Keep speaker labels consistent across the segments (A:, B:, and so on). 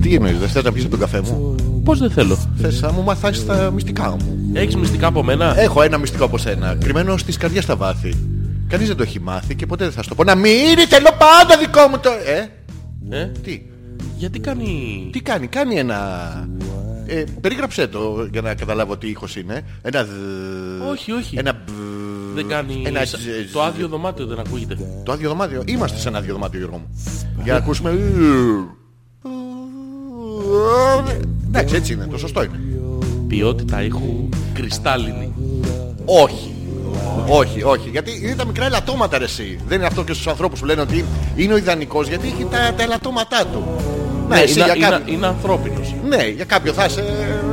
A: Τι εννοείς, δεν θε να πιεις τον καφέ μου.
B: Πώς δεν θέλω.
A: Θες να μου μαθάσεις τα μυστικά μου.
B: Έχεις μυστικά από μένα.
A: Έχω ένα μυστικό από σένα, κρυμμένο στις καρδιές στα βάθη. Κανείς δεν το έχει μάθει και ποτέ δεν θα σου το πω. Να μείνει, θέλω πάντα δικό μου το. Ε,
B: Ε,
A: τι,
B: γιατί κάνει.
A: τι κάνει, κάνει ένα. Ε, περίγραψε το για να καταλάβω τι ήχος είναι. Ένα. δ,
B: Όχι, όχι.
A: Ένα. μπ,
B: Δεν κάνει.
A: Ένα
B: σα-
A: ζ, ζ,
B: Το άδειο δωμάτιο δεν ακούγεται.
A: Το άδειο δωμάτιο. Είμαστε σε ένα άδειο δωμάτιο, Γιώργο μου. Για να ακούσουμε. Εντάξει, έτσι είναι. Το σωστό είναι.
B: Ποιότητα ήχου κρυστάλλινη.
A: Όχι. Όχι, όχι. Γιατί είναι τα μικρά ελαττώματα ρε εσύ. Δεν είναι αυτό και στους ανθρώπους που λένε ότι είναι ο ιδανικός γιατί έχει τα, τα ελαττώματά του. Ναι, εσύ
B: είναι,
A: για
B: είναι,
A: κάποιον.
B: είναι ανθρώπινος.
A: Ναι, για κάποιον θα είσαι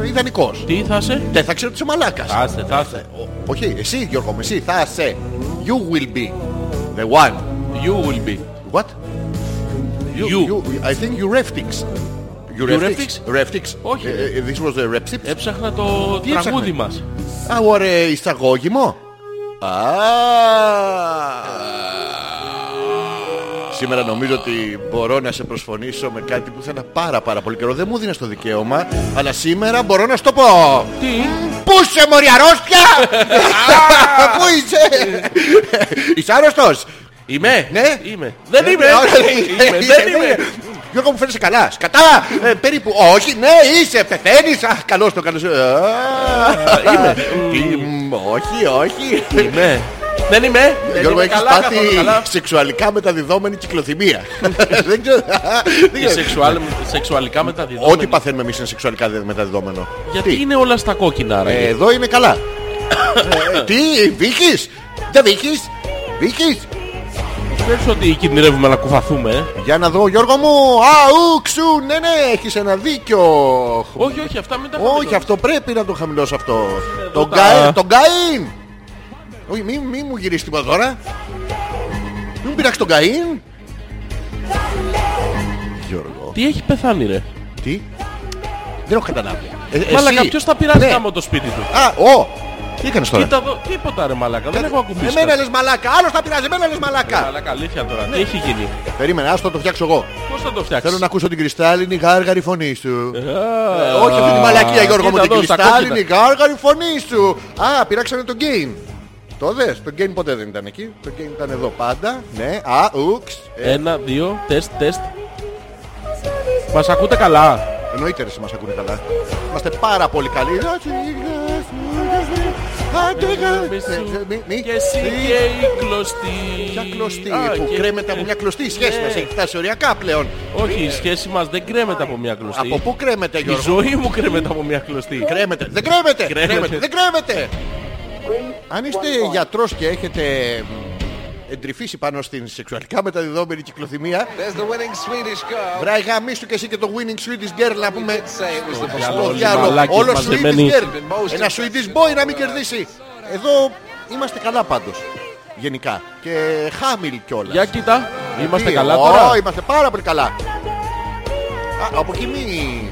A: ε, ιδανικός.
B: Τι θα σε.
A: Δεν θα ξέρω ότι είσαι μαλάκας.
B: Θα σε, θα σε.
A: Ο- Όχι, εσύ Γιώργο μου, εσύ θα είσαι. You will be the one.
B: You will be.
A: What?
B: You.
A: I think you reftics. You
B: Eureftics?
A: Reftics.
B: Όχι,
A: Ε, ε, This was the reftics.
B: Έψαχνα το
A: Τι
B: τραγούδι
A: έψαχνε?
B: μας.
A: Α, ωραία, εισαγώγημο. Α. Σήμερα νομίζω ότι μπορώ να σε προσφωνήσω με κάτι που ήθελα πάρα πάρα πολύ καιρό. Δεν μου δίνεις το δικαίωμα, αλλά σήμερα μπορώ να σου το πω.
B: Τι.
A: Πού είσαι μωρή αρρώστια! Α, Πού είσαι! Είσαι άρρωστος!
B: Είμαι.
A: Ναι.
B: Είμαι. Δεν
A: Ε,
B: είμαι.
A: ωραία,
B: Είμαι. Δεν
A: Ναι.
B: είμαι.
A: Γιώργο μου φαίνεσαι καλά. Σκατά. Ε, περίπου. Όχι, ναι, είσαι. Πεθαίνεις. Αχ, καλός το καλός. Είμαι. Όχι, όχι.
B: Είμαι. Δεν είμαι. Δεν
A: Ναι, Γιώργο,
B: είμαι
A: έχεις
B: καλά,
A: πάθει
B: καθόλου καλά.
A: σεξουαλικά μεταδιδόμενη κυκλοθυμία. Δεν ξέρω. Δεν
B: Η
A: ξέρω.
B: σεξουαλ- Σεξουαλικά μεταδιδόμενη.
A: Ό,τι παθαίνουμε εμείς είναι σεξουαλικά μεταδιδόμενο.
B: Γιατί
A: Τι,
B: είναι όλα στα κόκκινα,
A: ε,
B: ρε.
A: Εδώ είναι καλά. Ε, Τι, βήχεις. Δεν βήχεις. Βήχεις.
B: Ξέρεις ότι κινδυνεύουμε να κουφαθούμε, ε.
A: Για να δω Γιώργο μου Αου ξου ναι ναι έχεις ένα δίκιο
B: Όχι, όχι, αυτά μην τα
A: Όχι
B: χαμηλώνεις.
A: αυτό πρέπει να το χαμηλώσω αυτό Τον
B: τα-
A: Γκάιν Τον Γκάιν Όχι μη, μη μου γυρίσεις τίποτα τώρα Μην μου πειράξεις τον Γκάιν Γιώργο
B: Τι έχει πεθάνει, ρε.
A: Τι Δεν έχω καταλάβει ε, εσύ.
B: Μαλάκα, ποιος θα πειράζει
A: Ναι.
B: γάμο το σπίτι του.
A: Α ο Τι έκανες τώρα
B: Κοίτα εδώ, τίποτα ρε μαλάκα, δεν έχω ακουμπήσει.
A: Εμένα
B: κάτι.
A: λες μαλάκα Άλλος θα πειράζει εμένα λες μαλάκα
B: Μαλάκα, αλήθεια τώρα, τι έχει γίνει.
A: Περίμενα άστο να το φτιάξω εγώ
B: Πώς θα το φτιάξεις.
A: Θέλω να ακούσω την κρυστάλλινη γάργαρη φωνή σου
B: Α,
A: Ε, Όχι αυτή τη μαλακία Γιώργο μου
B: κοίτα
A: την
B: εδώ, στα
A: κρυστάλλινη
B: κόκκινα.
A: γάργαρη φωνή σου Α πειράξανε τον Γκέιν Το δες το Γκέιν ποτέ δεν ήταν εκεί Το Γκέιν ήταν εδώ πάντα Ναι α ουξ Ε,
B: Ένα, δύο, τεστ, τεστ. Μας ακούτε καλά.
A: Εννοείται ρε εσύ μας ακούνε καλά Είμαστε πάρα πολύ καλοί Ε, Μη- μη-
B: Ε, Και εσύ και η κλωστή.
A: Ποια κλωστή
B: Α,
A: που
B: και-
A: κρέμεται από μια κλωστή σχέση
B: Ναι.
A: μας έχει φτάσει οριακά πλέον
B: Όχι, η σχέση μας δεν κρέμεται από μια κλωστή.
A: Από πού κρέμεται
B: Η
A: Γιώργο
B: ζωή μου κρέμεται από μια κλωστή.
A: Κρέμεται. Δεν κρέμεται.
B: Κρέμεται.
A: κρέμεται. Δεν κρέμεται. Αν είστε γιατρός και έχετε μ, εντρυφήσει πάνω στην σεξουαλικά μεταδιδόμενη κυκλοθυμία,
C: There's the winning Swedish girl.
A: βράει γαμίσου και εσύ και το winning Swedish girl να πούμε.
C: Say it was the
B: διάλογο.
A: Στο
B: όλοι οι
A: διάλογο.
B: μαλάκες
A: Όλο
B: μαζεμένοι.
A: Swedish girl. Ένα Swedish boy να μην κερδίσει. Εδώ είμαστε καλά πάντως. Γενικά. Και χάμιλ κιόλας.
B: Για κοίτα, είμαστε καλά τώρα.
A: είμαστε πάρα πολύ καλά. Α, από εκεί μην,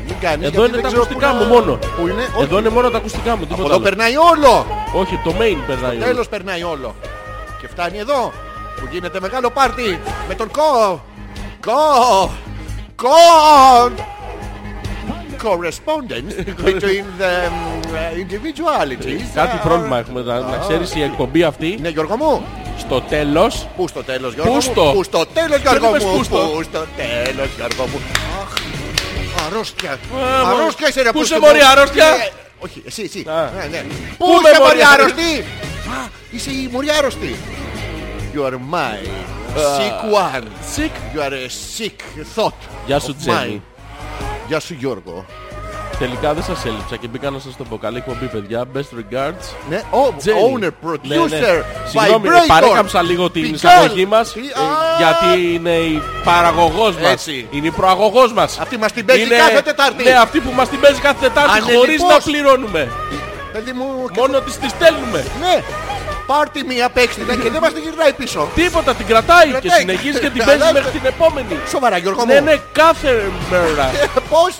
A: μην κάνεις,
B: Εδώ
A: γιατί
B: είναι
A: δεν
B: τα
A: ξέρω πού
B: ακουστικά
A: να-
B: μου μόνο.
A: Πού είναι, όχι.
B: Εδώ είναι μόνο τα ακουστικά μου.
A: Από
B: Τίποτα
A: εδώ
B: άλλο.
A: περνάει όλο.
B: Όχι, το main περνάει. όλο.
A: Τέλος περνάει όλο. Και φτάνει εδώ που γίνεται μεγάλο πάρτι με τον Κο. Κο. Κο. Correspondence between the um, individualities.
B: Κάτι
A: Uh,
B: πρόβλημα έχουμε να, να ξέρεις η εκπομπή αυτή
A: Ναι Γιώργο μου,
B: στο τέλος
A: πού στο τέλος Γιώργο
B: Πού στο?
A: μου, πού στο τέλος Γιώργο
B: δεν πες
A: μου,
B: πού στο.
A: πού στο τέλος Γιώργο μου. Αχ, αρρώστια,
B: Ε, μωρέ.
A: αρρώστια είσαι ρε.
B: Πού
A: στο-
B: σε, μωρή, αρρώστια?
A: Ναι, Όχι, εσύ, εσύ.
B: Α.
A: Ναι, ναι.
B: Πού
A: Πού
B: με,
A: είσαι
B: μωρή,
A: μωρή
B: αρρώστια?
A: αρρωστή. Α, είσαι η μωρή άρρωστη. You are my sick one.
B: Τσικ
A: You are a sick thought.
B: Γεια σου,
A: of
B: Τζένι.
A: mine. Γεια σου Γιώργο.
B: Τελικά δεν σας έλειψα και μπήκα να σας το πω Καλή εκπομπή παιδιά Best regards
A: Ναι, ο-
B: Τζένι.
A: owner,
B: Ναι, ναι.
A: producer,
B: Συγγνώμη,
A: vibrator,
B: παρέκαμψα λίγο την
A: pickle.
B: εισαγωγή μας
A: Τι-
B: ε,
A: Α,
B: Γιατί είναι η παραγωγός μας
A: Έτσι.
B: Είναι η προαγωγός μας
A: Αυτή μας την παίζει κάθε Τετάρτη.
B: Ναι, αυτή που μας την παίζει κάθε Τετάρτη
A: Ανελειπώς.
B: Χωρίς να πληρώνουμε
A: παιδί μου,
B: Μόνο της τη στέλνουμε
A: ναι. Πάρτε μία παίξτε την και δεν μας την γυρνάει πίσω.
B: Τίποτα την κρατάει και
A: Κρατάει.
B: συνεχίζει και την
A: Καλά
B: παίζει
A: είναι.
B: μέχρι την επόμενη
A: Σοβαρά Γιώργο
B: Ναι,
A: μου.
B: ναι, κάθε μέρα
A: Πώς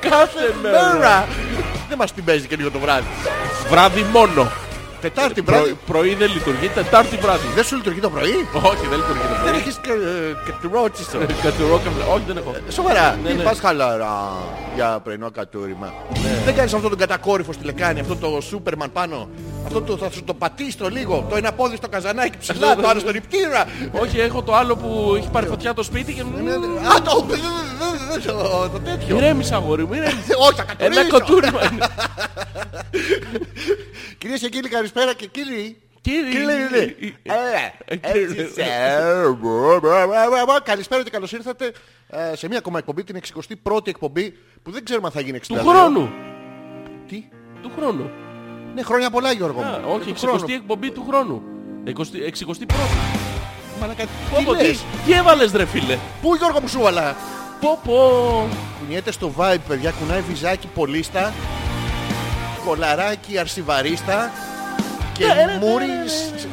B: Κάθε μέρα
A: μέρα. Δεν μας την παίζει και λίγο το βράδυ.
B: Βράδυ μόνο
A: Τετάρτη βράδυ.
B: πρωί δεν λειτουργεί, Τετάρτη βράδυ.
A: Δεν σου λειτουργεί το πρωί.
B: Όχι, δεν λειτουργεί το
A: Δεν
B: πρωί.
A: έχεις κα- ε, κατουρότσιστο.
B: Κατουρό, καμπλα- Όχι, δεν έχω.
A: Σοβαρά,
B: Ναι,
A: μην
B: ναι.
A: πας χαλαρά για πρωινό κατούριμα. Δεν κάνεις αυτό τον κατακόρυφο στη λεκάνη, αυτό το Σούπερμαν πάνω. Αυτό το, θα σου το πατήσει το λίγο. Το ένα πόδι στο καζανάκι ψηλά, το άλλο στον υπτήρα.
B: Όχι, έχω το άλλο που έχει πάρει φωτιά το σπίτι και
A: Ναι,
B: μου.
A: Α, το, δε- δε- δε- δε- το- το τέτοιο.
B: Ηρέμησα, αγόρι μου, ηρέμησα.
A: Όχι, θα
B: Ένα
A: κατουρίσω.
B: κοτούρμα είναι.
A: Κυρίες και κύριοι, καλησπέρα και κύριοι.
B: Κύριοι.
A: Κύριοι, ναι, ναι. Ωραία.
B: Ε,
A: Έτσι Ε,
B: κύριοι.
A: σε- Μπα, μπα, μπα, μπα, μπα. Καλησπέρα και καλώς ήρθατε ε, σε μια ακόμα εκπομπή, την 61η εκπομπή που δεν ξέρουμε αν θα γίνει 62.
B: Του χρόνου.
A: Τι?
B: Του χρόνου.
A: Ναι, χρόνια πολλά Γιώργο
B: Α,
A: μου. Ε,
B: Όχι,
A: Του χρόνου.
B: 60η εκπομπή του χρόνου. 20 61η.
A: Μαλάκα, τι
B: Πόπο, τι,
A: λες?
B: τι έβαλες ρε φίλε.
A: Πού Γιώργο μου σου βάλα.
B: Πόπο.
A: Κουνιέται στο vibe παιδιά, κουνάει βυζάκι πολίστα, κολαράκι αρσιβαρίστα και μούρι... σ-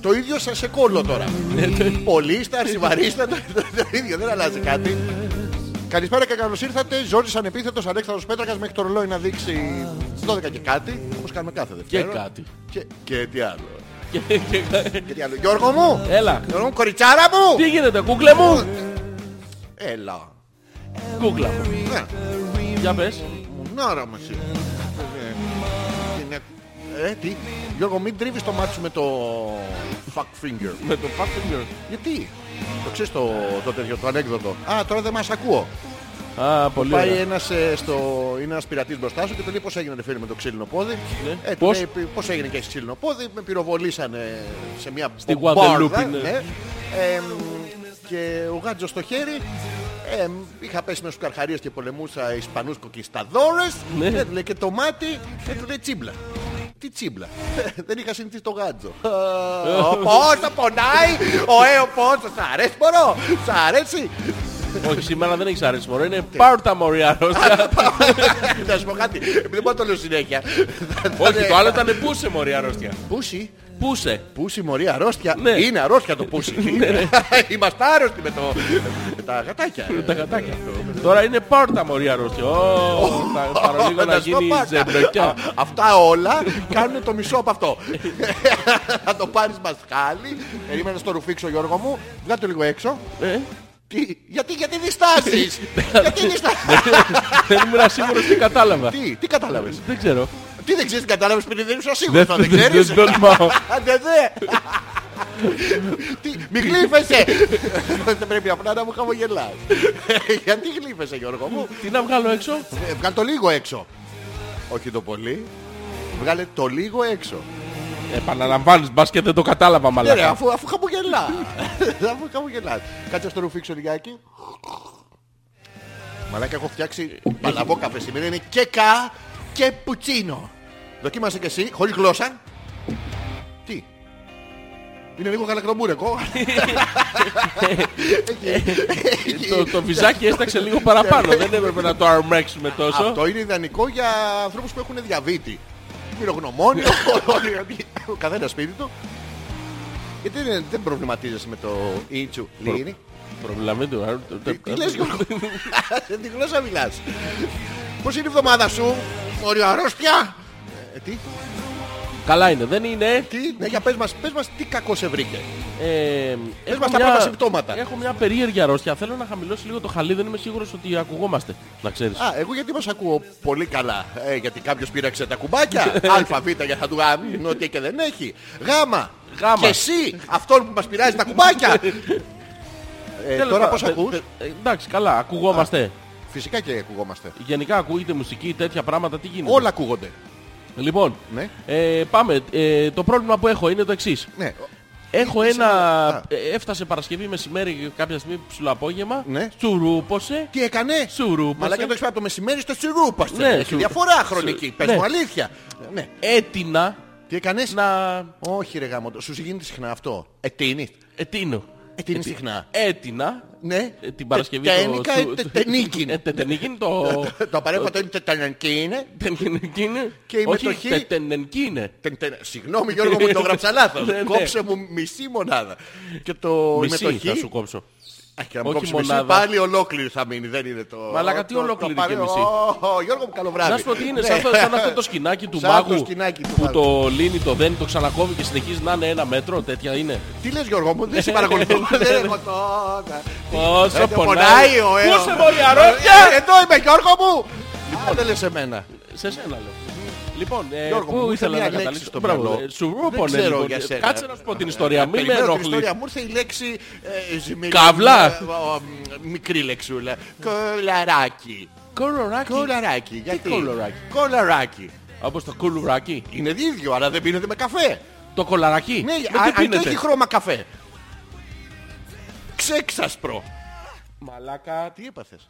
A: Το ίδιο σε, σε κόλλο τώρα. Πολίστα, αρσιβαρίστα, το, το- το ίδιο, δεν αλλάζει κάτι. Καλησπέρα και καλώς ήρθατε. Ζόρις ανεπίθετος Αλέξανδρος Πέτρακας μέχρι το ρολόι να δείξει 12 και κάτι, όπως κάνουμε κάθε Δευτέρα.
B: κάτι.
A: Και, και τι άλλο.
B: Και- και-
A: Και τι άλλο. Γιώργο μου!
B: Έλα.
A: Γιώργο μου, κοριτσάρα μου!
B: Ε, Τι γίνεται, κούκλε μου.
A: Έλα.
B: Κούκλα μου.
A: Ναι.
B: Για πες.
A: Μουνάρα μας είναι. Ε, είναι- Ε, τι. Γιώργο, μην τρίβεις το μάτι σου με το fuck finger.
B: Με το fucking girl.
A: Γιατί. Το ξέρεις το, το τέτοιο, το ανέκδοτο. Α, τώρα δεν μας ακούω.
B: Α, πολύ
A: Πάει
B: ωραία.
A: ένας, ε, στο, είναι ένας πειρατής μπροστά σου και του λέει πώς έγινε ρε φίλε με το ξύλινο πόδι.
B: Ναι.
A: Ε, του
B: Πώς?
A: λέει, «Πι- πώς έγινε και έχεις ξύλινο πόδι. Με πυροβολήσανε σε μια
B: Στη
A: μπομπάρδα,
B: Guadalupe, ναι.
A: Ε, μ, και ο γάτζος στο χέρι. Ε, μ, είχα πέσει με στους καρχαρίες και πολεμούσα Ισπανούς κοκισταδόρες.
B: Ναι.
A: Ε, του λέει, και το μάτι. Ε, του λέει τσίμπλα. Τι τσίμπλα. Δεν είχα συνηθίσει το γάτζο. Ε, ο πόσο πονάει. Ο ε, ο πόσο. Σ' αρέσει μωρό. Σ' αρέσει.
B: Όχι, σήμερα δεν έχεις αρέσει μωρό. Είναι πάρτα μωρή αρρώστια.
A: Να σου πω κάτι. Δεν μπορώ να το λέω συνέχεια.
B: Όχι, το άλλο ήταν πούσε μωρή αρρώστια.
A: Πούσι.
B: Πούσε.
A: Πούσι, μωρή, αρρώστια.
B: Ναι.
A: Είναι αρρώστια το πούσι. Είμαστε άρρωστοι με, το... με τα γατάκια.
B: Τα κατάκια. Τώρα είναι πάρτα μωρή αρρώστια. Ω, θα πάρω λίγο να
A: Να σου το
B: γίνει
A: πάρω. Α,
B: ζεμπροκιά.
A: Αυτά όλα κάνουν το μισό από αυτό. Θα το πάρεις μασχάλι. Περίμενε στο ρουφίξο Γιώργο μου. Βγάλε το λίγο έξω.
B: Ε,
A: Τι, γιατί, γιατί διστάσεις. γιατί διστάσεις.
B: Δεν ήμουν σίγουρος τι κατάλαβα.
A: τι, τι κατάλαβες.
B: Δεν ξέρω.
A: Τι δεν ξέρεις, κατάλαβες πριν δεν ήσουν σίγουρος. Δεν
B: δεν-
A: ξέρεις.
B: δεν τολμάω.
A: Α, ναι, ναι. Τι, Μη γλύφεσαι! Δεν πρέπει απλά να μου χαμογελάς. Γιατί γλύφεσαι Γιώργο μου.
B: Τι να βγάλω έξω.
A: Ε, Βγάλε το λίγο έξω. Όχι το πολύ. Βγάλε το λίγο έξω.
B: Επαναλαμβάνεις, μπας και δεν το κατάλαβα
A: Ναι, ρε,
B: μαλάκα.
A: αφού, αφού χαμογελά. αφού χαμογελάς. Κάτσε στο ρουφίξο λιγάκι. Μαλάκα έχω φτιάξει παλαβό καφέ σήμερα. Είναι και κα και πουτσίνο. Δοκίμασε και εσύ, χωρίς γλώσσα. Τι. Είναι λίγο γαλακτομπούρεκο. Ε,
B: Το, το βυζάκι έσταξε λίγο παραπάνω. δεν έπρεπε να το αρμέξουμε τόσο.
A: Αυτό είναι ιδανικό για ανθρώπους που έχουν διαβήτη. Μυρογνωμόνια, ο καθένα σπίτι του. Γιατί δεν, δεν προβληματίζεσαι με το ίντσου, Λίνι.
B: Προβλαμή του. άρου-
A: Τι- Τι λες Γιώργο, σε τι γλώσσα μιλάς. Πώς είναι η εβδομάδα σου, Μωρή αρρώστια. Ε, Τι,
B: Καλά είναι, δεν είναι.
A: τι, ναι για πες μας, πες μας τι κακό σε βρήκε.
B: Ε, έχω
A: μας τα
B: μια-
A: πρώτα συμπτώματα.
B: Έχω μια περίεργη αρρώστια. Θέλω να χαμηλώσει λίγο το χαλί. Δεν είμαι σίγουρος ότι ακουγόμαστε. Να ξέρεις.
A: Α, ε, εγώ γιατί μας ακούω πολύ καλά. Ε, γιατί κάποιος πήραξε τα κουμπάκια. Α, Β για θα του γάμουν ότι και δεν έχει. Γάμα.
B: Γάμα.
A: Και εσύ, αυτόν που μας πειράζει τα κουμπάκια. Ε,
B: Τέλος
A: τώρα
B: πάντων,
A: πώς
B: τε-
A: ακούς.
B: τε- ε, Εντάξει, καλά, ακουγόμαστε.
A: Φυσικά και ακουγόμαστε.
B: Γενικά ακούγεται μουσική, τέτοια πράγματα. Τι γίνεται.
A: Όλα ακούγονται.
B: Λοιπόν,
A: Ναι.
B: ε, πάμε. Ε, το πρόβλημα που έχω είναι το εξής.
A: Ναι.
B: Έχω
A: Τι σε-
B: ένα.
A: Α.
B: ε, Έφτασε Παρασκευή μεσημέρι κάποια στιγμή ψηλό απόγευμα.
A: Ναι.
B: Τσουρούπωσε.
A: Τι έκανε.
B: Τσουρούπωσε.
A: Μαλάκα το έχεις πάει από το μεσημέρι στο τσιρούπα.
B: Ναι,
A: Έχει
B: σου-
A: διαφορά
B: σου-
A: χρονική. Πες
B: ναι.
A: μου αλήθεια. Ναι.
B: Έτεινα
A: Τι έκανες.
B: να. ε,
A: Όχι ρε γάμο. το. Σου γίνεται συχνά αυτό. Ε, Ετείνεις.
B: Ετείνω.
A: Ετείνεις Ε, συχνά.
B: Έτεινα.
A: Ναι.
B: ε, Την Παρασκευή
A: Τε- τένικα, ε, τε- τενίκιν.
B: Ε, τε- τενίκιν το.
A: Το απαραίτητο είναι τετανικίνε.
B: Τενενκίνε.
A: Και η
B: Όχι,
A: μετοχή-
B: τε- τενενκίνε.
A: Τεν- τεν- Συγγνώμη Γιώργο μου, το γράψα λάθος.
B: Ναι, ναι.
A: Κόψε μου μισή μονάδα. Και το η
B: Μισή
A: μετοχή.
B: θα σου κόψω.
A: Α, και να μου
B: Όχι
A: κόψει μισή,
B: μονάδα.
A: πάλι ολόκληρη θα μείνει, δεν είναι το...
B: Μαλάκα, τι
A: το- το
B: ολόκληρη
A: παρέ-
B: και μισή.
A: Ω, ω, Γιώργο μου, καλό βράδυ.
B: Να σου πω τι είναι,
A: Ναι.
B: σαν, το- σαν αυτό το σκηνάκι του
A: Σαν το
B: μάγου
A: σκηνάκι του
B: που
A: μάγου.
B: το λύνει, το δένει, το ξανακόβει και συνεχίζει να είναι ένα μέτρο, τέτοια είναι.
A: Τι λες Γιώργο μου, δεν σε παρακολουθώ.
B: Ναι.
A: Δεν έχω τώρα.
B: Πόσο
A: Ε, πονάει ο αίρος.
B: Πού σε μωρή αρρώστια!
A: Ε, Εδώ είμαι Γιώργο μου. Λοιπόν, δεν λες εμένα.
B: Σε σένα λέω. Λοιπόν, ε,
A: Γιώργο, μου
B: πού
A: ήρθε
B: ήθελα
A: μια
B: να
A: λέξη
B: καταλήξω.
A: στο
B: Μπράβο,
A: μυαλό.
B: ε, Σου
A: Δεν
B: ρούπουνε,
A: ξέρω
B: λοιπόν.
A: για
B: Ε,
A: σένα.
B: Κάτσε να σου πω την ιστορία. Μην με
A: Περιμένω την
B: ενοχλεί.
A: ιστορία. Μου ήρθε η λέξη ε, ζημιλή.
B: Καύλα.
A: Ε, ο, ο, Μικρή λεξούλα. Κολαράκι.
B: Κολοράκι.
A: Κολαράκι. Γιατί.
B: κολοράκι?
A: Κολαράκι.
B: Όπως το κουλουράκι.
A: Είναι ίδιο, αλλά δεν πίνεται με καφέ.
B: Το κολαράκι.
A: Ναι,
B: Με
A: α-
B: τι
A: αν και
B: πίνετε.
A: έχει χρώμα καφέ. Ξέξασπρο.
B: Μαλάκα.
A: Τι έπαθες.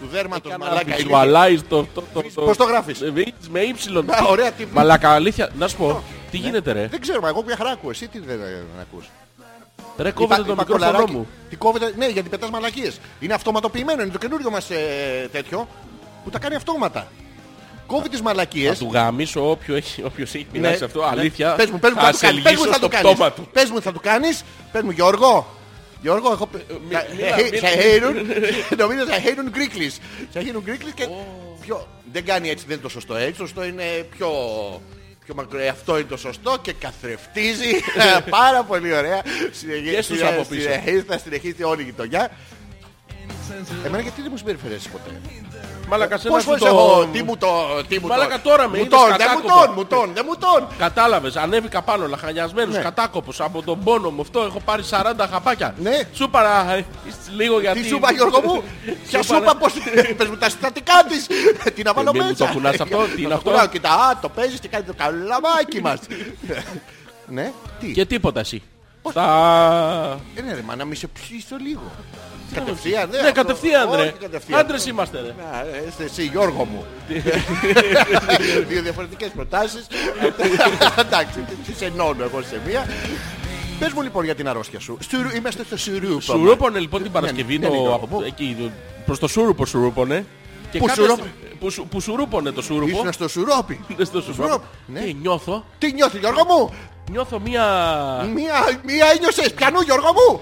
A: Του δέρματος
B: Έκανα
A: μαλάκα. Ναι. ηλίθεια.
B: visualize το... το- το- το-
A: Πώς το γράφεις?
B: Ε, βίζεις Με ύψιλον.
A: Α, Ωραία τι ναι.
B: Μαλάκα, αλήθεια. Να σου πω. Τι γίνεται ρε.
A: Δεν ξέρω, εγώ μια χαρά ακούω. Εσύ τι δεν ε, ακούς.
B: Ρε κόβεται
A: Υπά-
B: το
A: είπα
B: μικρόφωνο
A: κολαράκι.
B: μου.
A: Τι κόβεται, ναι, γιατί πετάς μαλακίες. Είναι αυτοματοποιημένο, είναι το καινούριο μας ε, τέτοιο που τα κάνει αυτόματα. Κόβει τις
B: Θα
A: μαλακίες.
B: του γαμίσω όποιο έχει, όποιος έχει πειράξει αυτό.
A: Ναι.
B: Αλήθεια.
A: Πες μου, πες μου,
B: θα
A: θα του
B: σε
A: κάνεις. Πες μου, θα
B: λυγίσω στο
A: το κάνεις.
B: πτώμα του.
A: Πες μου, θα του κάνεις. Πες μου, Γιώργο. Γιώργο, έχω...
B: μι-
A: θα-
B: μίλα,
A: ε,
B: μίλα.
A: Θα χαίρουν, νομίζω θα χαίρουν γκρίκλεις. Θα χαίρουν γκρίκλεις και πιο... Δεν κάνει έτσι, δεν είναι το σωστό. Έτσι, το σωστό είναι πιο... Πιο μακρο- ε, Αυτό είναι το σωστό και καθρεφτίζει Ε, πάρα πολύ ωραία. Συνεχίζει-
B: Και στους από πίσω.
A: συνεχίζει- Θα συνεχίσει όλη η γειτονιά. Εμένα γιατί δεν μου συμπεριφερέσει ποτέ.
B: Μαλάκα, σε
A: Πώς φορές έχω, τι μου το... τι μου
B: Μαλάκα,
A: το-
B: τώρα με
A: Μου
B: είδες
A: τον, δεν μου
B: κατάκοπο.
A: τον, μου τον, δεν μου τον.
B: Κατάλαβες, ανέβηκα πάνω λαχανιασμένος,
A: Ναι.
B: κατάκοπος από τον πόνο μου. Αυτό έχω πάρει 40 χαπάκια.
A: Ναι.
B: Σούπα να- ε, λίγο γιατί.
A: Τι σούπα Γιώργο μου, ποια
B: Σούπα,
A: σούπα
B: ναι.
A: πως πες μου τα συστατικά της, τι να βάλω
B: μην Ε, ναι, μου
A: μέσα. Ε,
B: το κουνάς αυτό, τι είναι
A: Να το
B: αυτό.
A: κουνάω, Κοίτα, α, το παίζεις και κάνει το καλαμάκι μας. Ναι, τι,
B: Και τίποτα εσύ. Τα...
A: Ε, ναι ρε μα να μη σε ψήσω λίγο. Κατευθείαν,
B: Ναι, κατευθείαν
A: Ε, αυτό-
B: ρε.
A: όχι κατευθείαν.
B: Άντρες είμαστε ρε.
A: Να, Είστε εσύ Γιώργο μου. Δύο διαφορετικές προτάσεις. Εντάξει, τις ενώνω εγώ σε μία. Πες μου λοιπόν για την αρρώστια σου. Σουρου- Είμαστε στο σουρούπο.
B: Σουρούπονε λοιπόν την Παρασκευή
A: ναι, ναι,
B: το,
A: Γιώργο
B: από,
A: μου.
B: εκεί, προς το Σούρουπο σουρούπονε. Και
A: Πού
B: κάποια
A: σουρούπο-
B: στι- που, σου- που σουρούπονε το Σούρουπο.
A: Ήσουν στο σουρόπι.
B: Στο σουρούπο.
A: σουρούπο, ναι.
B: Και νιώθω,
A: Τι νιώθεις Γιώργο μου.
B: νιώθω μία...
A: Μία, μία ένιωσες πιανού Γιώργο μου.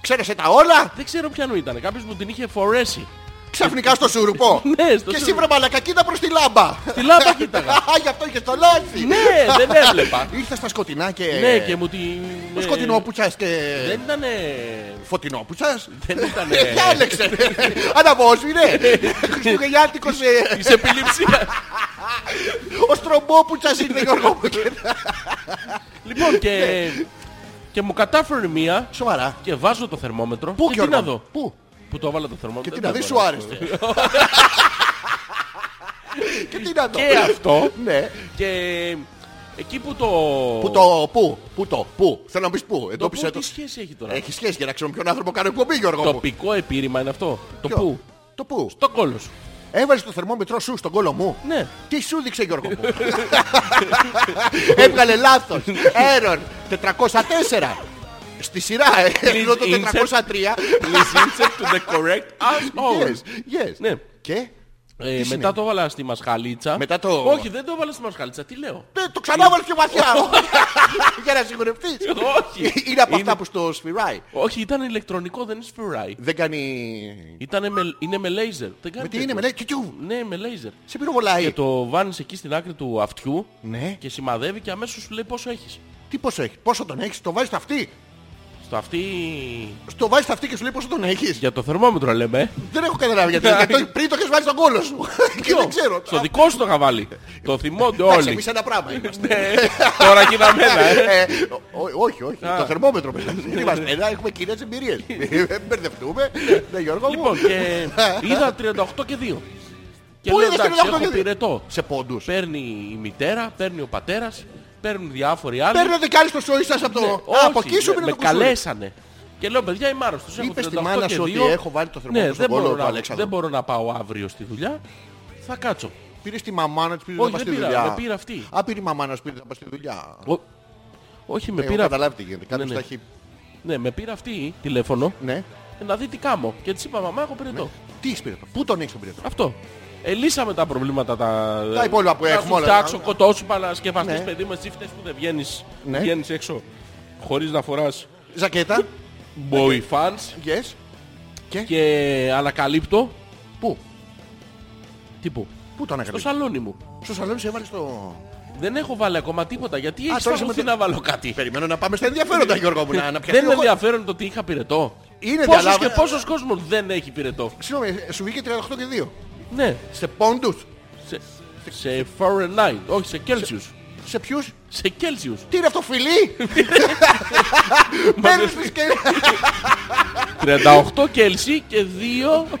A: Ξέρεσε τα όλα.
B: Δεν ξέρω ποιανού ήταν. Κάποιος μου την είχε φορέσει.
A: Ξαφνικά στο σουρουπό.
B: Ναι, στο
A: Και εσύ
B: σουρουπό.
A: βρε μαλακα, κοίτα προς τη λάμπα.
B: Τη λάμπα κοίταγα.
A: Α, γι' αυτό είχες το λάθη.
B: Ναι, δεν έβλεπα.
A: Ήρθες στα σκοτεινά και...
B: Ναι, και μου την...
A: Ε, Το σκοτεινό που πιάσαι και...
B: Δεν Ναι. ήτανε...
A: Φωτεινό που πιάσαι.
B: Δεν ήτανε...
A: Ε, διάλεξε. Αναβόσβηνε. Χριστουγεννιάτικος ε,
B: Της επιληψίας.
A: ο στρομπόπουτσας ήρθε Γιώργο μου. Και-
B: Λοιπόν και...
A: Ναι.
B: Και μου κατάφερε μία
A: Σοβαρά.
B: και βάζω το θερμόμετρο.
A: Πού
B: και Ε, τι
A: Γιώργο
B: να
A: μου,
B: δω.
A: Πού.
B: Που το έβαλα το θερμόμετρο.
A: Και τι
B: δεν
A: να δεις
B: μπορώ.
A: σου άρεσε. Και τι να δω.
B: Και αυτό.
A: Ναι.
B: Και εκεί που το...
A: Πού το, πού, πού το, πού. Θέλω να πεις πού.
B: Το
A: Εντόπισε
B: που τι
A: το.
B: σχέση έχει τώρα.
A: Έχει σχέση για να ξέρουμε ποιον άνθρωπο κάνω εκπομπή, Γιώργο. μου.
B: Τοπικό επίρρημα είναι αυτό. Το
A: Ποιο?
B: που.
A: Το πού.
B: Το κόλος.
A: Έβαλε το θερμόμετρό σου στον κόλο μου.
B: Ναι.
A: Τι σου δείξε, Γιώργο μου. Έβγαλε λάθος. Έρον. 404. Στη σειρά, ε. Εδώ το 403.
B: insert. Please insert to the correct as
A: Yes,
B: always.
A: yes.
B: Ναι.
A: Και.
B: Ε,
A: Τι
B: μετά
A: συνέβη?
B: το έβαλα στη μασχαλίτσα.
A: Μετά το-
B: Όχι, δεν το έβαλα στη μασχαλίτσα. Τι λέω.
A: Ναι, το ξανά βάλε πιο βαθιά. Για να σιγουρευτείς.
B: Όχι.
A: Είναι από
B: Είναι-
A: αυτά που στο σφυράει.
B: Όχι, ήταν ηλεκτρονικό, δεν είναι σφυράει.
A: Δεν κάνει.
B: Ήτανε με, είναι με λέιζερ. Δεν κάνει
A: Με τι
B: τέτοιο.
A: είναι, με λέει κιου.
B: Ναι, με λέιζερ.
A: Σε πυροβολάει.
B: Και το βάνεις εκεί στην άκρη του αυτιού
A: Ναι.
B: και σημαδεύει και αμέσως σου λέει πόσο έχεις.
A: Τι πόσο έχεις, πόσο τον έχεις, το βάζεις αυτή.
B: Στο αυτή...
A: Στο βάζεις αυτή και σου λέει πόσο τον έχεις.
B: Για το θερμόμετρο λέμε. ε.
A: Δεν έχω καταλάβει γιατί. γιατί το- πριν το έχει βάλει στον κόλο σου. και δεν ξέρω.
B: Στο δικό σου το είχα βάλει. το θυμόνται όλοι.
A: εμείς ένα πράγμα είμαστε.
B: Ναι, Τώρα γίναμε ένα. ε.
A: Ε, ο- ο- όχι, όχι.
B: Α. Ναι.
A: Το θερμόμετρο μετά. Δεν είμαστε ένα, έχουμε κοινές εμπειρίες. Μην ε, μπερδευτούμε. Ναι, Γιώργο μου.
B: Λοιπόν, και είδα 38 και 2. Και
A: Πού
B: λέω
A: είδες
B: εντάξει,
A: 38 και
B: έχω
A: δύο?
B: πυρετό.
A: Σε πόντους.
B: Ναι. Παίρνει η μητέρα, παίρνει ο πατέρας, παίρνουν διάφοροι άλλοι.
A: Παίρνω δεκάρι στο σόι σας από
B: Ναι,
A: το.
B: όχι,
A: Α, από εκεί σου
B: με,
A: πήρε
B: με
A: το κουστούρι.
B: καλέσανε. Και λέω, παιδιά, είμαι άρρωστος. έχω
A: Είπες στη
B: 38
A: μάνα
B: και
A: σου ότι
B: δύο.
A: έχω βάλει το
B: Ναι,
A: θερμόμετρο
B: δεν
A: στον κόλο
B: μπορώ,
A: του
B: να, δεν
A: Αλέξανδρου.
B: μπορώ να πάω αύριο στη δουλειά. Θα κάτσω.
A: Πήρες τη μαμά να της πήρες
B: Όχι,
A: να πας
B: δεν
A: στη
B: πήρα,
A: δουλειά.
B: με πήρε αυτή.
A: Α, πήρε η μαμά να σου πήρε να πας στη δουλειά.
B: Ο- Όχι, με
A: Ε,
B: πήρα...
A: έχω καταλάβει τι γίνεται. Κάποιος
B: ναι.
A: τα έχει.
B: Ναι, με πήρα αυτή τηλέφωνο
A: Ναι.
B: να δει τι κάμω. Και της είπα, μαμά, έχω πυρετό.
A: Τι έχεις πήρε, πού τον έχεις τον πυρετό.
B: Αυτό. Ε, λύσαμε τα προβλήματα τα...
A: Τα υπόλοιπα που
B: Να
A: έχουμε
B: σου
A: όλα.
B: φτιάξω κοτό σου παρασκευαστής
A: Ναι.
B: παιδί με εσύ φταίς που δεν βγαίνεις,
A: Ναι.
B: βγαίνεις έξω χωρίς να φοράς
A: Ζακέτα,
B: boy fans.
A: yes. Και?
B: και ανακαλύπτω.
A: Πού,
B: Τι που.
A: πού το
B: Στο
A: ανακαλύψεις.
B: σαλόνι μου.
A: Στο σαλόνι σε έβαλες το...
B: Δεν έχω βάλει ακόμα τίποτα γιατί
A: τώρα
B: έχει
A: είσαι με
B: σταυρωθεί
A: το-
B: να βάλω κάτι.
A: Περιμένω να πάμε στα ενδιαφέροντα Γιώργο μου. Να, να πιαστεί
B: Δεν
A: ο
B: είναι
A: κόσμος.
B: ενδιαφέρον το ότι είχα πυρετό.
A: Είναι
B: Πόσος
A: διαλάβα-
B: και πόσος κόσμος δεν έχει πυρετό.
A: Συγγνώμη, σου βγήκε 38 και 2.
B: Ναι.
A: Σε πόντους.
B: Σε, σε Fahrenheit, όχι σε Celsius.
A: Σε ποιους.
B: Σε Celsius.
A: Τι είναι αυτό φιλί. Παίρνεις τις και...
B: 38 Κέλσι και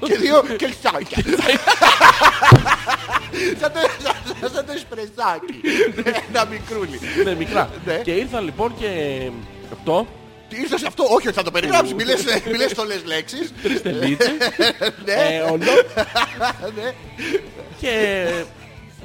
B: 2
A: και δύο κελσάκια. Σαν το- σαν- Σαν το εσπρεσάκι. Ένα μικρούλι.
B: ναι, μικρά.
A: Ναι.
B: Και ήρθα λοιπόν και αυτό.
A: Τι ήρθες αυτό, όχι, θα το περιγράψεις. Μιλές, μιλές τολές λέξεις.
B: Τρεις τελίτσε. ε,
A: Ναι, ναι.
B: Και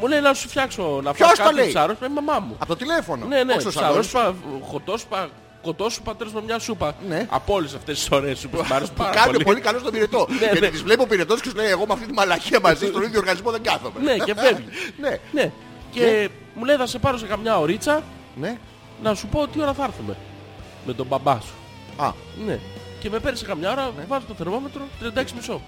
B: μου λέει να σου φτιάξω να
A: Ποιος
B: φάω
A: το
B: κάτι
A: λέει?
B: ψάρος. Η μαμά μου.
A: Από το τηλέφωνο.
B: Ναι, ναι,
A: Όχι στο σαλόνι.
B: ψάροσπα, χωτόσπα, κοτόσουπα, τέλος με μια σούπα.
A: Ναι.
B: Από όλες αυτές τις ωραίες σούπες μ' άρεσε πάρα
A: Κάνει
B: πολύ.
A: πολύ καλό στον πυρετό. Γιατί
B: ναι.
A: τις βλέπω πυρετός και σου λέει εγώ με αυτή τη μαλακία μαζί στον ίδιο οργανισμό δεν κάθομαι.
B: Ναι, και φεύγει.
A: Ναι,
B: ναι. Και μου λέει θα σε πάρω σε καμιά ωρίτσα
A: ναι.
B: να σου πω τι ώρα θα έρθουμε. Με τον μπαμπά σου.
A: Α,
B: Ναι. Και με πέρασε καμιά ώρα,
A: Ναι.
B: βάζω το θερμόμετρο 36,5.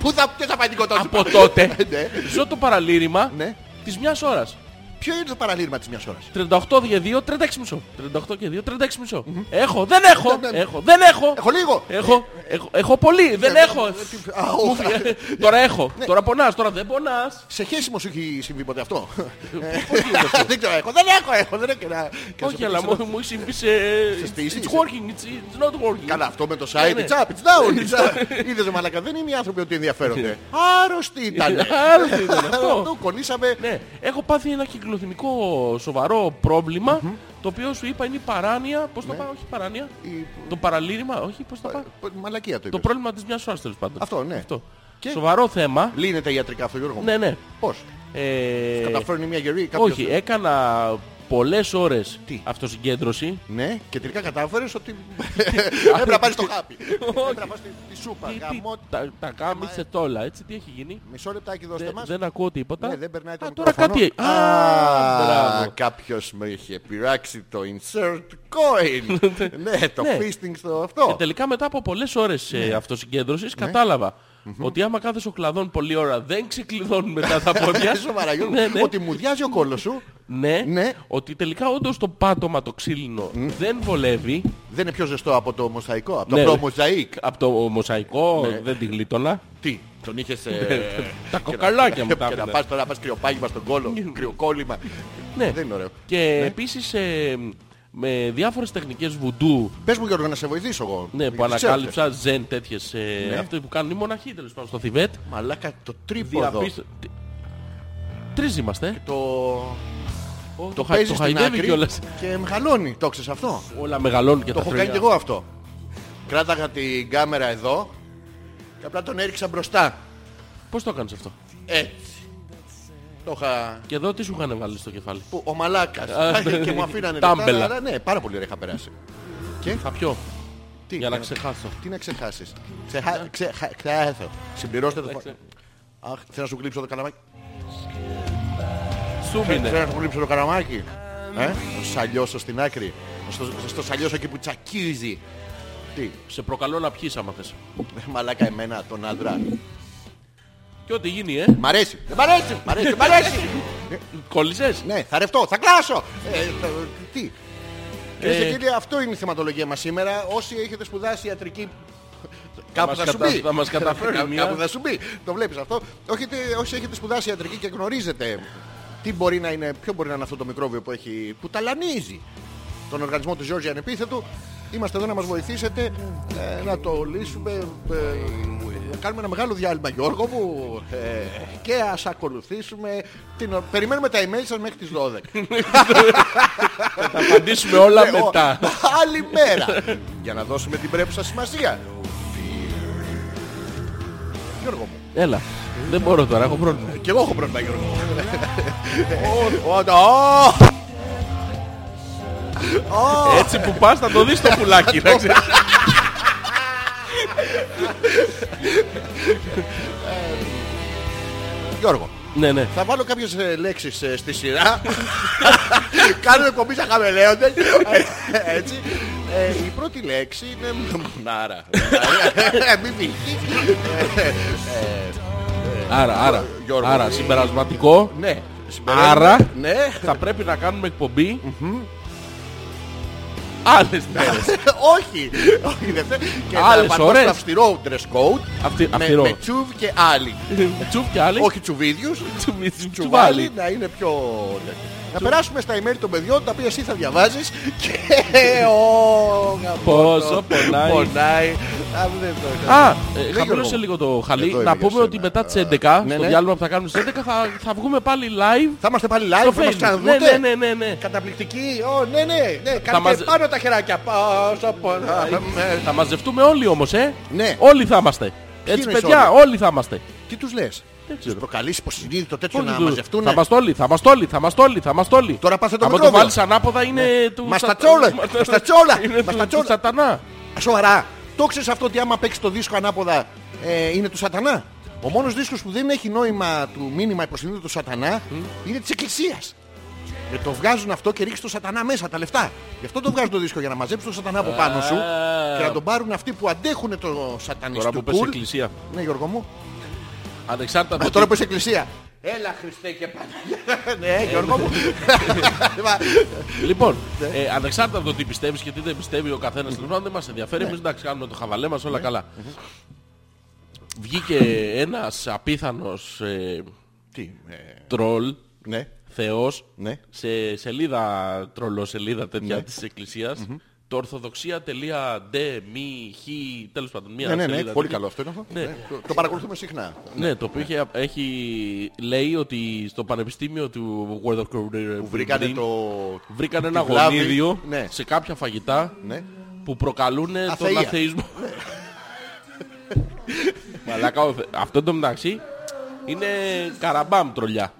A: πού θα, ποιος θα πάει την κοτόση.
B: Από τότε
A: Ναι.
B: ζω το παραλήρημα
A: Ναι.
B: της μιας ώρας.
A: Ποιο είναι το παραλήρημα της μιας ώρας.
B: 38 και 2, 36,5. 38 και 2, 36,5. Έχω, δεν έχω,
A: Ναι, ναι.
B: έχω, δεν έχω.
A: Έχω Ναι, λίγο.
B: Έχω, έχω, έχω πολύ, δεν έχω.
A: Α, ο,
B: Ε, Μου φύγε.
A: Ναι.
B: Τώρα έχω, τώρα πονάς, τώρα δεν πονάς.
A: Σε χέσιμο σου έχει συμβεί ποτέ αυτό.
B: Πώς γίνεται αυτό?
A: Δεν ξέρω, έχω, δεν έχω, έχω, δεν έχω. και να- και να σε
B: Όχι, αλλά
A: πετύξω.
B: μου μου έχει συμβεί σε...
A: στήσεις,
B: It's
A: ε.
B: working, it's, it's not working.
A: Καλά, αυτό με το site,
B: Ναι, ναι.
A: it's up, it's down, it's up. Είδες ρε μαλακά, δεν είναι οι άνθρωποι ότι ενδιαφέρονται. Άρρωστοι ήταν.
B: Άλλο τι ήταν Ναι. αυτό.
A: Αυτό κολλήσαμε.
B: Ναι, έχω πάθει ένα κυκλοθυμικό σοβαρό πρόβλημα, το οποίο σου είπα είναι η παράνοια. Πώς
A: Ναι.
B: το πάω, όχι παράνοια.
A: Η-
B: Το παραλήρημα, όχι, πώς το
A: Ε,
B: πάω.
A: Μαλακία το
B: Ναι. Το
A: είπες.
B: πρόβλημα της μιας ώρας τέλος πάντων.
A: Αυτό, ναι.
B: Αυτό.
A: Και- Λοιπόν.
B: Σοβαρό θέμα.
A: Λύνεται ιατρικά αυτό Γιώργο. μου.
B: Ναι, ναι.
A: Πώς.
B: Ε,
A: Καταφέρνει μια γερή κάποιος.
B: όχι, έκανα πολλές ώρες
A: Τι?
B: αυτοσυγκέντρωση.
A: Ναι, και τελικά κατάφερες ότι έπρεπε να πάρεις το χάπι. Έπρεπε να πάρεις τη- τη σούπα.
B: Τι- τι-
A: γαμό-
B: Τα, τα κάμισε τόλα, έτσι, τι έχει γίνει.
A: Μισό λεπτάκι
B: Δε-
A: δώστε μας.
B: δεν ακούω τίποτα.
A: Ναι, δεν περνάει το
B: Α, τώρα
A: μικρόφωνο.
B: κάτι... Α,
A: Α,
B: μπράβο.
A: κάποιος με είχε πειράξει το insert coin. ναι, το
B: Ναι.
A: fisting στο αυτό.
B: Και τελικά μετά από πολλές ώρες
A: Ναι.
B: ε, αυτοσυγκέντρωσης κατάλαβα ότι άμα κάθεσαι ο κλαδόν πολλή ώρα δεν ξεκλειδώνουν μετά τα πόδια.
A: Σοβαρά, Γιώργο,
B: ναι, ναι,
A: Ότι μου διάζει ο κόλλος σου
B: ναι,
A: Ναι.
B: ότι τελικά όντως το πάτωμα το ξύλινο δεν βολεύει.
A: δεν είναι πιο ζεστό από το μοσαϊκό, από το
B: Ναι.
A: προ μοσαϊκ.
B: Από το μοσαϊκό
A: Ναι.
B: δεν τη γλίτωνα.
A: Τι, τον είχες... ε,
B: τα κοκαλάκια μου τα
A: Και να
B: έφερε.
A: πας τώρα να πας κρυοπάγημα στον κόλλο, κρυοκόλλημα.
B: Ναι.
A: Δεν είναι ωραίο.
B: Και επίσης ε, με διάφορες τεχνικές βουντού
A: Πες μου Γιώργο να σε βοηθήσω εγώ.
B: ναι, που
A: γιατί ξέρω αυτές.
B: ανακάλυψα, ζεν τέτοιες, ε,
A: Ναι.
B: αυτοί που κάνουν οι μοναχοί τέλος πάντων στο Θιβέτ.
A: Μαλάκα το τρίποδο.
B: Διαπίστω... Τι- Τρεις είμαστε. ε.
A: Το...
B: Ο,
A: Το
B: χα-
A: παίζει στην
B: χαϊδεύει
A: άκρη
B: κιόλας.
A: και μεγαλώνει. Το ξέρεις αυτό.
B: Όλα μεγαλώνουν και
A: Το
B: τα
A: έχω
B: τρία.
A: κάνει κι εγώ αυτό. Κράταγα την κάμερα εδώ και απλά τον έριξα μπροστά.
B: Πώς το έκανες αυτό.
A: Έτσι. Το είχα...
B: Και εδώ τι σου είχαν βάλει στο κεφάλι.
A: Που, ο μαλάκας.
B: Α,
A: και μου αφήνανε
B: τάμπελα.
A: λεφτά, αλλά Ναι, πάρα πολύ ωραία είχα περάσει. Και
B: Θα πιω.
A: τι,
B: Για να ξεχάσω.
A: Τι να ξεχάσεις. Ξεχά... ξεχα- Ξεχάσω. Συμπληρώστε το... φα-
B: ξε-
A: Αχ, θέλω να σου κλείψω το καλαμάκι.
B: Σου
A: Θέλω
B: μείνε.
A: να σου κλείψω το καλαμάκι. Ε, να σου σαλιώσω στην άκρη. Να Στο, να στο σαλιώσω εκεί που τσακίζει. Τι, ε,
B: Σε προκαλώ να πιείς άμα θες.
A: μαλάκα εμένα τον άντρα.
B: Και ό,τι γίνει ε.
A: Μ' αρέσει. Δεν μ' αρέσει. Μ' αρέσει. Μ' αρέσει.
B: Κόλλησες.
A: Ναι, θα ρευτώ, θα κλάσω. Ε, το- τι. Κυρίε
B: Ε.
A: και κύριοι, αυτό είναι η θεματολογία μας σήμερα. Όσοι έχετε σπουδάσει ιατρική. Κάπου
B: μας
A: θα, σου
B: κατα-
A: μπει.
B: θα μας καταφέρει
A: Κάπου-
B: μία.
A: Κάπου θα σου μπει. Το βλέπεις αυτό. Όχι, τε- όσοι έχετε σπουδάσει ιατρική και γνωρίζετε τι μπορεί να είναι, ποιο μπορεί να είναι αυτό το μικρόβιο που, έχει, που ταλανίζει τον οργανισμό του Ζόρζη Ανεπίθετου. Είμαστε εδώ να μας βοηθήσετε ε, να το λύσουμε. ε, να κάνουμε ένα μεγάλο διάλειμμα Γιώργο μου ε, και ας ακολουθήσουμε την... ο- Περιμένουμε τα email σας μέχρι τις 12.
B: Θα απαντήσουμε όλα
A: Ναι, ο-
B: μετά.
A: Άλλη μέρα. Για να δώσουμε την πρέπουσα σημασία. Γιώργο μου.
B: Έλα. Δεν μπορώ τώρα, έχω πρόβλημα.
A: Κι εγώ έχω πρόβλημα Γιώργο μου. Ο- ο- ο-
B: Έτσι που πας θα το δεις το πουλάκι. να ξέρεις.
A: Γιώργο.
B: Ναι, ναι.
A: Θα βάλω κάποιες ε, λέξεις ε, στη σειρά. Κάνουμε εκπομπή σαν χαμελέοντες. Ε, Έτσι. Ε, η πρώτη λέξη είναι Ε, μουνάρα. Μην βγει.
B: Άρα, άρα,
A: Γιώργο.
B: άρα, συμπερασματικό.
A: Ναι. συμπεραίνουμε.
B: Άρα,
A: Ναι.
B: θα πρέπει να κάνουμε εκπομπή άλλες μέρες.
A: όχι, όχι δεν θέλω. Και
B: Άλλες
A: θα
B: ώρες.
A: ώρες. αυστηρό dress code
B: Αυτή-
A: με,
B: αυστηρό.
A: με τσούβ και άλλοι.
B: Τσουβ και άλλες.
A: όχι τσουβίδιους,
B: τσουβ-
A: τσουβάλι
B: τσουβάλι.
A: να είναι πιο... τέτοιο. Να περάσουμε στα email των παιδιών τα οποία εσύ θα διαβάζεις και ο γαμώτος
B: Πόσο πονάει.
A: πονάει. Α, δεν το είχα.
B: Α, ε,
A: Ναι,
B: χαμήλωσε
A: Γιώργο.
B: λίγο το χαλί.
A: Εδώ είμαι
B: Να
A: για
B: πούμε ότι
A: σένα.
B: μετά τις 11,
A: ναι,
B: στο
A: ναι.
B: διάλειμμα που θα κάνουμε στις 11, θα, θα βγούμε πάλι live
A: Θα είμαστε πάλι
B: στο
A: live, θα μας
B: Facebook. Ναι,
A: ξαναδούτε.
B: ναι, ναι, ναι, ναι.
A: Καταπληκτική, Ω, ναι, ναι, ναι. Κάντε
B: μαζε-
A: πάνω τα χεράκια. Πόσο πονάει.
B: Θα μαζευτούμε όλοι όμως, ε.
A: Ναι.
B: Όλοι θα είμαστε. Έτσι,
A: είναι
B: παιδιά, όλοι θα είμαστε.
A: Τι τους λες. Τους προκαλείς υποσυνείδητο τέτοιο
B: Πώς
A: να
B: τους-
A: μαζευτούν.
B: Θα μας τόλει, θα μας τόλει, θα μας τόλει, θα μας τόλει.
A: Τώρα πάθε το
B: Άμα το
A: μικρόβιο. Ναι.
B: βάλεις ανάποδα είναι του...
A: Μας στα
B: σατα-
A: τσόλα, μα στα τσόλα,
B: Είναι
A: μας
B: του-
A: στα
B: του
A: τσόλα.
B: σατανά.
A: Σοβαρά. Το ξέρεις αυτό ότι άμα παίξεις το δίσκο ανάποδα ε, είναι του σατανά. Ο μόνος δίσκος που δεν έχει νόημα του μήνυμα υποσυνείδητο του σατανά είναι της εκκλησίας. Ε, το βγάζουν αυτό και ρίξει το σατανά μέσα τα λεφτά. Γι' αυτό το βγάζουν το δίσκο για να μαζέψουν το σατανά από πάνω σου
B: Α.
A: και να τον πάρουν αυτοί που αντέχουν το
B: Ε. Τώρα που
A: σατανιστικό.
B: πες εκκλησία.
A: Ναι Γιώργο μου.
B: Ανεξάρτητα
A: Α,
B: από
A: Τώρα
B: το-
A: που είσαι εκκλησία. Έλα Χριστέ και Παναγία. Ναι Γιώργο μου.
B: Λοιπόν,
A: Ναι.
B: ε, ανεξάρτητα από το τι πιστεύεις και τι δεν πιστεύει ο καθένας, τέλος πάντων, δεν μας ενδιαφέρει.
A: Ναι.
B: Εμείς εντάξει κάνουμε το χαβαλέ μας, όλα καλά. Βγήκε ένας απίθανος ε,
A: Τι. ε,
B: τρολ,
A: Ναι.
B: θεός,
A: Ναι.
B: σε σελίδα τρολό, σελίδα τέτοια της εκκλησίας, το ορθοδοξία.de.μη.χ. τέλος πάντων, μια
A: Ναι, ναι, ναι,
B: σελίδα
A: πολύ
B: τέτοια.
A: καλό αυτό είναι αυτό.
B: Ναι.
A: Ναι. Το- Το παρακολουθούμε συχνά.
B: Ναι, το οποίο είχε- έχει, λέει ότι στο πανεπιστήμιο του World of Που
A: Βρήκανε το.
B: βρήκαν ένα
A: τη βλάβη.
B: γονίδιο
A: Ναι.
B: σε κάποια φαγητά
A: Ναι.
B: που προκαλούν τον
A: Αθεία.
B: αθεϊσμό. Μαλάκα, ο Θε- αυτό το μεταξύ είναι καραμπάμ τρολιά.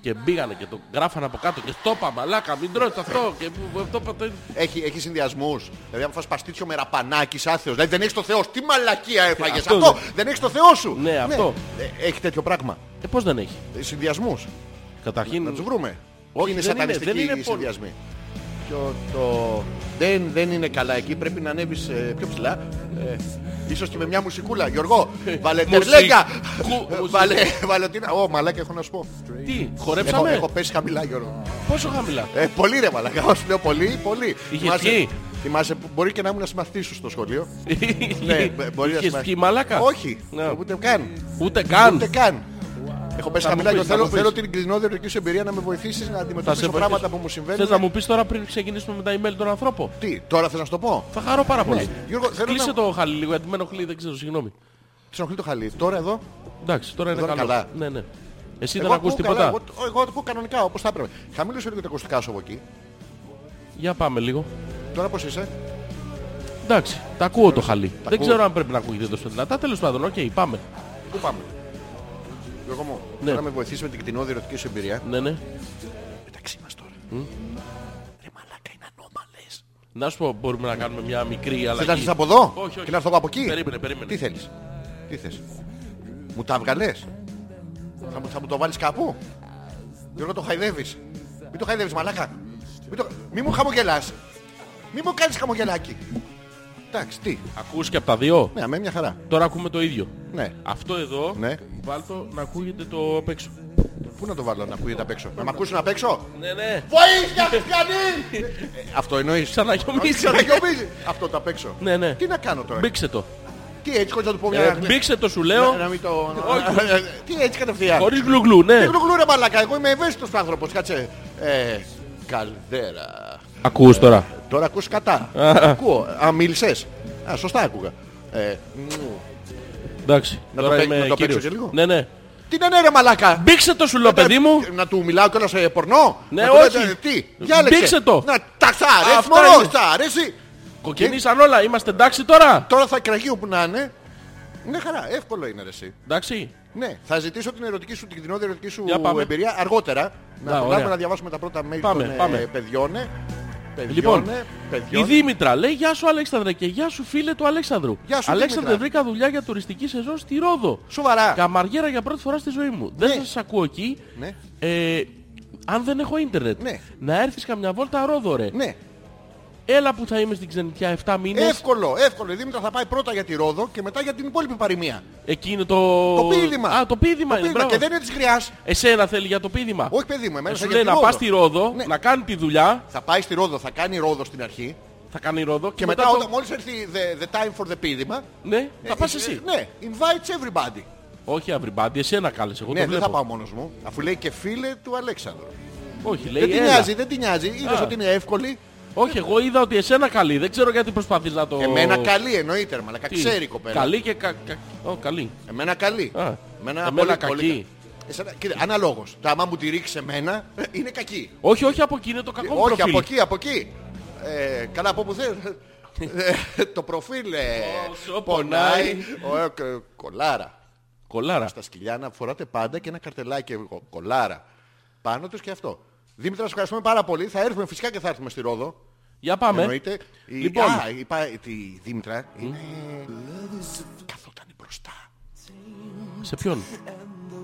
B: Και μπήγανε και το γράφανε από κάτω και στο είπα μαλάκα μην τρώτε αυτό και που- αυτό είπα, το...
A: Έχει, έχει συνδυασμούς. Δηλαδή, αν φας παστίτσιο με ραπανάκι άθεος. Δηλαδή, δεν έχεις το Θεό. σου. Τι μαλακία έφαγες
B: Ε, Αυτό
A: αυτό.
B: δεν-
A: Δεν έχεις το Θεό σου.
B: Ναι, αυτό.
A: Ε, Έχει τέτοιο πράγμα.
B: Ε, πώς δεν έχει.
A: Συνδυασμούς.
B: Καταρχήν
A: Να τους βρούμε.
B: Όχι,
A: είναι
B: δεν είναι,
A: σατανιστικοί
B: δεν είναι
A: οι
B: πολύ.
A: συνδυασμοί. Ποιο το... δεν, δεν είναι καλά εκεί. Πρέπει να ανέβεις πιο ψηλά. Ε, ίσως και με μια μουσικούλα. Γιώργο, βάλε
B: Ε, Μουσικ-
A: τερλέγκα.
B: κου-
A: βάλε, βάλε τι να- Ω, μαλάκα έχω να σου πω.
B: τι,
A: Έχω,
B: χορέψαμε,
A: έχω πέσει χαμηλά, Γιώργο.
B: πόσο χαμηλά.
A: Ε, πολύ ρε μαλακά, σου λέω πολύ, πολύ.
B: Είχε
A: Θυμάσαι-
B: πιει.
A: Θυμάσαι, που μπορεί και να ήμουν να σου στο σχολείο. ναι, μπο- μπορεί να
B: Είχες
A: συμμαχ-
B: πιει μαλάκα.
A: Όχι, Ε,
B: Ναι.
A: ούτε καν.
B: Ούτε καν.
A: Ούτε καν. Έχω πέσει
B: Θα
A: χαμηλά
B: μου
A: και
B: πεις, θα
A: θέλω,
B: μου πεις.
A: θέλω την κλεινόδερική σου εμπειρία να με βοηθήσεις να αντιμετωπίσω
B: βοηθήσω.
A: πράγματα που μου συμβαίνουν.
B: Θες να μου πεις τώρα πριν ξεκινήσουμε με τα email τον ανθρώπο.
A: Τι, τώρα θες να σου το πω.
B: Θα χαρώ πάρα πολύ.
A: Ναι. Γιώργο, θέλω
B: Κλείσε
A: να-
B: το χαλί λίγο γιατί με ενοχλεί, δεν ξέρω, συγγνώμη.
A: Τι ενοχλεί το χαλί. Τώρα εδώ.
B: Εντάξει, τώρα είναι
A: Εδώ είναι
B: καλό.
A: καλά.
B: Ναι, ναι. Εσύ δεν ακούς
A: ακούω καλά,
B: τίποτα.
A: εγώ, εγώ το πω κανονικά όπως θα έπρεπε. Χαμήλωσε λίγο τα ακουστικά σου από εκεί.
B: Για πάμε λίγο.
A: Τώρα πώς είσαι.
B: Εντάξει, τα ακούω το χαλί. δεν
A: ακούω.
B: ξέρω αν πρέπει να ακούγεται τόσο δυνατά. Τέλος πάντων, οκ, πάμε.
A: Πού πάμε. Γιώργο μου,
B: Ναι.
A: τώρα με βοηθήσεις με την κτηνόδη σου εμπειρία.
B: Ναι, ναι.
A: Μεταξύ μας τώρα. Ρε μαλάκα είναι ανώμαλες.
B: Να σου πω, μπορούμε να κάνουμε μια μικρή
A: Θες να
B: αλλαγή.
A: έρθεις από εδώ
B: Όχι, όχι.
A: και να έρθω εγώ από εκεί.
B: Περίμενε, περίμενε.
A: Τι θέλεις. Τι θες. Μου τα βγαλές. Θα μου, θα μου το βάλεις κάπου. Γιώργο το χαϊδεύεις. Μην το χαϊδεύεις μαλάκα. Μην, το... Μη μου χαμογελάς. Μη μου κάνεις χαμογελάκι. Εντάξει, τι.
B: Ακούς και από τα δύο.
A: Ναι, με μια χαρά.
B: Τώρα ακούμε το ίδιο.
A: Ναι.
B: Αυτό εδώ,
A: Ναι.
B: βάλτο να ακούγεται το απ' έξω.
A: Πού να το βάλω να ακούγεται απ' έξω. Να μ' ακούσουν απ' έξω.
B: Ναι, ναι.
A: Βοήθεια, Χριστιανή! Ε, Αυτό εννοείς.
B: Ξαναγιομίζει.
A: Ξαναγιομίζει. Αυτό το απ' έξω.
B: Ναι, ναι.
A: Τι ναι. να κάνω τώρα.
B: Μπήξε το.
A: Τι έτσι χωρίς να του πω μια...
B: Ε, Μπήξε το σου
A: Να-
B: λέω.
A: Να μην το...
B: Όχι.
A: Τι έτσι κατευθείαν.
B: Χωρίς γλουγλού, ναι.
A: Τι γλουγλού ρε μαλακά, εγώ είμαι ευαίσθητος άνθρωπος, κάτσε. Ε, καλδέρα.
B: Ακούς τώρα.
A: Τώρα ακούς κατά.
B: Α.
A: Ακούω. Α, μίλησες. Α, σωστά άκουγα. Ε, μου.
B: Εντάξει.
A: Να το
B: τώρα
A: παί-
B: είμαι
A: να το παίξω
B: κύριος.
A: και λίγο. Ε,
B: Ναι, ναι.
A: Τι να είναι ρε μαλακά.
B: Μπήξε το σου λέω, παιδί μου.
A: Να του μιλάω κιόλας σε πορνό.
B: Ναι,
A: Να του λέω,
B: όχι.
A: ε, Τι, διάλεξε.
B: Μπήξε το.
A: Να, τα θα αρέσει,
B: Αυτά
A: μωρό,
B: είναι.
A: τα αρέσει.
B: Κοκκινήσαν όλα, είμαστε εντάξει τώρα.
A: Τώρα θα κραγεί όπου να είναι. Ναι χαρά, εύκολο είναι ρε εσύ.
B: Εντάξει.
A: Ναι, θα ζητήσω την ερωτική σου, την κοινότητα ερωτική σου
B: Για πάμε.
A: εμπειρία αργότερα. Να
B: Να, ωραία.
A: προλάβουμε να διαβάσουμε τα πρώτα mail
B: Πάμε,
A: των ε,
B: πάμε.
A: παιδιών. ε, Παιδιών,
B: Λοιπόν,
A: ε,
B: Η
A: παιδιών.
B: Δήμητρα λέει Γεια σου Αλέξανδρε και γεια σου φίλε του Αλέξανδρου.
A: Γεια σου,
B: Αλέξανδρε,
A: Δήμητρα.
B: βρήκα δουλειά για τουριστική σεζόν στη Ρόδο.
A: Σοβαρά.
B: Καμαριέρα για πρώτη φορά στη ζωή μου. Δεν σας ακούω εκεί.
A: Ναι.
B: Ε, αν δεν έχω ίντερνετ.
A: Ναι.
B: Να έρθεις καμιά βόλτα Ρόδο ρε.
A: Ναι.
B: Έλα που θα είμαι στην ξενιτιά 7 μήνες.
A: Εύκολο, εύκολο. Η Δήμητρα θα πάει πρώτα για τη Ρόδο και μετά για την υπόλοιπη παροιμία.
B: Εκεί είναι το...
A: Το πείδημα.
B: Α, το πείδημα.
A: Το
B: είναι,
A: πείδημα.
B: μπράβο.
A: Και δεν είναι της γριάς.
B: Εσένα θέλει για το πείδημα.
A: Όχι παιδί μου, εμένα
B: Σου
A: θα
B: λέει
A: γίνει
B: να πας στη Ρόδο,
A: Ναι.
B: να κάνει τη δουλειά,
A: Θα πάει στη Ρόδο, θα κάνει Ρόδο στην αρχή.
B: θα κάνει Ρόδο και,
A: Και μετά,
B: το-
A: όταν μόλις έρθει the, the time for the πείδημα,
B: Ναι, θα
A: ε,
B: πας
A: ε,
B: εσύ.
A: Ναι, invites everybody.
B: Όχι αυρυμπάντη, εσένα κάλεσε. Εγώ
A: ναι,
B: το
A: δεν
B: βλέπω.
A: θα πάω μόνος μου. Αφού λέει και φίλε του Αλέξανδρου.
B: Όχι, λέει
A: Δεν την
B: έλα.
A: Ε, νοιάζει, δεν την νοιάζει. Είδες
B: Α.
A: ότι είναι εύκολη.
B: Όχι, εγώ είδα ότι εσένα καλεί. Δεν ξέρω γιατί προσπαθείς να το.
A: Εμένα καλή εννοείται, ρε μαλακά.
B: Τι,
A: Ξέρει η κοπέλα.
B: Καλή και. Κα... κα- Ω, καλή.
A: Εμένα καλή.
B: Α, εμένα κακή.
A: κα- Εσένα, κοίτα, αναλόγως. Τα άμα μου τη ρίξεις εμένα, είναι κακή.
B: Όχι, όχι, από εκεί είναι το κακό
A: Όχι,
B: προφίλ.
A: από εκεί, από εκεί. Ε, καλά, από όπου θες. Ε, το προφίλ ε,
B: Όσο
A: πονάει. Ω, ε, Κολάρα.
B: Κολάρα.
A: Στα σκυλιά να φοράτε πάντα και ένα καρτελάκι ε, κο- κολάρα. Πάνω τους και αυτό. Δήμητρα, σε ευχαριστούμε πάρα πολύ. Θα έρθουμε φυσικά και θα έρθουμε στη Ρόδο.
B: Για πάμε.
A: Εννοείται. Η-
B: Λοιπόν.
A: Α, είπα ε, τη Δήμητρα είναι... Καθόταν μπροστά.
B: Σε ποιον.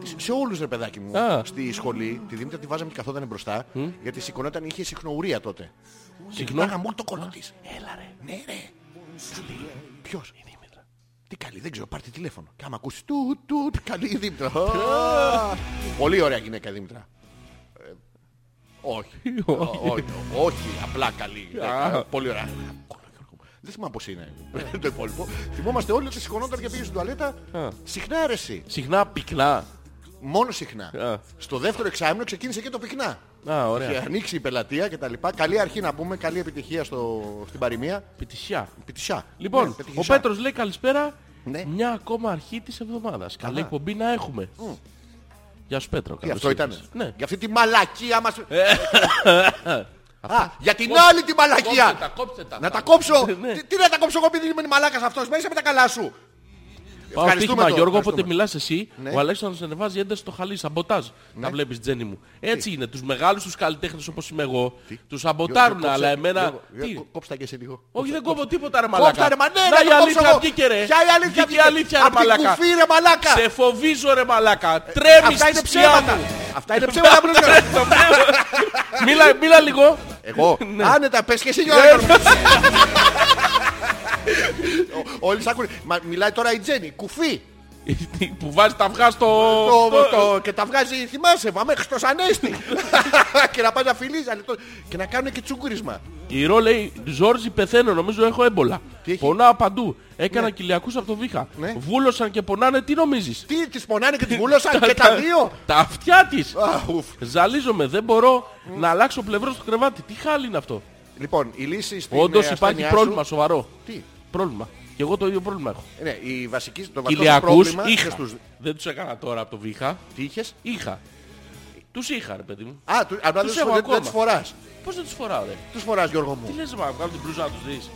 A: Σε- Σε όλους ρε παιδάκι μου.
B: Α.
A: Στη σχολή τη Δήμητρα τη βάζαμε και καθόταν μπροστά. Γιατί σηκωνόταν, είχε συχνοουρία τότε.
B: Συχνό.
A: Κοιτάγαμε όλο το κόλλο της. Έλα ρε. Ναι ρε. Ποιος. Η Δήμητρα. Τι καλή, δεν ξέρω, πάρτε τηλέφωνο. Και άμα ακούσεις τουτ τουτ, καλή η Δήμητρα. Α, Πολύ ωραία γυναίκα η Δήμητρα. Ε, Όχι. Ο- όχι, Όχι, απλά καλή.
B: Ε,
A: γυναίκα.
B: Α.
A: Πολύ ωραία. Κόλλο, Γιώργο μου. Δεν θυμάμαι πώς είναι το υπόλοιπο. Θυμόμαστε όλοι ότι σηκωνόταν και πήγε στην τουαλέτα. Συχνά αρέσει.
B: Συχνά πυκνά.
A: Μόνο συχνά.
B: Α.
A: Στο δεύτερο εξάμεινο ξεκίνησε και το πυκνά.
B: Α,
A: Και
B: ωραία.
A: ανοίξει η πελατεία και τα λοιπά. Καλή αρχή να πούμε, καλή επιτυχία στο, στην παροιμία.
B: Επιτυχία.
A: Επιτυχία.
B: Λοιπόν,
A: Ναι,
B: ο
A: επιτυχία.
B: Πέτρος λέει καλησπέρα.
A: Ναι.
B: Μια ακόμα αρχή της εβδομάδας. Καλή εκπομπή να έχουμε. Γεια σου Πέτρο.
A: Τι,
B: καλώς
A: αυτό ήταν.
B: ήρθες. Ναι. Ε.
A: Για αυτή τη μαλακία μας... Α, για την άλλη τη
B: Κόψτε
A: μαλακία!
B: τα, κόψτε τα.
A: Να τα κόψω!
B: Ναι.
A: Τι- Τι να τα κόψω εγώ επειδή είμαι μαλάκας αυτός. Μέσα με τα καλά σου.
B: Πάω
A: Ευχαριστούμε
B: στοίχημα
A: το,
B: Γιώργο, όποτε
A: ευχαριστούμε.
B: μιλάς εσύ,
A: Ναι.
B: ο Αλέξανδρος ανεβάζει ένταση στο χαλί, σαμποτάζ. Τα βλέπεις Τζένι μου. Έτσι είναι, τους μεγάλους τους καλλιτέχνες όπως είμαι εγώ, τους σαμποτάρουν,
A: Γιώργο,
B: αλλά
A: κόψε-
B: εμένα...
A: Γιώργο,
B: Τι?
A: Γιώργο, Κόψτε τα και εσύ λίγο.
B: Όχι δεν κόβω τίποτα ρε
A: Κόψτε
B: μαλάκα.
A: ρε μα ναι,
B: Να
A: να
B: η
A: το κόψω
B: αλήθεια
A: εγώ.
B: βγήκε ρε.
A: Ποια η αλήθεια
B: Βγήκε η αλήθεια ρε
A: Απ' την
B: μαλάκα.
A: κουφή, ρε μαλάκα.
B: Σε φοβίζω ρε μαλάκα. Τρέμεις
A: Αυτά είναι
B: στη σκιά
A: ψέματα.
B: μου.
A: Αυτά είναι ψέματα που λέω.
B: Το πνεύμα. Μίλα, μίλα λίγο.
A: Εγώ.
B: Ναι.
A: Άνετα, πες και εσύ Γιώργο. Ο- Όλοι σ' ακούνε. Μα μιλάει τώρα η Τζέννη. Κουφή.
B: Που βάζει τα αυγά στο...
A: Το-
B: στο-
A: το- Και τα βγάζει, θυμάσαι, μα μέχρι στο Σανέστη. Και να πάει να φιλίζει. αλλά το- Και να κάνουν και τσούγκρισμα.
B: Η Ρο λέει: Ζόρζι, πεθαίνω, νομίζω έχω έμπολα.
A: Τι έχει?
B: Πονάω παντού. Έκανα κοιλιακούς από το βήχα.
A: Ναι.
B: Βούλωσαν και πονάνε, τι νομίζεις
A: Τι, τις πονάνε και τις βούλωσαν και τα δύο.
B: Τα αυτιά της
A: Α, ουφ.
B: Ζαλίζομαι, δεν μπορώ να αλλάξω πλευρό στο κρεβάτι. Τι χάλι είναι αυτό.
A: Λοιπόν, η λύση στην ε,
B: Όντως υπάρχει
A: ασθένειά σου-
B: πρόβλημα σοβαρό.
A: Τι.
B: Πρόβλημα. Και εγώ το ίδιο πρόβλημα έχω.
A: Ναι, η βασική, το βασικό σου
B: Κοιλιακούς
A: πρόβλημα
B: είχα.
A: είχες τους...
B: Δεν τους έκανα τώρα από το βήχα.
A: Τι είχες?
B: Είχα. Τους είχα, ρε παιδί μου.
A: Α, του, αν δεν
B: Τους
A: τους
B: έχω
A: φορά- δεν,
B: ακόμα.
A: τους φοράς.
B: Πώς δεν τους φοράω, ρε.
A: Τους φοράς Γιώργο
B: Τι
A: μου.
B: λες, μα βγάλω την μπλούζα να τους δεις.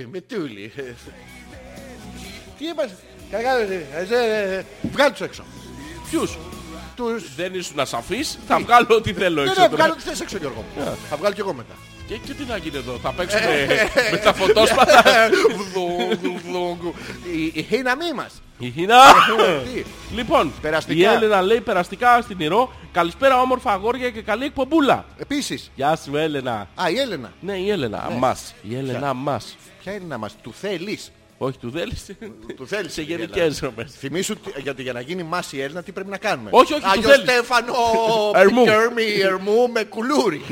A: Ε, Με τούλη. Τι είπας. Καλά, ε, ε, ε, Βγάλ τους έξω.
B: Ποιους.
A: Τους...
B: Δεν ήσουν ασαφείς, θα βγάλω ό,τι θέλω
A: Δεν
B: έξω.
A: θα
B: τώρα.
A: βγάλω τις θέσεις έξω Γιώργο μου. Θα βγάλω κι εγώ μετά.
B: Και, και τι θα γίνει εδώ, θα παίξουμε με τα φωτόσπατα.
A: Η- Η χίνα μη ε, μας.
B: Η Χίνα.
A: Τι.
B: Λοιπόν,
A: Περαστικά.
B: η Έλενα λέει περαστικά στην Ηρώ. Καλησπέρα όμορφα αγόρια και καλή εκπομπούλα.
A: Επίσης.
B: Γεια σου Έλενα.
A: Α, η Έλενα.
B: Ναι, η Έλενα. Αμάς. Η Έλενα αμάς.
A: Ποια είναι να μας. Του θέλεις.
B: Όχι, του δέλεις.
A: Του θέλεις.
B: Σε
A: η Έλενα.
B: γενικές ρομές.
A: Θυμήσου τι- γιατί για να γίνει μας η Έλληνα τι πρέπει να κάνουμε.
B: Όχι, όχι, το
A: Άγιο
B: θέλει.
A: Στέφανο
B: Ερμού.
A: Κέρμι Ερμού με κουλούρι.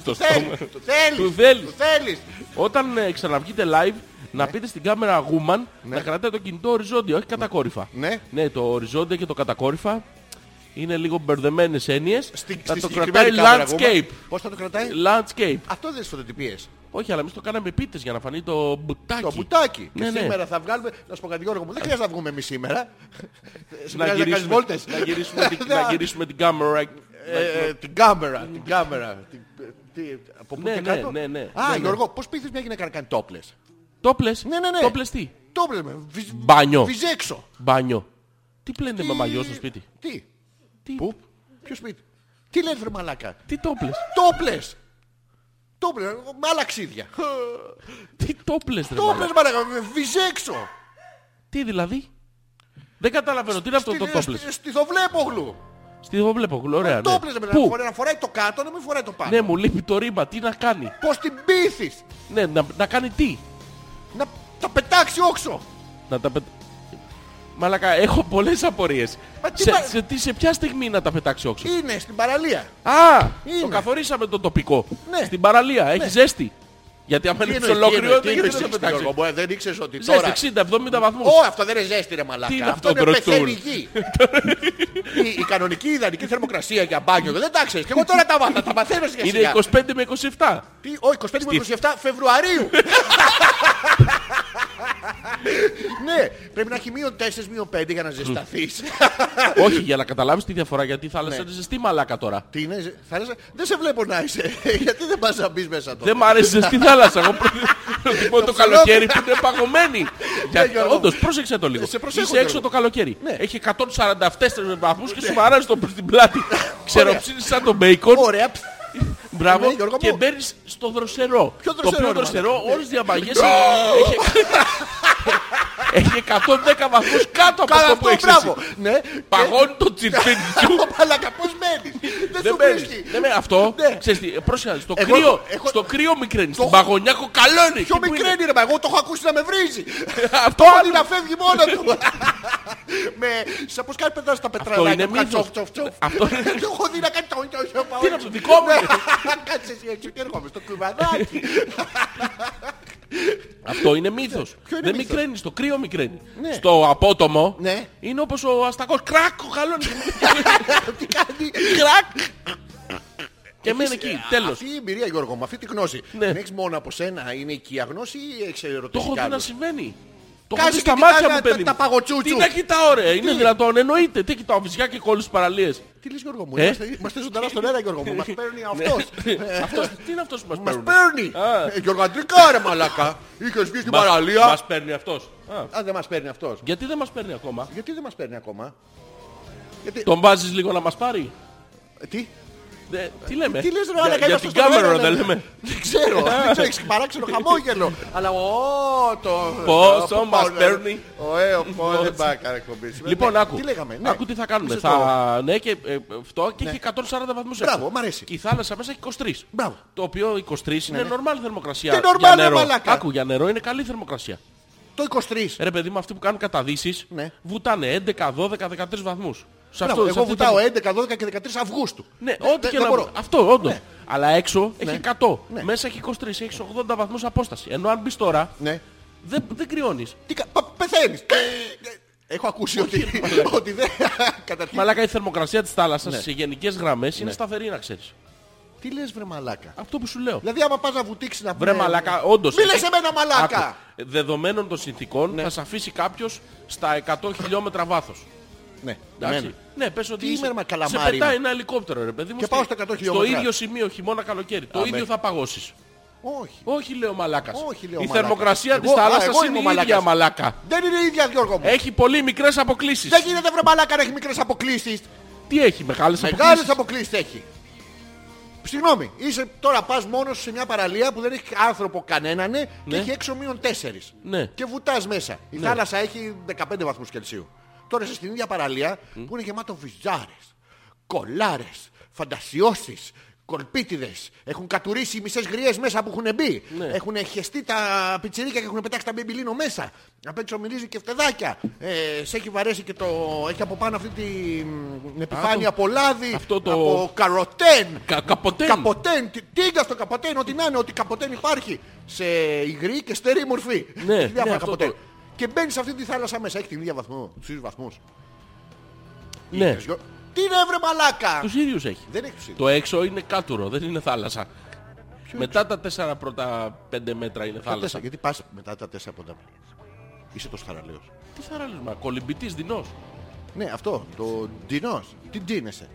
B: Στο στόμα.
A: Θέλει, το θέλεις.
B: Του θέλεις.
A: το θέλεις.
B: Όταν ε, ξαναβγείτε live, να πείτε στην κάμερα woman να κρατάτε το κινητό οριζόντιο, όχι κατακόρυφα.
A: Ναι.
B: Ναι, το οριζόντιο και το κατακόρυφα είναι λίγο μπερδεμένες έννοιες.
A: Στη-
B: Θα
A: στη
B: το κρατάει
A: συγκεκριμένη κάμερα
B: landscape.
A: ακόμα. Πώς θα το κρατάει.
B: Landscape.
A: Αυτό δεν σου το τι πιες.
B: Όχι, αλλά εμείς το κάναμε πίτες για να φανεί το μπουτάκι.
A: Το μπουτάκι.
B: Ναι,
A: και
B: ναι.
A: σήμερα θα βγάλουμε. Να σου πω κάτι, Γιώργο μου, δεν χρειάζεται να βγούμε εμείς σήμερα. Σε
B: Να
A: να κάνεις
B: γυρίσουμε,
A: βόλτες.
B: να γυρίσουμε, την, να
A: Ναι.
B: γυρίσουμε την κάμερα.
A: Ε, ε, Την κάμερα. Την κάμερα. Την- τι- Από πού
B: Ναι,
A: και
B: ναι,
A: κάτω.
B: ναι, ναι. Ναι,
A: Α,
B: ναι.
A: Γιώργο, πώς πείθεις μια γυναίκα να κάνει τόπλες.
B: Τόπλες.
A: Ναι, ναι, ναι.
B: Τόπλες τι.
A: Τόπλες με. βυζ-
B: Μπάνιο.
A: Βυζέξω.
B: Μπάνιο. Τι πλένετε με
A: Τι-
B: μαγιό στο σπίτι.
A: Τι.
B: Τι,
A: Πού. Ποιος σπίτι. Τι λες βρε μαλάκα.
B: τι τόπλες.
A: Τόπλες. Τόπλες. Με άλλα ξύδια.
B: Τι τόπλες ρε μαλάκα.
A: Τόπλες μαλάκα. με Βυζέξω.
B: Τι δηλαδή. Δεν καταλαβαίνω. Τι είναι αυτό
A: Στη-
B: το τόπλες.
A: στη- Στη το βλέπω γλου.
B: Στη εγώ βλέπω, ωραία.
A: Ε, Το
B: ναι.
A: έπλεζε με να
B: Πού?
A: φοράει- να φοράει το κάτω, να μην φοράει το πάνω.
B: Ναι, μου λείπει το ρήμα, τι να κάνει.
A: Πώς την πείθεις.
B: Ναι, να, να κάνει τι.
A: Να τα πετάξει όξο.
B: Να τα πετ... Μαλακά, έχω πολλές απορίες.
A: Μα τι
B: σε,
A: πα-
B: σε, τι- σε ποια στιγμή να τα πετάξει όξο.
A: Είναι στην παραλία.
B: Α,
A: Είναι.
B: το καθορίσαμε το τοπικό.
A: Ναι.
B: Στην παραλία, έχει ζέστη. Γιατί άμα είναι
A: Τι εννοείς, τι
B: ολόκληρο
A: εννοείς, τι
B: δεν
A: εννοείς,
B: θα
A: Γιώργο
B: πετάξει.
A: μου, ε, Δεν ήξερες ότι τώρα...
B: Ζέστη 60-70 βαθμούς.
A: Ω, αυτό δεν είναι ζέστη ρε
B: Τι
A: μαλάκα.
B: είναι
A: Αυτό
B: αυτό,
A: είναι
B: μπροστούλ.
A: πεθαίνει η γη. Η- Η κανονική ιδανική θερμοκρασία για μπάνιο. Δεν τα ξέρεις. Και εγώ τώρα τα μάθα. Τα μαθαίνω σιγά
B: Είναι
A: σιγά.
B: 25 με 27.
A: Τι, Ω, 25 με 27 Φεβρουαρίου. Ναι, πρέπει να έχει μείον 4, μείον 5 για να ζεσταθείς.
B: Όχι, για να καταλάβεις τη διαφορά, γιατί η θάλασσα
A: Ναι.
B: είναι ζεστή μαλάκα τώρα.
A: Τι είναι, ζε- θάλασσα. Δεν σε βλέπω να είσαι. Γιατί δεν πας να μπεις μέσα τώρα.
B: Δεν μ' αρέσει η ζεστή θάλασσα. Εγώ προτιμώ
A: ψηλό.
B: το καλοκαίρι που είναι παγωμένη.
A: Ναι, Γιώργο μου.
B: Όντως, πρόσεξε το λίγο.
A: Σε προσέχω,
B: Είσαι έξω
A: Γιώργο. Ναι.
B: το καλοκαίρι. Έχει 147 βαθμούς και σου μαράζει το στην πλάτη. Ξεροψύνεις σαν το μπέικον.
A: Ωραία. πφ.
B: Μπράβο.
A: Ναι, Γιώργο
B: και
A: μου.
B: μπαίνεις στο δροσερό.
A: Ποιο
B: Το
A: δροσερό,
B: πιο
A: ρε,
B: δροσερό,
A: μαλάκα.
B: όλε τι διαμαγέ. Έχει 110 βαθμούς κάτω από
A: Καλά
B: αυτό
A: αυτό,
B: που έχεις.
A: μπράβο. Ναι.
B: Παγώνει το τσιρπίτι σου.
A: Ω, Μαλάκα, πώς μένεις. Δεν
B: Δεν
A: σου
B: μπαίνεις.
A: βρίσκει.
B: Δεν μπαίνεις. Αυτό,
A: Ναι.
B: ξέρεις τι, πρόσεχα, στο
A: Εγώ
B: κρύο,
A: έχω- έχω-
B: στο κρύο μικραίνει. Στην
A: έχω-
B: παγωνιά έχω καλό είναι.
A: Πιο
B: Εκεί που είναι.
A: μικραίνει ρε, μα εγώ το έχω ακούσει να με βρίζει.
B: Αυτό
A: Πάλι να φεύγει μόνος του. Με σαν πως κάνει πετάς τα πετραλάκια.
B: είναι
A: που κάνει
B: μύθος.
A: τσοφ, τσοφ, τσοφ.
B: Αυτό είναι-
A: Το έχω δει να κάνει το το- το-
B: Τι είναι αυτό, δικό μου είναι.
A: Κάτσε εσύ έξω και έρχομαι στο κουβαδάκι.
B: Αυτό είναι μύθος.
A: Ναι. ποιο είναι
B: Δεν
A: μύθος?
B: μικραίνεις, στο κρύο μικραίνει.
A: Ναι.
B: Στο απότομο
A: Ναι.
B: είναι όπως ο αστακός. Κρακ, ο καλό είναι.
A: Τι κάνει.
B: Κρακ. Και μένει εκεί, τέλος.
A: Ε, Αυτή η εμπειρία Γιώργο μου, αυτή τη γνώση.
B: Ναι.
A: Την έχεις μόνο από σένα, είναι οικία γνώση ή έχεις ερωτήσει
B: Το έχω
A: κι
B: δει να
A: άλλους?
B: συμβαίνει. Το
A: Κάτσε
B: έχω δει
A: και
B: στα
A: κοιτάς
B: μάτια
A: τα-
B: μου, παιδί.
A: τα-
B: μου.
A: τα παγωτσούτσου.
B: Τι να κοιτάω, ρε. Είναι δυνατόν. Εννοείται. Τι κοιτάω. Φυσικά και κόλλους παραλίες.
A: Τι λες Γιώργο μου,
B: Ε?
A: είμαστε, είμαστε ζωντανά στον αέρα Γιώργο μου, μας παίρνει αυτός. Ε,
B: Τι είναι αυτός που μας
A: Ναι. Μας
B: παίρνει.
A: παίρνει.
B: Α.
A: Ε, Γιώργο αντρικά ρε μαλακά. Είχες βγει στην παραλία.
B: Μας παίρνει αυτός.
A: Αν δεν μας παίρνει αυτός.
B: Γιατί δεν μας παίρνει ακόμα.
A: Γιατί δεν μας παίρνει ακόμα. Γιατί...
B: Τον βάζεις λίγο να μας πάρει.
A: Τι,
B: Δε- Τι λέμε.
A: τι λες ρε
B: Ε, Για-
A: μαλακά,
B: Για
A: είμαστε
B: την
A: στον αέρα,
B: κάμερα τα
A: λέμε.
B: λέμε. Ε.
A: Δεν ξέρω, δεν ξέρω, έχεις παράξενο χαμόγελο. Αλλά ο το...
B: Πόσο
A: το-
B: μας
A: το-
B: παίρνει.
A: Ο ε, ο Πο, δεν πάει καλά εκπομπής. σήμερα.
B: Λοιπόν,
A: Ναι,
B: άκου.
A: Τι λέγαμε, ναι.
B: Άκου τι θα κάνουμε.
A: Μισό
B: Θα... Ναι, και ε, αυτό και έχει 140 βαθμούς έξω.
A: Μπράβο, μ' αρέσει.
B: Και η θάλασσα μέσα έχει 23.
A: Μπράβο. Ναι,
B: Το οποίο 23 είναι normal
A: Τι
B: θερμοκρασία.
A: normal,
B: για
A: ρε
B: νερό.
A: μαλάκα.
B: Άκου, για νερό είναι καλή θερμοκρασία.
A: Το 23.
B: Ρε παιδί μου, αυτοί που κάνουν καταδύσεις
A: Ναι.
B: βουτάνε 11, 12, 13 βαθμούς. Σε
A: Μπράβο,
B: αυτό- σε
A: Εγώ
B: αυτή
A: βουτάω 11,
B: την-
A: 12 και 13 Αυγούστου. Ε,
B: Ναι,
A: Δεν-
B: ό,τι και
A: δεν
B: να
A: μπορώ.
B: Αυτό, όντως. Αλλά έξω έχει 100.
A: Ναι.
B: Μέσα έχει 23, έχει 80 βαθμούς απόσταση. Ενώ αν μπεις τώρα,
A: Ναι.
B: δεν, δεν κρυώνεις.
A: Τι κα- πα- πεθαίνεις. Ε, Έχω ακούσει ότι, ότι δεν... Καταρχήν...
B: Μαλάκα η θερμοκρασία της
A: Ναι.
B: θάλασσας σε γενικές γραμμές είναι σταθερή να ξέρεις.
A: Τι λες βρε μαλάκα.
B: Αυτό που σου λέω.
A: Δηλαδή άμα πας να βουτήξεις να
B: Βρε
A: πούμε-
B: μαλάκα, όντως.
A: Μη λες
B: Εκεί-
A: εμένα μαλάκα.
B: Άκου, ε, Δεδομένων των συνθήκων θα σε αφήσει κάποιος στα 100 χιλιόμετρα βάθος.
A: Ναι,
B: Εντάξει.
A: εμένα.
B: Ναι, πες ότι
A: Τι
B: είσαι-
A: είμαι, μα,
B: σε
A: καλαμάρι
B: πετάει
A: είμαι.
B: ένα ελικόπτερο ρε παιδί μου.
A: Και
B: στη-
A: πάω στα 100 χιλιόμετρα.
B: Στο ίδιο σημείο χειμώνα καλοκαίρι. Το ίδιο θα παγώσεις.
A: Όχι.
B: Όχι λέω μαλάκας.
A: Όχι, λέω
B: Η
A: μαλάκας.
B: θερμοκρασία
A: Εγώ-
B: της
A: α,
B: θάλασσας
A: εγώ είμαι
B: είναι
A: ο
B: η ίδια
A: μαλάκας.
B: μαλάκα.
A: Δεν είναι η ίδια Γιώργο μου.
B: Έχει πολύ μικρές αποκλήσεις.
A: Δεν γίνεται βρε μαλάκα να έχει μικρές αποκλήσεις.
B: Τι έχει μεγάλες αποκλήσεις.
A: Μεγάλες αποκλήσεις έχει. Συγγνώμη, είσαι τώρα πας μόνος σου σε μια παραλία που δεν έχει άνθρωπο κανέναν ναι, και
B: Ναι.
A: έχει έξω μείον 4.
B: Ναι.
A: Και βουτάς μέσα. Η θάλασσα έχει 15 βαθμούς Κελσίου. Τώρα είσαι στην ίδια παραλία που είναι γεμάτο βυζάρες, κολάρες, φαντασιώσεις, κολπίτιδες. Έχουν κατουρίσει οι μισές γριές μέσα που έχουν μπει. Έχουν χεστεί τα πιτσιρίκια και έχουν πετάξει τα μπιμπιλίνο μέσα. Απ' έξω μυρίζει και φτεδάκια. Ε, σε έχει βαρέσει και το... έχει από πάνω αυτή την επιφάνεια από λάδι,
B: αυτό το-
A: από καροτέν.
B: Κα- καποτέν.
A: Καποτέν, τι, τι είναι αυτό καποτέν, ό,τι να είναι, ότι καποτέν υπάρχει. Σε υγρή και στερή μορφή.
B: Ναι,
A: Έχει διάφορα
B: ναι, αυτό
A: καποτέν.
B: το-
A: Και μπαίνει σε αυτή τη θάλασσα μέσα. Έχει την ίδια βαθμό, τους ίδιους βαθμούς.
B: Ναι,
A: Τι είναι, βρε μαλάκα!
B: τους ίδιους έχει.
A: Δεν έχει τους ίδιους.
B: Το έξω είναι κάτουρο, δεν είναι θάλασσα. Μετά τα τέσσερα πρώτα πέντε μέτρα είναι
A: Τα
B: θάλασσα.
A: τέσσερα, Γιατί πας μετά τα τέσσερα ποντά. Είσαι τόσο θαραλέος.
B: Τι θάλασσα, μα κολυμπητής δεινός.
A: Ναι, αυτό. Το ντινό. Τι ντίνεσαι.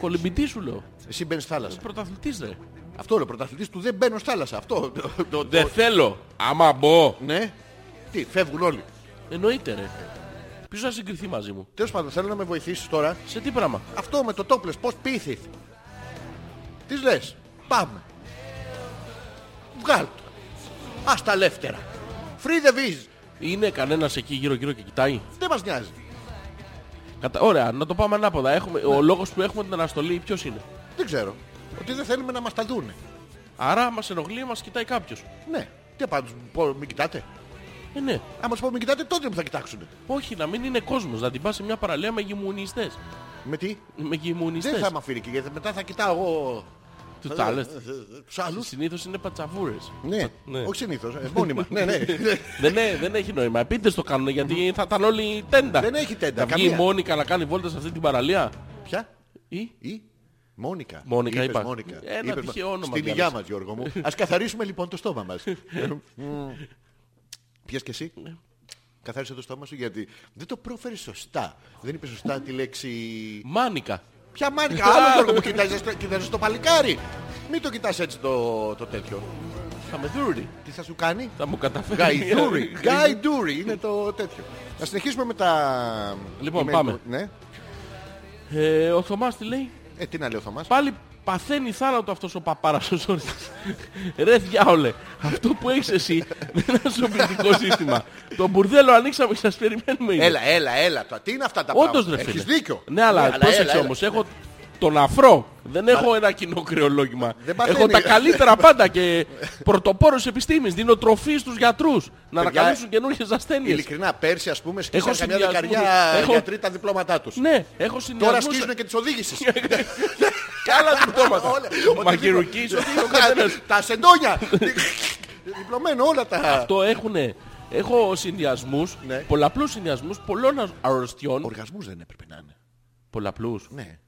B: Κολυμπητής σου λέω.
A: Εσύ μπαίνεις θάλασσα.
B: Πρωταθλητής
A: Ε,
B: ρε.
A: Αυτό λέω. Πρωταθλητής του δεν μπαίνω θάλασσα. Αυτό. το- το- το-
B: Δεν θέλω. Άμα μπω.
A: Ναι. Τι, φεύγουν όλοι.
B: Εννοείται ρε. Ποιος θα συγκριθεί μαζί μου.
A: Τέλος πάντων, θέλω να με βοηθήσεις τώρα.
B: Σε τι πράγμα.
A: Αυτό με το τόπλε, πώς πείθεις. Τις λες, πάμε. Βγάλ το. Ας τα λεύτερα. Free the bees.
B: Είναι κανένας εκεί γύρω γύρω και κοιτάει.
A: Δεν μας νοιάζει.
B: Κατα... Ωραία, να το πάμε ανάποδα. Έχουμε... Ο λόγος που έχουμε την αναστολή ποιος είναι.
A: Δεν ξέρω. Ότι δεν θέλουμε να μας τα δούνε.
B: Άρα μας ενοχλεί, μας κοιτάει κάποιος.
A: Ναι. Τι απάντηση, πω, μην κοιτάτε.
B: Ε, ναι.
A: Άμα σου πω μην κοιτάτε, τότε μου θα κοιτάξουν.
B: Όχι, να μην είναι κόσμος. Να την πας σε μια παραλία με γυμουνιστές.
A: Με τι.
B: Με
A: Δεν
B: γυμουνιστές.
A: θα με αφήνει και γιατί μετά θα κοιτάω εγώ.
B: Του τάλες.
A: Τους άλλους.
B: Συνήθως είναι πατσαβούρες.
A: Ναι,
B: Ναι.
A: όχι συνήθως, ε, μόνιμα. ναι, ναι.
B: δεν, ε, δεν έχει νόημα. Επίτες το κάνουν γιατί θα ήταν όλοι τέντα.
A: Δεν έχει τέντα,
B: Να βγει η
A: καμία.
B: Μόνικα να κάνει βόλτα σε αυτή την παραλία.
A: Ποια
B: Ή...
A: ή Μόνικα.
B: Μόνικα,
A: Είπες
B: είπα.
A: Μόνικα.
B: Ένα
A: Είπες-
B: τυχαίο όνομα
A: Στην
B: διάλεξα.
A: υγειά μας Γιώργο μου. Ας καθαρίσουμε λοιπόν το στόμα μας. Πιες και εσύ.
B: Ναι.
A: Καθάρισε το στόμα σου γιατί δεν το πρόφερες σωστά. Δεν είπες σωστά τη λέξη
B: Μάνικα.
A: Ποια μάνικα, άλλο Γιώργο μου κοιτάζεις, στο- κοιτάζεις το παλικάρι. Μην το κοιτάς έτσι το, το τέτοιο.
B: Θα με δούρει.
A: Τι θα σου κάνει.
B: Θα μου καταφέρει.
A: Γαϊδούρι. Γαϊδούρι είναι το τέτοιο. Να συνεχίσουμε με τα...
B: Λοιπόν,
A: email
B: πάμε.
A: που- Ναι.
B: Ε, ο Θωμάς τι λέει.
A: Ε, τι να λέω Θωμάς.
B: Πάλι παθαίνει θάνατο αυτός ο παπάρας ο Ζόρτης. Ρε διάολε, αυτό που έχεις εσύ δεν είναι ασοπλητικό σύστημα. Το μπουρδέλο ανοίξαμε και σας περιμένουμε ήδη.
A: Έλα, έλα, έλα. τώρα. Τι είναι αυτά τα
B: Όντως ρε
A: πράγματα.
B: φίλε.
A: Έχεις δίκιο.
B: Ναι, αλλά πρόσεξε
A: έλα,
B: όμως. Έχω τον αφρό. Δεν έχω ένα κοινό κρεολόγημα.
A: Δεν παθαίνει.
B: Έχω τα καλύτερα πάντα και πρωτοπόρος επιστήμης. Δίνω τροφή στους γιατρούς να ανακαλύψουν καινούργιες ασθένειες.
A: Ειλικρινά, πέρσι ας πούμε σκίσαν
B: Έχω
A: καμιά
B: συνδυασμούς.
A: δεκαριά
B: Έχω-
A: γιατροί τα διπλώματά τους.
B: Ναι, έχω
A: Τώρα
B: συνδυασμούς.
A: σκίζουν και τις οδήγησεις.
B: Κι άλλα διπτώματα.
A: Όλα.
B: Μαγειρουκή, σωτήρι, ο καθένας.
A: Τα σεντόνια. Διπλωμένο όλα τα...
B: Το έχουνε. Έχω συνδυασμούς,
A: Ναι.
B: πολλαπλούς συνδυασμούς πολλών α- αρρωστιών.
A: Οργασμούς δεν έπρεπε να είναι.
B: Πολλαπλούς.
A: Ναι.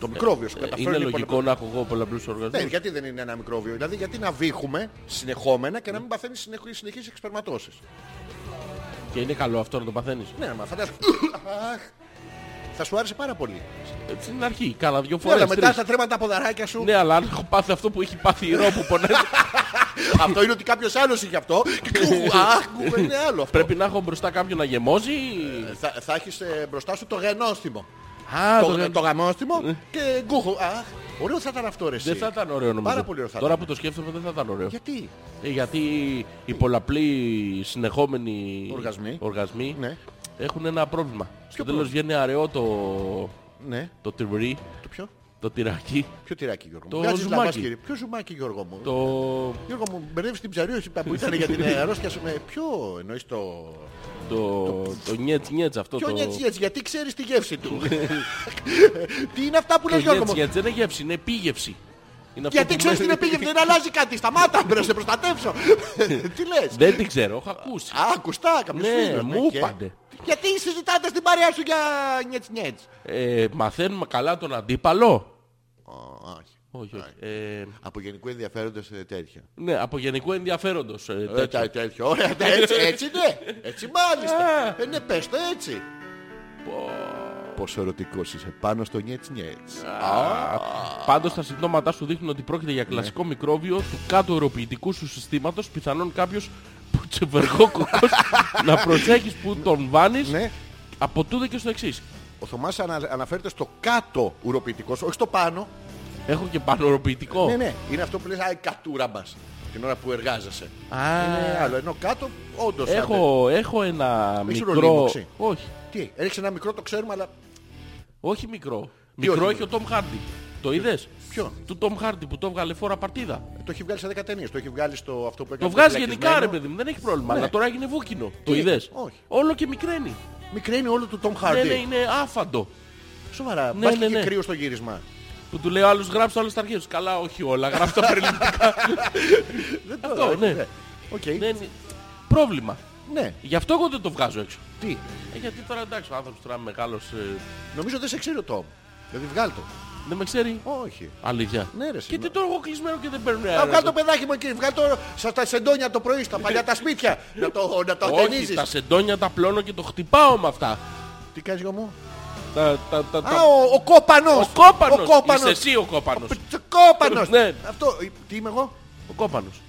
A: Το μικρόβιο σου
B: Ε,
A: καταφέρνει.
B: Είναι
A: πολλά-
B: λογικό να έχω εγώ πολλαπλούς
A: Ναι,
B: οργασμούς.
A: γιατί δεν είναι ένα μικρόβιο. Δηλαδή, γιατί να βήχουμε συνεχόμενα και να μην παθαίνεις συνεχείς εξπερματώσεις.
B: Και είναι καλό αυτό να το παθαίνεις.
A: Ναι, μα φαντάζομαι. Αχ, θα σου άρεσε πάρα πολύ.
B: Ε, Στην αρχή, κάνα δυο
A: Ναι, αλλά
B: φορές.
A: μετά
B: τρεις.
A: θα τρέμα τα ποδαράκια σου.
B: Ναι, αλλά αν έχω πάθει αυτό που έχει πάθει η Ρο που πονάει,
A: Αυτό είναι ότι κάποιος άλλος είχε αυτό. Και κου- Αχ, κου- είναι άλλο αυτό.
B: πρέπει να έχω μπροστά κάποιον να γεμώσει.
A: Θα, θα έχεις μπροστά σου το γενόστιμο.
B: Α,
A: Ε,
B: το
A: το,
B: γα-
A: το γαμόστιμο και γκούχο. Αχ, ωραίο θα ήταν αυτό, ρε.
B: Δεν
A: εσύ.
B: θα ήταν ωραίο νομίζω.
A: Πάρα πολύ ωραίο θα
B: Τώρα
A: ήταν.
B: που το σκέφτομαι δεν θα ήταν ωραίο.
A: Γιατί.
B: Ε, Γιατί οι πολλαπλοί συνεχόμενοι
A: Οργασμοί.
B: οργασμοί
A: Ναι.
B: έχουν ένα πρόβλημα. Στο τέλος
A: πρόβλημα?
B: βγαίνει αραιό το,
A: Ναι,
B: το τυρί,
A: το ποιο.
B: το τυράκι,
A: Ποιο τυράκι, Γιώργο μου.
B: Το
A: Βγάζεις
B: ζουμάκι.
A: λαμπάσκερι. Ποιο ζουμάκι, Γιώργο μου.
B: το...
A: Γιώργο μου, μπερδεύεις την ψαρία σου που ήταν για την αρρώστια σου. Με ποιο εννοείς το...
B: Το, το νιέτς νιέτς αυτό
A: Ποιο
B: το...
A: νιέτς νιέτς, γιατί ξέρεις τη γεύση του. Τι είναι αυτά που
B: Το
A: λες Γιώργο
B: νιέτς
A: μου.
B: νιέτς δεν είναι γεύση, είναι επίγευση. Είναι αυτό
A: Γιατί
B: που
A: ξέρεις την
B: μένει-
A: επίγευση, δεν αλλάζει κάτι. Σταμάτα, πρέπει να σε προστατεύσω. Τι λες.
B: Δεν την ξέρω, έχω ακούσει.
A: Α, ακουστά, κάποιος
B: Ναι,
A: φίλος.
B: μου
A: και-
B: είπανε.
A: Γιατί συζητάτε στην παρέα σου για νιέτς νιέτς.
B: Ε, μαθαίνουμε καλά τον αντίπαλο.
A: Ω, Όχι.
B: Όχι, όχι. Ε,
A: Από γενικού ενδιαφέροντος ε, τέτοια.
B: ναι, από γενικού ενδιαφέροντος. ε,
A: Ε,
B: τέτοιο.
A: τα- Τέτοιο, ωραία, τα- έτσι, έτσι ναι. Έτσι μάλιστα. Ε, Ναι, πες το έτσι. Πόσο ερωτικός είσαι πάνω στο νιέτς νιέτς.
B: Πάντως τα συμπτώματά σου δείχνουν ότι πρόκειται για κλασικό μικρόβιο του κάτω οροποιητικού σου συστήματος. Πιθανόν κάποιος που τσεβεργόκοκος να προσέχεις που τον βάνεις.
A: Ναι.
B: Από τούδε και στο εξής.
A: Ο Θωμάς ανα- αναφέρεται στο κάτω ουροποιητικό σου, όχι στο πάνω.
B: Έχω και πανοροποιητικό.
A: Ναι, ναι. Είναι αυτό που λες, α, η κατούρα μας. Την ώρα που εργάζεσαι.
B: Α,
A: Είναι άλλο. Ενώ κάτω, όντως. θα είναι.
B: έχω, έχω ένα
A: Έχεις
B: μικρό...
A: ρολίμωξη.
B: Όχι,
A: Τι, έριξε ένα μικρό, το ξέρουμε, αλλά
B: όχι μικρό.
A: όχι
B: Μικρό έχει ο Τόμ Χάρντι. Το είδες.
A: Ποιο?
B: Του Τόμ Χάρντι που το βγάλε φορά παρτίδα.
A: το έχει βγάλει σε 10 ταινίες. Το έχει βγάλει στο αυτό που έκανε.
B: Το βγάζει
A: φυλακισμένο.
B: γενικά ρε παιδί μου, δεν έχει πρόβλημα.
A: Ναι.
B: Αλλά τώρα έγινε βούκινο. Το
A: Τι?
B: είδες.
A: Όχι.
B: Όλο και μικραίνει.
A: Μικραίνει όλο του Tom
B: Ναι,
A: Hardy.
B: ναι, είναι άφαντο.
A: Σοβαρά.
B: Ναι,
A: Ναι,
B: ναι, ναι.
A: και κρύο στο γύρισμα.
B: Που του λέει ο άλλος γράψε όλες τα αρχές σου. Καλά, όχι όλα, γράψε τα περιληπτικά.
A: Δεν το
B: Αυτό, ναι.
A: Οκ.
B: Ναι, είναι Πρόβλημα.
A: Ναι.
B: Γι' αυτό εγώ δεν το βγάζω έξω.
A: Τι.
B: Ε, γιατί τώρα εντάξει, ο άνθρωπος τώρα μεγάλος ε,
A: Νομίζω δεν σε ξέρει ο Tom. Δηλαδή βγάλ' το.
B: δεν με ξέρει.
A: Όχι.
B: Αλήθεια.
A: Ναι, ρε,
B: και
A: σήμερα.
B: τι το έχω κλεισμένο και δεν παίρνει
A: Α,
B: αέρα.
A: βγάλ' το παιδάκι μου εκεί. Βγάλ' το στα σεντόνια το πρωί, στα παλιά τα σπίτια. να το, να το
B: Όχι,
A: ταινίζεις.
B: τα σεντόνια τα πλώνω και το χτυπάω με αυτά.
A: Τι κάνεις Γιώργο μου.
B: Τα, τα, τα,
A: Α,
B: τα...
A: ο, ο κόπανος.
B: Ο κόπανος.
A: Ο κόπανος.
B: Είσαι εσύ ο κόπανος.
A: Ο κόπανος.
B: Ναι.
A: Αυτό, ε, τι είμαι εγώ.
B: Ο κόπανος.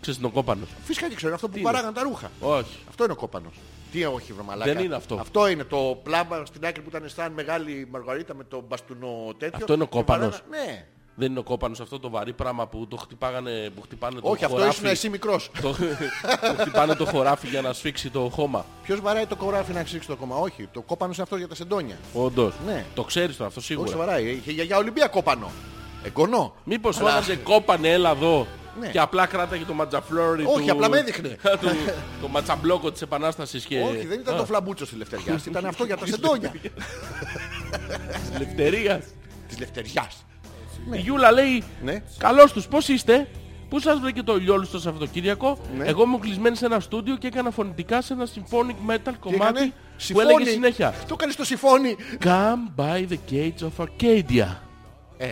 B: Ξέρεις τον κόπανος.
A: Φυσικά και ξέρω, αυτό που
B: είναι?
A: παράγαν τα ρούχα.
B: Όχι.
A: Αυτό είναι ο κόπανος. Τι όχι βρε μαλάκα.
B: Δεν είναι αυτό.
A: Αυτό είναι το πλάμα στην άκρη που ήταν σαν μεγάλη μαργαρίτα με το μπαστούνο τέτοιο.
B: Αυτό είναι ο
A: Και
B: κόπανος.
A: βαράγα- Ναι.
B: Δεν είναι ο κόπανος αυτό το βαρύ πράγμα που το χτυπάγανε, που χτυπάνε το
A: Όχι, αυτό
B: χωράφι.
A: ήσουν εσύ μικρός.
B: Το, που χτυπάνε το χωράφι για να σφίξει το χώμα.
A: Ποιος βαράει το κοράφι να ξύξει το κόμμα. Όχι, το κόπανος είναι αυτός για τα σεντόνια.
B: Όντως.
A: Ναι.
B: Το ξέρεις τώρα αυτό
A: Όχι,
B: σίγουρα.
A: βαράει. Ε, Είχε για, για Ολυμπία κόπανο. Εγγονό.
B: Μήπως φώναζε κόπανε έλα εδώ
A: Ναι.
B: και απλά κράταγε το ματζαφλόρι
A: Όχι,
B: του...
A: απλά με έδειχνε.
B: του, το ματσαμπλόκο της Επανάστασης και...
A: Όχι, δεν ήταν το φλαμπούτσο στη Λευτεριάς. Ήταν αυτό για τα σεντόνια.
B: της Ελευθερίας.
A: Της Λευτεριάς.
B: Η Γιούλα λέει,
A: Ναι.
B: καλώς τους, πώς είστε. Πού σας βρήκε το λιόλου στο Σαββατοκύριακο.
A: Ναι.
B: Εγώ μου κλεισμένη σε ένα στούντιο και έκανα φωνητικά σε ένα symphonic metal κομμάτι
A: έκανε
B: που
A: συμφώνη.
B: έλεγε συνέχεια.
A: Το κάνεις το συμφώνη.
B: Come by the gates of Arcadia.
A: Ε,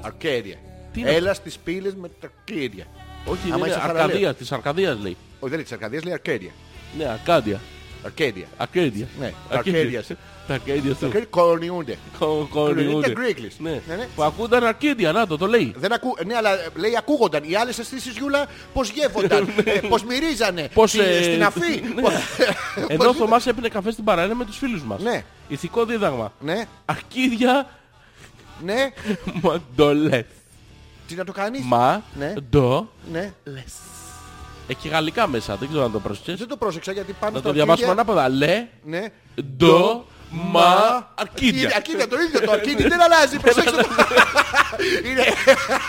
A: Αρκέρια.
B: Τι είναι
A: Έλα στις πύλες με τα κύρια.
B: Όχι,
A: Άμα
B: είναι
A: είσαι θαραλέος.
B: Αρκαδίας, της Αρκαδίας λέει.
A: Όχι, δεν λέει της Αρκαδίας, λέει Αρκέρια.
B: Ναι, Αρκάδια.
A: Αρκέρια.
B: Αρκέδια.
A: Ναι, Αρκέδιας.
B: Τα Αρκέδια του.
A: Αρκέρια Κορονιούνται.
B: Κο- κορυφούνται.
A: Είναι Greeklish.
B: Ναι.
A: Ναι, ναι.
B: Που ακούνταν Αρκέδια, να το, το λέει.
A: Δεν ακού... Ναι, αλλά ε, λέει ακούγονταν. Οι άλλες αισθήσεις Γιούλα πως γεύονταν, ε, πως μυρίζανε,
B: Ναι. Πώς,
A: στη-
B: ε,
A: στην αφή.
B: ναι.
A: Πώς-
B: Ενώ ο Θωμάς έπινε καφέ στην παραλία με τους φίλους μας.
A: Ναι.
B: Ηθικό δίδαγμα.
A: Ναι,
B: Αρκίδια
A: ναι,
B: μαντολές.
A: τι να το κάνεις.
B: Μα,
A: Ναι.
B: ντο,
A: Ναι.
B: έχει γαλλικά μέσα, δεν ξέρω αν το πρόσεξες.
A: Δεν το πρόσεξα γιατί πάνω
B: Να
A: στα
B: το διαβάσουμε
A: αρχίδια-
B: ανάποδα. Λε,
A: Ναι.
B: ντο, μα, αρκίδια.
A: Αρκίδια, το ίδιο το αρκίδι δεν αλλάζει. Προσέξτε το. Είναι
B: Ε,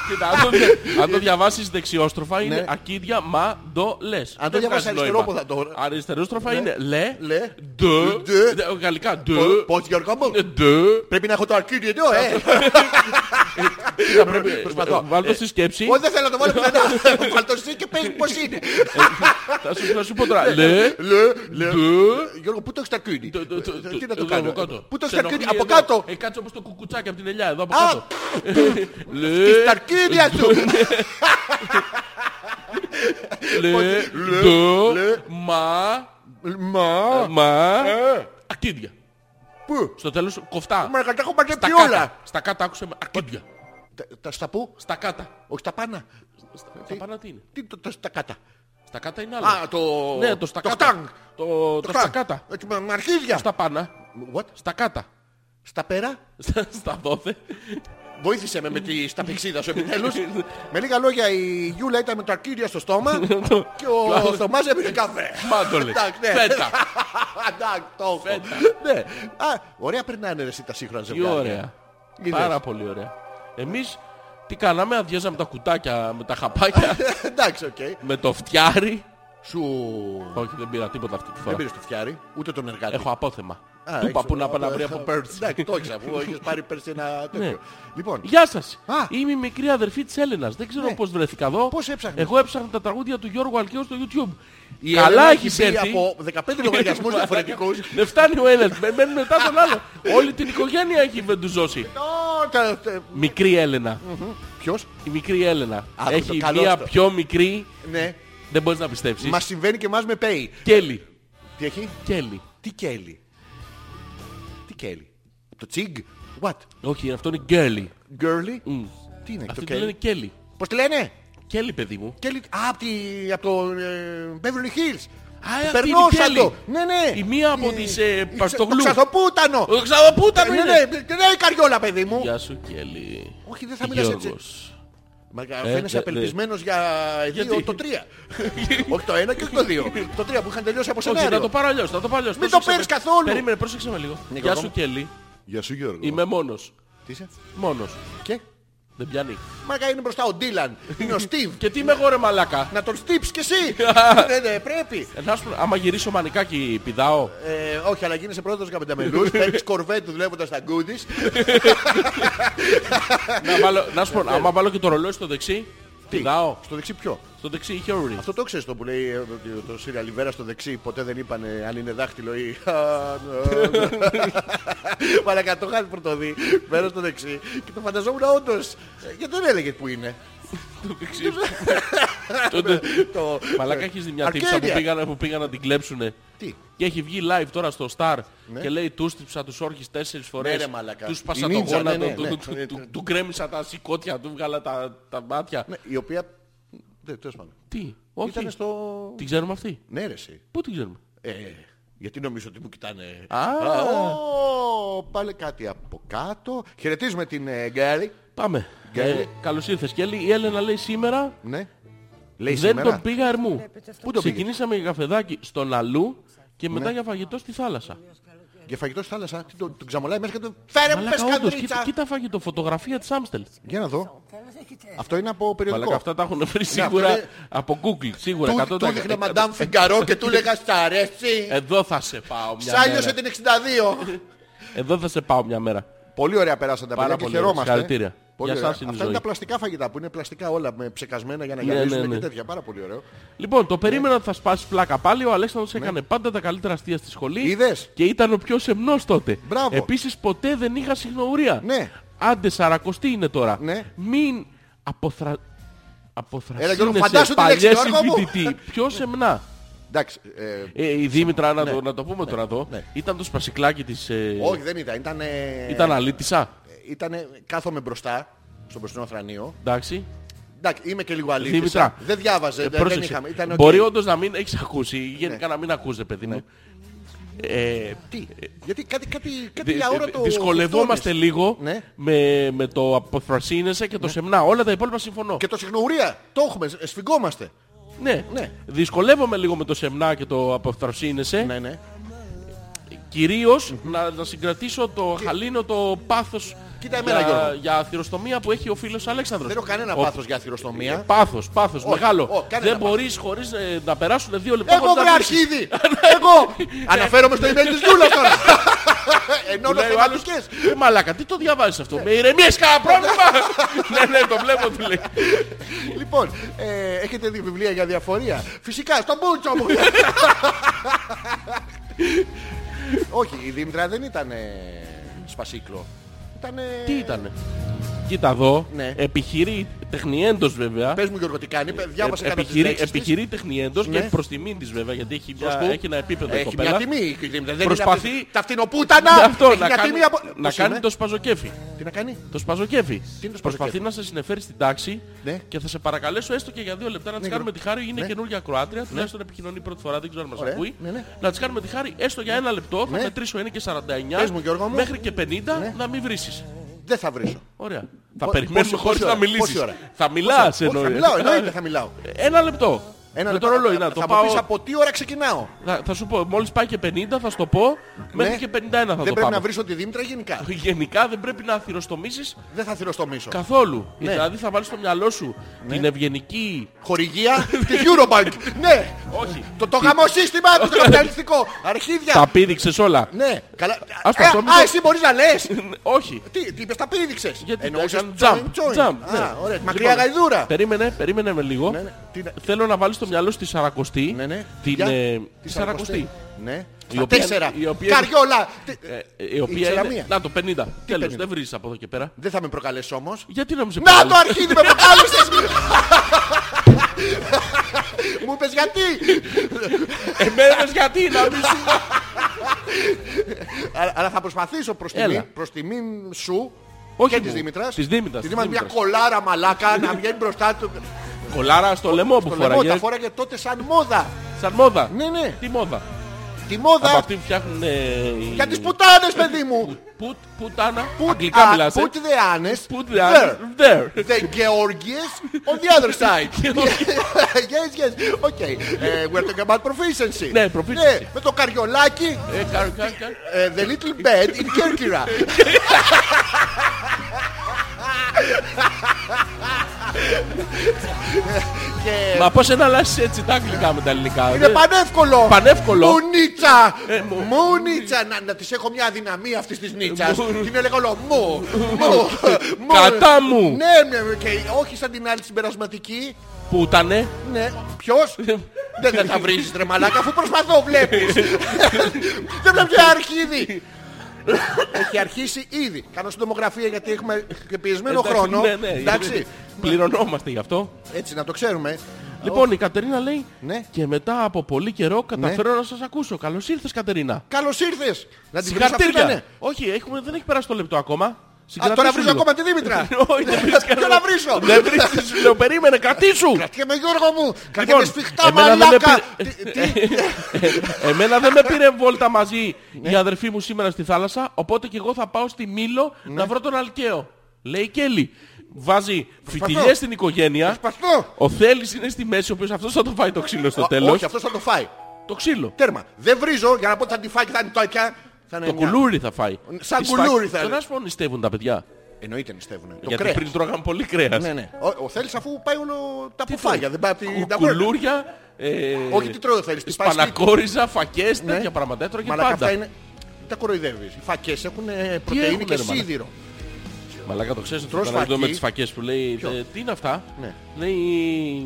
B: Κοίτα, αν το δια- Αν το διαβάσεις δεξιόστροφα είναι
A: Ναι.
B: αρκίδια, μα, ντο, λες.
A: το
B: Δεν
A: διαβάσεις
B: βγάζει νόημα.
A: αριστερόποδα τώρα. Ναι.
B: Αριστερόστροφα είναι λε,
A: Λε,
B: ντο,
A: ντε.
B: δε- γαλλικά,
A: Πώς-
B: ντο,
A: Πώς Γιώργο μου.
B: ντο.
A: Πρέπει να έχω το αρκίδι εδώ, ε.
B: Ε,
A: Προσπαθώ.
B: Βάλ' το στη σκέψη.
A: Όχι, δεν θέλω να το βάλω πουθενά. Βάλ' το εσύ και παίζει πώς είναι.
B: Θα σου- θα σου πω
A: Ναι,
B: τώρα. Λε,
A: Λε, λε.
B: ντο,
A: Γιώργο, πού το έχεις το αρκίδι.
B: Το- το- το-
A: Ε, Τι να το
B: εδώ
A: κάνω.
B: από κάτω.
A: Πού το έχεις
B: Σε
A: το αρκίδι.
B: ενοχλεί
A: Από
B: εδώ.
A: κάτω.
B: Ε, κάτσε όπως το κουκουτσάκι από την ελιά, εδώ από
A: Α!
B: κάτω. Ε, Λε,
A: Στα αρκίδια σου.
B: λε, ντο, μα,
A: Μα.
B: μα,
A: ε,
B: αρκίδια.
A: Πού.
B: Στο τέλος κοφτά.
A: Μα τα έχω
B: Στα
A: παντρευτεί όλα.
B: κάτα. Στα κάτα άκουσε με αρκίδια.
A: Τα- Τα στα πού.
B: Στα κάτα.
A: Όχι τα πάνω.
B: Στα πάνω τι είναι.
A: Τι το- τα στα κάτω.
B: Στα κάτα είναι άλλο.
A: Α, το...
B: Ναι, το στα
A: το χτάνγκ.
B: κάτα. Το
A: Το
B: στα
A: χτάνγκ.
B: κάτα.
A: Έτσι, με με αρχίδια.
B: Στα πάνα.
A: What?
B: Στα κάτα.
A: Στα πέρα.
B: Στα- Στα δόθε.
A: Βοήθησε με με τη σταπεξίδα σου επιτέλους. με λίγα λόγια η Γιούλα ήταν με το αρκίδια στο στόμα και ο Θωμάς έπινε καφέ.
B: Μάντολε.
A: Εντάξει, ναι.
B: Φέτα.
A: Εντάξει, το έχω. Ναι. Α, ωραία περνάνε ρε εσύ τα σύγχρονα
B: Τι
A: ζευγάρια.
B: ωραία.
A: Είδες.
B: Πάρα πολύ ωραία. Εμείς τι κάναμε, αδειάζαμε τα κουτάκια με τα χαπάκια,
A: Εντάξει, οκ.
B: με το φτιάρι.
A: Σου...
B: Όχι, δεν πήρα τίποτα αυτή τη
A: Δεν
B: φορά.
A: πήρες το φτιάρι, ούτε τον εργάτη.
B: Έχω απόθεμα.
A: Α,
B: Του
A: έξω,
B: είπα που να πάω να βρει από πέρσι.
A: Εντάξει, το ήξερα, αφού έχεις πάρει πέρσι ένα
B: Ναι.
A: τέτοιο. Λοιπόν,
B: Γεια σας.
A: Α. Ναι.
B: Είμαι η μικρή αδερφή της Έλενας. Δεν ξέρω πώς βρέθηκα εδώ.
A: Πώς έψαχνες?
B: Εγώ έψαχνα τα τραγούδια του Γιώργου Αλκαίου στο YouTube.
A: η
B: Καλά
A: Ελένα
B: έχεις
A: μπει
B: έρθει.
A: Από 15 λογαριασμούς διαφορετικούς.
B: Δεν φτάνει ο ένας. Με- Μένει μετά τον άλλο. Όλη την οικογένεια έχει βεντουζώσει.
A: Ω, τα- τα-
B: Μικρή Έλενα.
A: Ποιος?
B: Η μικρή Έλενα.
A: Άκου το,
B: Έχει
A: καλό
B: μία
A: αυτό.
B: πιο μικρή.
A: Ναι.
B: Δεν μπορείς να πιστέψεις.
A: Μας συμβαίνει και εμάς με Pay.
B: Κέλλη.
A: Τι έχει?
B: Κέλλη.
A: Τι κέλι. Τι κέλι. Το τσιγκ. What.
B: Όχι, αυτό είναι γκέρλι.
A: Girly.
B: Μμ.
A: Τι είναι
B: Αυτή
A: το
B: τη λένε
A: κέλι.
B: Κέλλη.
A: Πώς τη λένε.
B: Κέλλη, παιδί μου.
A: Κέλι. Α, από, τη, από το ε, Beverly Hills.
B: αυτή είναι η
A: Περνώσα
B: Κέλλη.
A: το. Ναι, ναι.
B: Η μία από
A: Ε,
B: τις, ε,
A: η ξε-
B: Παστογλού.
A: Το ξαδοπούτανο.
B: Ο Ξαδοπούτανο
A: Ναι,
B: είναι.
A: ναι, ναι, ναι, η καριόλα, παιδί μου.
B: Γεια σου, Κέλλη.
A: Όχι, δεν θα μιλάς έτσι.
B: Γιώργος.
A: Μα
B: ναι,
A: φαίνεσαι
B: ναι.
A: απελπισμένος για δύο,
B: Γιατί?
A: το τρία. όχι το ένα και όχι το δύο. Το τρία που είχαν τελειώσει από
B: Όχι, θα
A: σενάριο.
B: Ναι, το πάρω αλλιώς, θα το πάρω αλλιώς.
A: Μην το
B: Πρόσεξε
A: παίρνεις
B: με.
A: καθόλου.
B: Περίμενε, πρόσεξε με λίγο. Γεια
A: Γιώργο
B: σου,
A: μου.
B: Κέλλη.
A: Γεια σου Γιώργο.
B: Είμαι μόνος.
A: Τι είσαι.
B: Μόνος.
A: Και.
B: Δεν πιάνει.
A: Μακα είναι μπροστά ο Ντίλαν. Είναι ο Στίβ.
B: Και τι είμαι εγώ ρε μαλάκα.
A: Να τον στύψεις κι εσύ. Ναι, ναι, πρέπει.
B: Ε, να σου πω, άμα γυρίσω μανικάκι πηδάω.
A: Ε, όχι, αλλά γίνεσαι πρόεδρος για πενταμελούς. Παίρνεις κορβέτ δουλεύοντας στα γκούντις.
B: να, βάλω, να σου
A: Ε,
B: πω, άμα βάλω και το ρολόι στο δεξί, πηδάω.
A: Στο δεξί ποιο.
B: Στο δεξί είχε όρι.
A: Αυτό το ξέρεις το που λέει ε, ότι το Σύρια Λιβέρα στο δεξί. Ποτέ δεν είπαν αν είναι δάχτυλο ή... Παρακαλώ, το είχα πρωτοδεί. Πέρα στο δεξί. Και το φανταζόμουν όντως. Ε, Γιατί δεν έλεγε που είναι.
B: Το δεξί. Τότε-
A: Το... Ε,
B: Μαλάκα έχεις δει μια τύψα που
A: Αρκέδια.
B: πήγαν, που πήγαν να την κλέψουνε.
A: Τι. Ναι.
B: Και έχει βγει live τώρα στο Star και λέει τους στύψα τους όρχες τέσσερις φορές,
A: ρε μαλάκα.
B: τους σπάσα
A: Η
B: το
A: ninja,
B: γόνατο,
A: ναι, ναι,
B: του,
A: ναι.
B: του- του- του κρέμισα τα σηκώτια, του βγάλα τα, τα μάτια.
A: Ναι, η οποία... Δεν, τέλος πάντων.
B: Τι, όχι,
A: Ήταν στο...
B: την ξέρουμε αυτή.
A: Ναι, ρε, εσύ.
B: Πού την ξέρουμε.
A: Ε, γιατί νομίζω ότι μου κοιτάνε.
B: Α.
A: ω, πάλι κάτι από κάτω. Χαιρετίζουμε την ε, Γκάρι.
B: Πάμε. Ε,
A: Γκέλη.
B: Καλώς ήρθες, Κέλλη. Η Έλενα λέει σήμερα
A: Ναι. Λέει
B: δεν
A: σήμερα.
B: τον πήγα ερμού.
A: Πού τον πήγες? Ναι.
B: Ξεκινήσαμε για καφεδάκι στον αλλού και μετά για φαγητό στη θάλασσα.
A: Για φαγητό στη θάλασσα. Τι, τον, τον ξαμολάει μέσα και τον... Φέρε μου
B: Μαλάκα, όντως, κοίτα,
A: πεσκαντρίτσα.
B: κοίτα φαγητό, φωτογραφία της Άμστελ.
A: Για να δω. Αυτό είναι από
B: Μαλάκα,
A: περιοδικό.
B: αυτά τα έχουν βρει σίγουρα
A: αυτό Ναι, είναι-
B: από Google. Σίγουρα
A: Του,
B: 100%.
A: του δείχνε Μαντάμ Φιγκαρό και του έλεγα στα αρέσει.
B: Εδώ θα σε πάω μια
A: Σάλιωσε
B: μέρα.
A: την 62.
B: Εδώ θα σε πάω μια μέρα.
A: Πολύ ωραία περάσαν τα
B: Πάρα
A: παιδιά και
B: πολύ.
A: χαιρόμαστε.
B: Συγχαρητήρια.
A: Πολύ
B: Για
A: ωραία.
B: σας είναι η
A: Αυτά είναι
B: ζωή.
A: τα πλαστικά φαγητά που είναι πλαστικά όλα με ψεκασμένα για να
B: Ναι,
A: γυαλίζουν
B: ναι, ναι.
A: και τέτοια. Πάρα πολύ ωραίο.
B: Λοιπόν,
A: Ναι.
B: το περίμενα ότι θα σπάσει πλάκα πάλι. Ο Αλέξανδρος έκανε πάντα τα καλύτερα αστεία στη σχολή.
A: Είδες?
B: Και ήταν ο πιο σεμνός τότε.
A: Μπράβο.
B: Επίσης ποτέ δεν είχα συγνωρία.
A: Ναι.
B: Άντε σαρακοστή είναι τώρα.
A: Ναι.
B: Μην αποθρα...
A: Γιώργο,
B: αποθρασύνεσαι
A: φαντάσου τη λέξη,
B: παλιές
A: Γιώργο μου.
B: συμφοιτητή. Πιο σεμνά.
A: Εντάξει. ε,
B: Ε, η Δήμητρα, να, το, να το πούμε τώρα εδώ,
A: ναι.
B: ήταν το σπασικλάκι της... ε,
A: Όχι, δεν ήταν. Ήταν. ε,
B: Ήταν αλήτησα.
A: ήτανε- κάθομαι μπροστά στο μπροστινό θρανείο.
B: Εντάξει.
A: Εντάξει, είμαι και λίγο αλήθεια.
B: Δήμητρα.
A: Δεν διάβαζε,
B: Ε,
A: Ε, δεν- δεν
B: πρόσεξε.
A: είχαμε. Ήταν Ναι. οκ.
B: Μπορεί όντως να μην έχεις ακούσει, ή γενικά να μην ακούς, ρε παιδί μου.
A: Ναι.
B: Ε,
A: Τι, γιατί κάτι, κάτι, κάτι
B: δι-
A: για ώρα
B: δι-
A: το.
B: δυσκολευόμαστε
A: φτώνεις.
B: λίγο
A: Ναι.
B: με, με το αποθρασίνεσαι και το σεμνά. Όλα τα υπόλοιπα συμφωνώ.
A: Και το συχνουρία. Το έχουμε, σ- σφιγγόμαστε.
B: Ναι.
A: Ναι.
B: Δυσκολεύομαι λίγο με το σεμνά και το αποθρασίνεσαι.
A: Ναι, ναι.
B: Κυρίως να, να συγκρατήσω το χαλίνο το πάθος
A: Κοίτα εμένα,
B: για,
A: Γιώργο.
B: για αθυροστομία που έχει ο φίλος Αλέξανδρος.
A: Δεν έχω κανένα
B: Ο-
A: πάθος για αθυροστομία.
B: Πάθος, πάθος, μεγάλο.
A: ω, κάνε
B: δεν
A: ένα πάθος.
B: μπορείς χωρίς ε, να περάσουν δύο λεπτά.
A: Εγώ
B: χωρίς να
A: βρε
B: ακούσεις.
A: αρχίδι! Εγώ! Αναφέρομαι στο email της Γιούλας τώρα! Ενώ
B: Λέει ο άλλος,
A: θεματικές.
B: «Ε, Μαλάκα, τι το διαβάζεις αυτό. Με ηρεμία έχεις κανένα πρόβλημα. Ναι, ναι, το βλέπω του λέει.
A: Λοιπόν, ε, έχετε δει βιβλία για διαφορία. Φυσικά, στον Μπούτσο μου! Όχι, η Δήμητρα δεν ήταν σπασίκλο. Ήτανε...
B: Τι ήτανε. Κοίτα εδώ,
A: Ναι.
B: επιχειρεί τεχνιέντος βέβαια.
A: Πες μου Γιώργο τι κάνει, Πε- διάβασε
B: Ε,
A: κατά τις
B: επιχειρεί,
A: λέξεις της.
B: επιχειρεί τεχνιέντος
A: Ναι.
B: και προς τιμή της βέβαια γιατί έχει, μια-
A: Προς που?
B: έχει ένα επίπεδο η
A: Έχει
B: κοπέλα.
A: μια τιμή η Δήμητρα. Δεν
B: Προσπαθεί-
A: είναι αυτή- Τα φτηνοπούτανα!
B: Αυτό,
A: Έχει
B: να
A: μια
B: κάνει,
A: τιμή από...
B: να
A: Πώς
B: κάνει
A: είναι?
B: το σπαζοκέφι.
A: Τι να κάνει?
B: Το σπαζοκέφι.
A: είναι το
B: Προσπαθεί
A: σπαζοκέφι?
B: να σε συνεφέρει στην τάξη
A: Ναι.
B: και θα σε παρακαλέσω έστω και για δύο λεπτά να τη κάνουμε τη χάρη. Είναι καινούργια Κροάτρια, τουλάχιστον επικοινωνεί πρώτη φορά, δεν ξέρω αν μας
A: Ναι. Ωραία.
B: ακούει.
A: Ναι, ναι.
B: Να τη κάνουμε τη χάρη έστω για ένα λεπτό, θα
A: Ναι.
B: μετρήσω 1 και 49
A: Πες μου, Γιώργο μου. Ναι.
B: μέχρι και 50 να μην βρήσεις.
A: Δεν θα βρίσω.
B: Ωραία. Θα
A: Πο-
B: περιμένουμε
A: πόση-
B: χωρίς
A: πόση
B: να
A: ώρα,
B: μιλήσεις.
A: πόση ώρα.
B: Θα μιλάς
A: Όχι,
B: εννοεί.
A: Θα μιλάω, εννοείται θα μιλάω.
B: Ένα λεπτό.
A: Ένα
B: Με
A: λεπτό.
B: το ρολόι να
A: θα
B: το
A: μου
B: πάω.
A: πεις από τι ώρα ξεκινάω.
B: Θα, θα σου πω, μόλις πάει και 50 θα σου το πω, μέχρι
A: Ναι.
B: και 51 θα
A: δεν
B: το
A: πρέπει
B: πάμε.
A: να βρεις ότι Δήμητρα γενικά.
B: Γενικά δεν πρέπει να αθυροστομήσεις
A: Δεν θα θυροστομήσω.
B: καθόλου.
A: Ναι.
B: Δηλαδή θα βάλεις στο μυαλό σου την ευγενική.
A: Χορηγία της Eurobank. ναι.
B: Όχι.
A: Το, το γαμοσύστημα το καπιταλιστικό.
B: Τα
A: Αρχίδια.
B: πήδηξες όλα.
A: ναι. Καλά.
B: Ας το
A: Ε,
B: αυτό μην
A: Α,
B: το-
A: εσύ μπορείς να λες.
B: Όχι.
A: Τι, τι είπες, τα πήδηξες.
B: Γιατί
A: Ναι. Εννοούσες
B: έκανε jump.
A: join, join.
B: jump,
A: Α,
B: ναι.
A: ωραία.
B: Λοιπόν,
A: Μακριά γαϊδούρα.
B: Περίμενε, περίμενε με λίγο.
A: Ναι, ναι. Τι να-
B: Θέλω να βάλεις στο μυαλό σου τη Σαρακοστή.
A: Ναι, ναι.
B: Την,
A: Για-
B: ε,
A: τη
B: τη Σαρακοστή.
A: Ναι.
B: Η
A: Στα
B: οποία-
A: τέσσερα.
B: η οποία-
A: Καριόλα. Τι-
B: Ε, Η οποία
A: Ήξερα
B: είναι...
A: μία.
B: Να το 50. Τέλος,
A: 50?
B: δεν βρεις από εδώ και πέρα.
A: Δεν θα με προκαλέσει όμως.
B: Γιατί να μην σε
A: Να
B: προκαλεί.
A: το αρχίδι με προκάλεσες! Μου είπες γιατί!
B: Εμένα γιατί να μην σου...
A: Α- Αλλά θα προσπαθήσω προς
B: Έλα.
A: τιμή, προς τιμήν σου
B: Όχι
A: και
B: μου.
A: της Δήμητρας.
B: Της Δήμητρας,
A: Της
B: της
A: Δήμητρας μια
B: Δήμητρας.
A: κολάρα μαλάκα να βγαίνει μπροστά του.
B: Κολάρα στο λαιμό που
A: Το λαιμό τα
B: φοράγε.
A: φόραγε τότε σαν μόδα.
B: Σαν μόδα.
A: Ναι, ναι.
B: Τι μόδα.
A: Τη
B: Από
A: μόδα
B: αυτή που φτιάχνουν... ε, οι-
A: για τις πουτάνες παιδί μου.
B: Πουτ, πουτάνα.
A: Put-
B: Αγγλικά
A: α,
B: μιλάς. ε.
A: Put the honest
B: Put
A: there.
B: there. There.
A: The Georgians on the other side. yes, yes. Okay. Uh, we're talking about proficiency.
B: Ναι, proficiency.
A: Ναι, με το καριολάκι
B: Ε, κα- κα- κα-
A: Ε, the little bed in Kerkira. και
B: Μα πώς εναλλάσσεις έτσι τα αγγλικά με τα ελληνικά.
A: είναι
B: ε.
A: πανεύκολο.
B: Πανεύκολο.
A: Μουνίτσα.
B: Ε, μου-
A: Μουνίτσα. Να, να της έχω μια αδυναμία αυτής της νίτσας.
B: Μου-
A: Την έλεγα όλο μου. μου, μου.
B: Κατά μου.
A: Ναι, ναι, και όχι σαν την άλλη συμπερασματική.
B: Πουτάνε.
A: Ναι, ποιος. Δεν θα τα βρίζεις ρε μαλάκα αφού προσπαθώ βλέπεις Δεν βλέπεις ένα αρχίδι Έχει αρχίσει ήδη Κάνω συντομογραφία γιατί έχουμε και πιεσμένο
B: Εντάξει,
A: χρόνο
B: Ναι, ναι.
A: Εντάξει
B: Πληρωνόμαστε γι' αυτό.
A: έτσι να το ξέρουμε
B: Λοιπόν, η Κατερίνα λέει
A: Ναι.
B: και μετά από πολύ καιρό καταφέρω να σας ακούσω. Καλώς ήρθες Κατερίνα.
A: Καλώς ήρθες Να την βρεις αυτή
B: Συγχαρητήρια.
A: ήτανε
B: Όχι, έχουμε, δεν έχει περάσει το λεπτό ακόμα.
A: Α,
B: Συγκρατήσου
A: τώρα βρίζω
B: λίγο.
A: ακόμα τη Δήμητρα
B: Όχι, δεν βρεις
A: Ποιο να βρίσω
B: Δεν βρίζεις, σου λέω, περίμενε, κρατήσου.
A: Κρατιέμαι Γιώργο μου Κρατιέμαι σφιχτά
B: εμένα δεν με
A: μαλάκα
B: πήρε-
A: Τι- τι-
B: Εμένα δεν με πήρε βόλτα μαζί
A: Ναι.
B: η αδερφή
A: Ναι.
B: μου σήμερα στη θάλασσα, οπότε και εγώ θα πάω στη Μήλο να βρω τον Αλκαίο. Λέει η Κέλλη. βάζει φιτιλιές στην οικογένεια.
A: Προσπαθώ.
B: Ο Θέλης είναι στη μέση, ο οποίος αυτός θα το φάει το ξύλο στο
A: Ο-
B: τέλος.
A: Όχι, αυτός θα το φάει.
B: Το ξύλο.
A: Τέρμα. Δεν βρίζω για να πω ότι θα τη φάει και θα είναι το πια. Θα είναι
B: Το
A: μια.
B: κουλούρι θα φάει.
A: Ναι, Σαν
B: Τις
A: κουλούρι
B: φα-
A: θα
B: Τον
A: είναι.
B: άσπρο νηστεύουν τα παιδιά.
A: Εννοείται νηστεύουνε. Το
B: Γιατί
A: κρέας.
B: πριν τρώγαν πολύ κρέας.
A: Ναι, ναι. Ο, ο Θέλης αφού πάει όλο τα
B: τρώει?
A: πουφάγια. Δεν πάει από την
B: Κου-
A: ταβέρνα.
B: Κουλούρια, ε,
A: Όχι, τι τρώει ο Θέλης. τι πάει σπίτι.
B: σπανακόριζα, φακές,
A: Ναι.
B: τέτοια πράγματα. Έτρωγε
A: Μαλάκα αυτά
B: πάντα.
A: είναι. μην Τα κοροϊδεύεις. Οι φακές έχουν
B: έχουνε,
A: πρωτεΐνη
B: ρε,
A: και
B: μαλάκα.
A: σίδηρο.
B: Μαλάκα το ξέρεις
A: Τρως
B: το κανάλι
A: φακί.
B: με τις φακές που λέει
A: Ποιο?
B: «Ε, Τι είναι αυτά
A: Ναι.
B: Λέει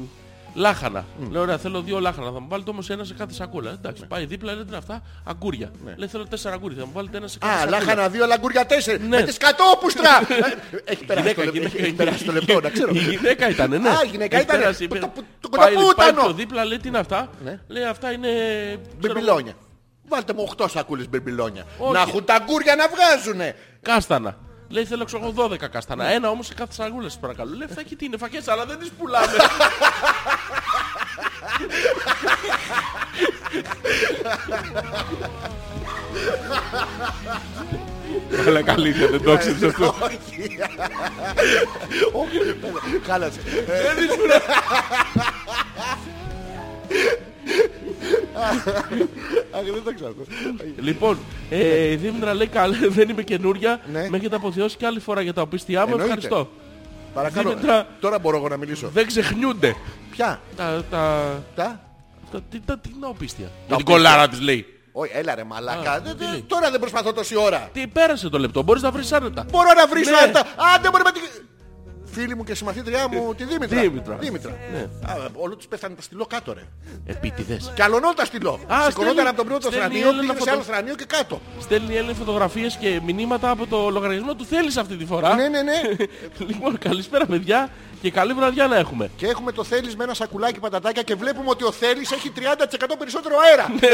B: λάχανα Λέω ωραία θέλω δύο λάχανα Θα μου βάλετε όμως ένα σε κάθε σακούλα
A: Ναι.
B: Εντάξει πάει δίπλα λέει τι είναι αυτά Αγκούρια Λέει θέλω τέσσερα αγκούρια Θα μου βάλετε ένα σε κάθε
A: Α,
B: σακούλα
A: λάχανα δύο, λαγκούρια τέσσερα.
B: Ναι.
A: Με τις κατόπουστρα. Έχει περάσει
B: Γυναίκα,
A: το λεπτό,
B: γυναίκα,
A: έχει
B: γυναίκα.
A: περάσει το λεπτό, να ξέρω.
B: Η γυναίκα ήταν, ναι.
A: Α, η γυναίκα
B: Έχει
A: ήτανε.
B: πέρασει,
A: Το-
B: είπε.
A: το- το
B: Πάει-
A: κονταπούτανο.
B: Πάει το δίπλα, λέει τι είναι αυτά.
A: Ναι.
B: Λέει αυτά είναι... ξέρω εγώ,
A: Μπιμπιλόνια. Βάλτε μου 8 σακούλες μπιμπιλόνια.
B: Όχι.
A: Να έχουν τα γκούρια να βγάζουνε.
B: Κάστανα. Λέει θέλω ξέρω εγώ 12 κάστανα. Ένα όμως σε κάθε σαγούλα σας παρακαλώ. Λέει αυτά εκεί τι είναι φακές αλλά δεν τις πουλάμε. Καλά καλή δεν το ξέρεις αυτό.
A: Όχι. Ω, Χάλασε.
B: Δεν τις πουλάμε.
A: Αχ, δεν το ξέρω.
B: Λοιπόν, ε, η Δήμητρα λέει καλά δεν είμαι καινούρια.
A: Ναι.
B: Με έχετε αποθεώσει και άλλη φορά για τα οπίστια μου.
A: Εννοείται.
B: Ευχαριστώ.
A: Παρακαλώ.
B: Δήμητρα.
A: Τώρα μπορώ εγώ να μιλήσω.
B: Δεν ξεχνιούνται.
A: Ποια.
B: Τα, τα,
A: Τα.
B: τα, τι, τα, τι είναι οπίστια. Για
A: οπίστια.
B: την κολάρα της λέει.
A: Όχι, έλα ρε μαλάκα.
B: Α,
A: Δεν-
B: τι
A: δεν-
B: λέει.
A: Τώρα δεν προσπαθώ τόση ώρα.
B: Τι πέρασε το λεπτό, μπορείς να βρεις άνετα.
A: Μπορώ να βρίσω
B: Ναι.
A: αυτά. Α, δεν μπορώ να τη... Φίλη μου και συμμαθήτριά μου, τη Δήμητρα.
B: Ε, Δήμητρα.
A: Δήμητρα.
B: Ναι.
A: Α, όλο τους πέθανε το στυλό κάτω ρε.
B: Επίτηδες.
A: Καλονόταν τα στυλό.
B: Α, στέλνει-
A: Σηκωνόταν από τον πρώτο
B: στέλνει
A: θρανίο,
B: Έλληνα
A: πήγαινε σε
B: φωτο-
A: άλλο θρανίο και κάτω.
B: Στέλνει η Έλληνη φωτογραφίες και μηνύματα από το λογαριασμό του θέλεις αυτή τη φορά.
A: Ναι, ναι, ναι.
B: λοιπόν, καλησπέρα παιδιά και καλή βραδιά να έχουμε.
A: Και έχουμε το θέλεις με ένα σακουλάκι πατατάκια και βλέπουμε ότι ο θέλεις έχει 30% περισσότερο αέρα.
B: Ναι.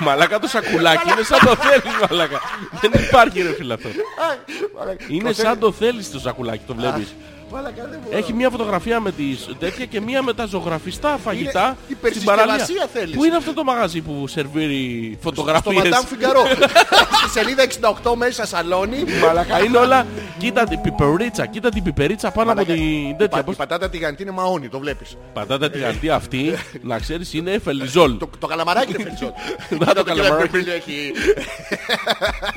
B: μαλάκα το σακουλάκι είναι σαν το θέλεις μαλάκα. Δεν υπάρχει ρε φίλε αυτό.
A: Α, μαλάκα.
B: Είναι σαν το θέλεις το σακουλάκι, το βλέπεις.
A: Μαλάκα, δεν μπορώ.
B: Έχει μια φωτογραφία με τις τέτοια και μια με τα ζωγραφιστά φαγητά
A: η
B: στην
A: περσυσκευασία
B: παραλία.
A: θέλεις.
B: Πού είναι αυτό το μαγαζί που σερβίρει
A: Στο
B: φωτογραφίες.
A: Μαντάμ Φιγκαρό. Στη σελίδα 68 μέσα σαλόνι.
B: Μαλακά είναι όλα. Κοίτα την πιπερίτσα, κοίτα την πιπερίτσα πάνω από
A: Μαλάκα,
B: την τέτοια.
A: πα- Η
B: Πώς
A: πατάτα τηγανιτή είναι μαόνι, το βλέπεις.
B: πατάτα τη γαρτή αυτή, να ξέρεις είναι φελιζόλ.
A: Το, το καλαμαράκι είναι φελτσό.
B: Να το καλαμαράκι.
A: Έχει...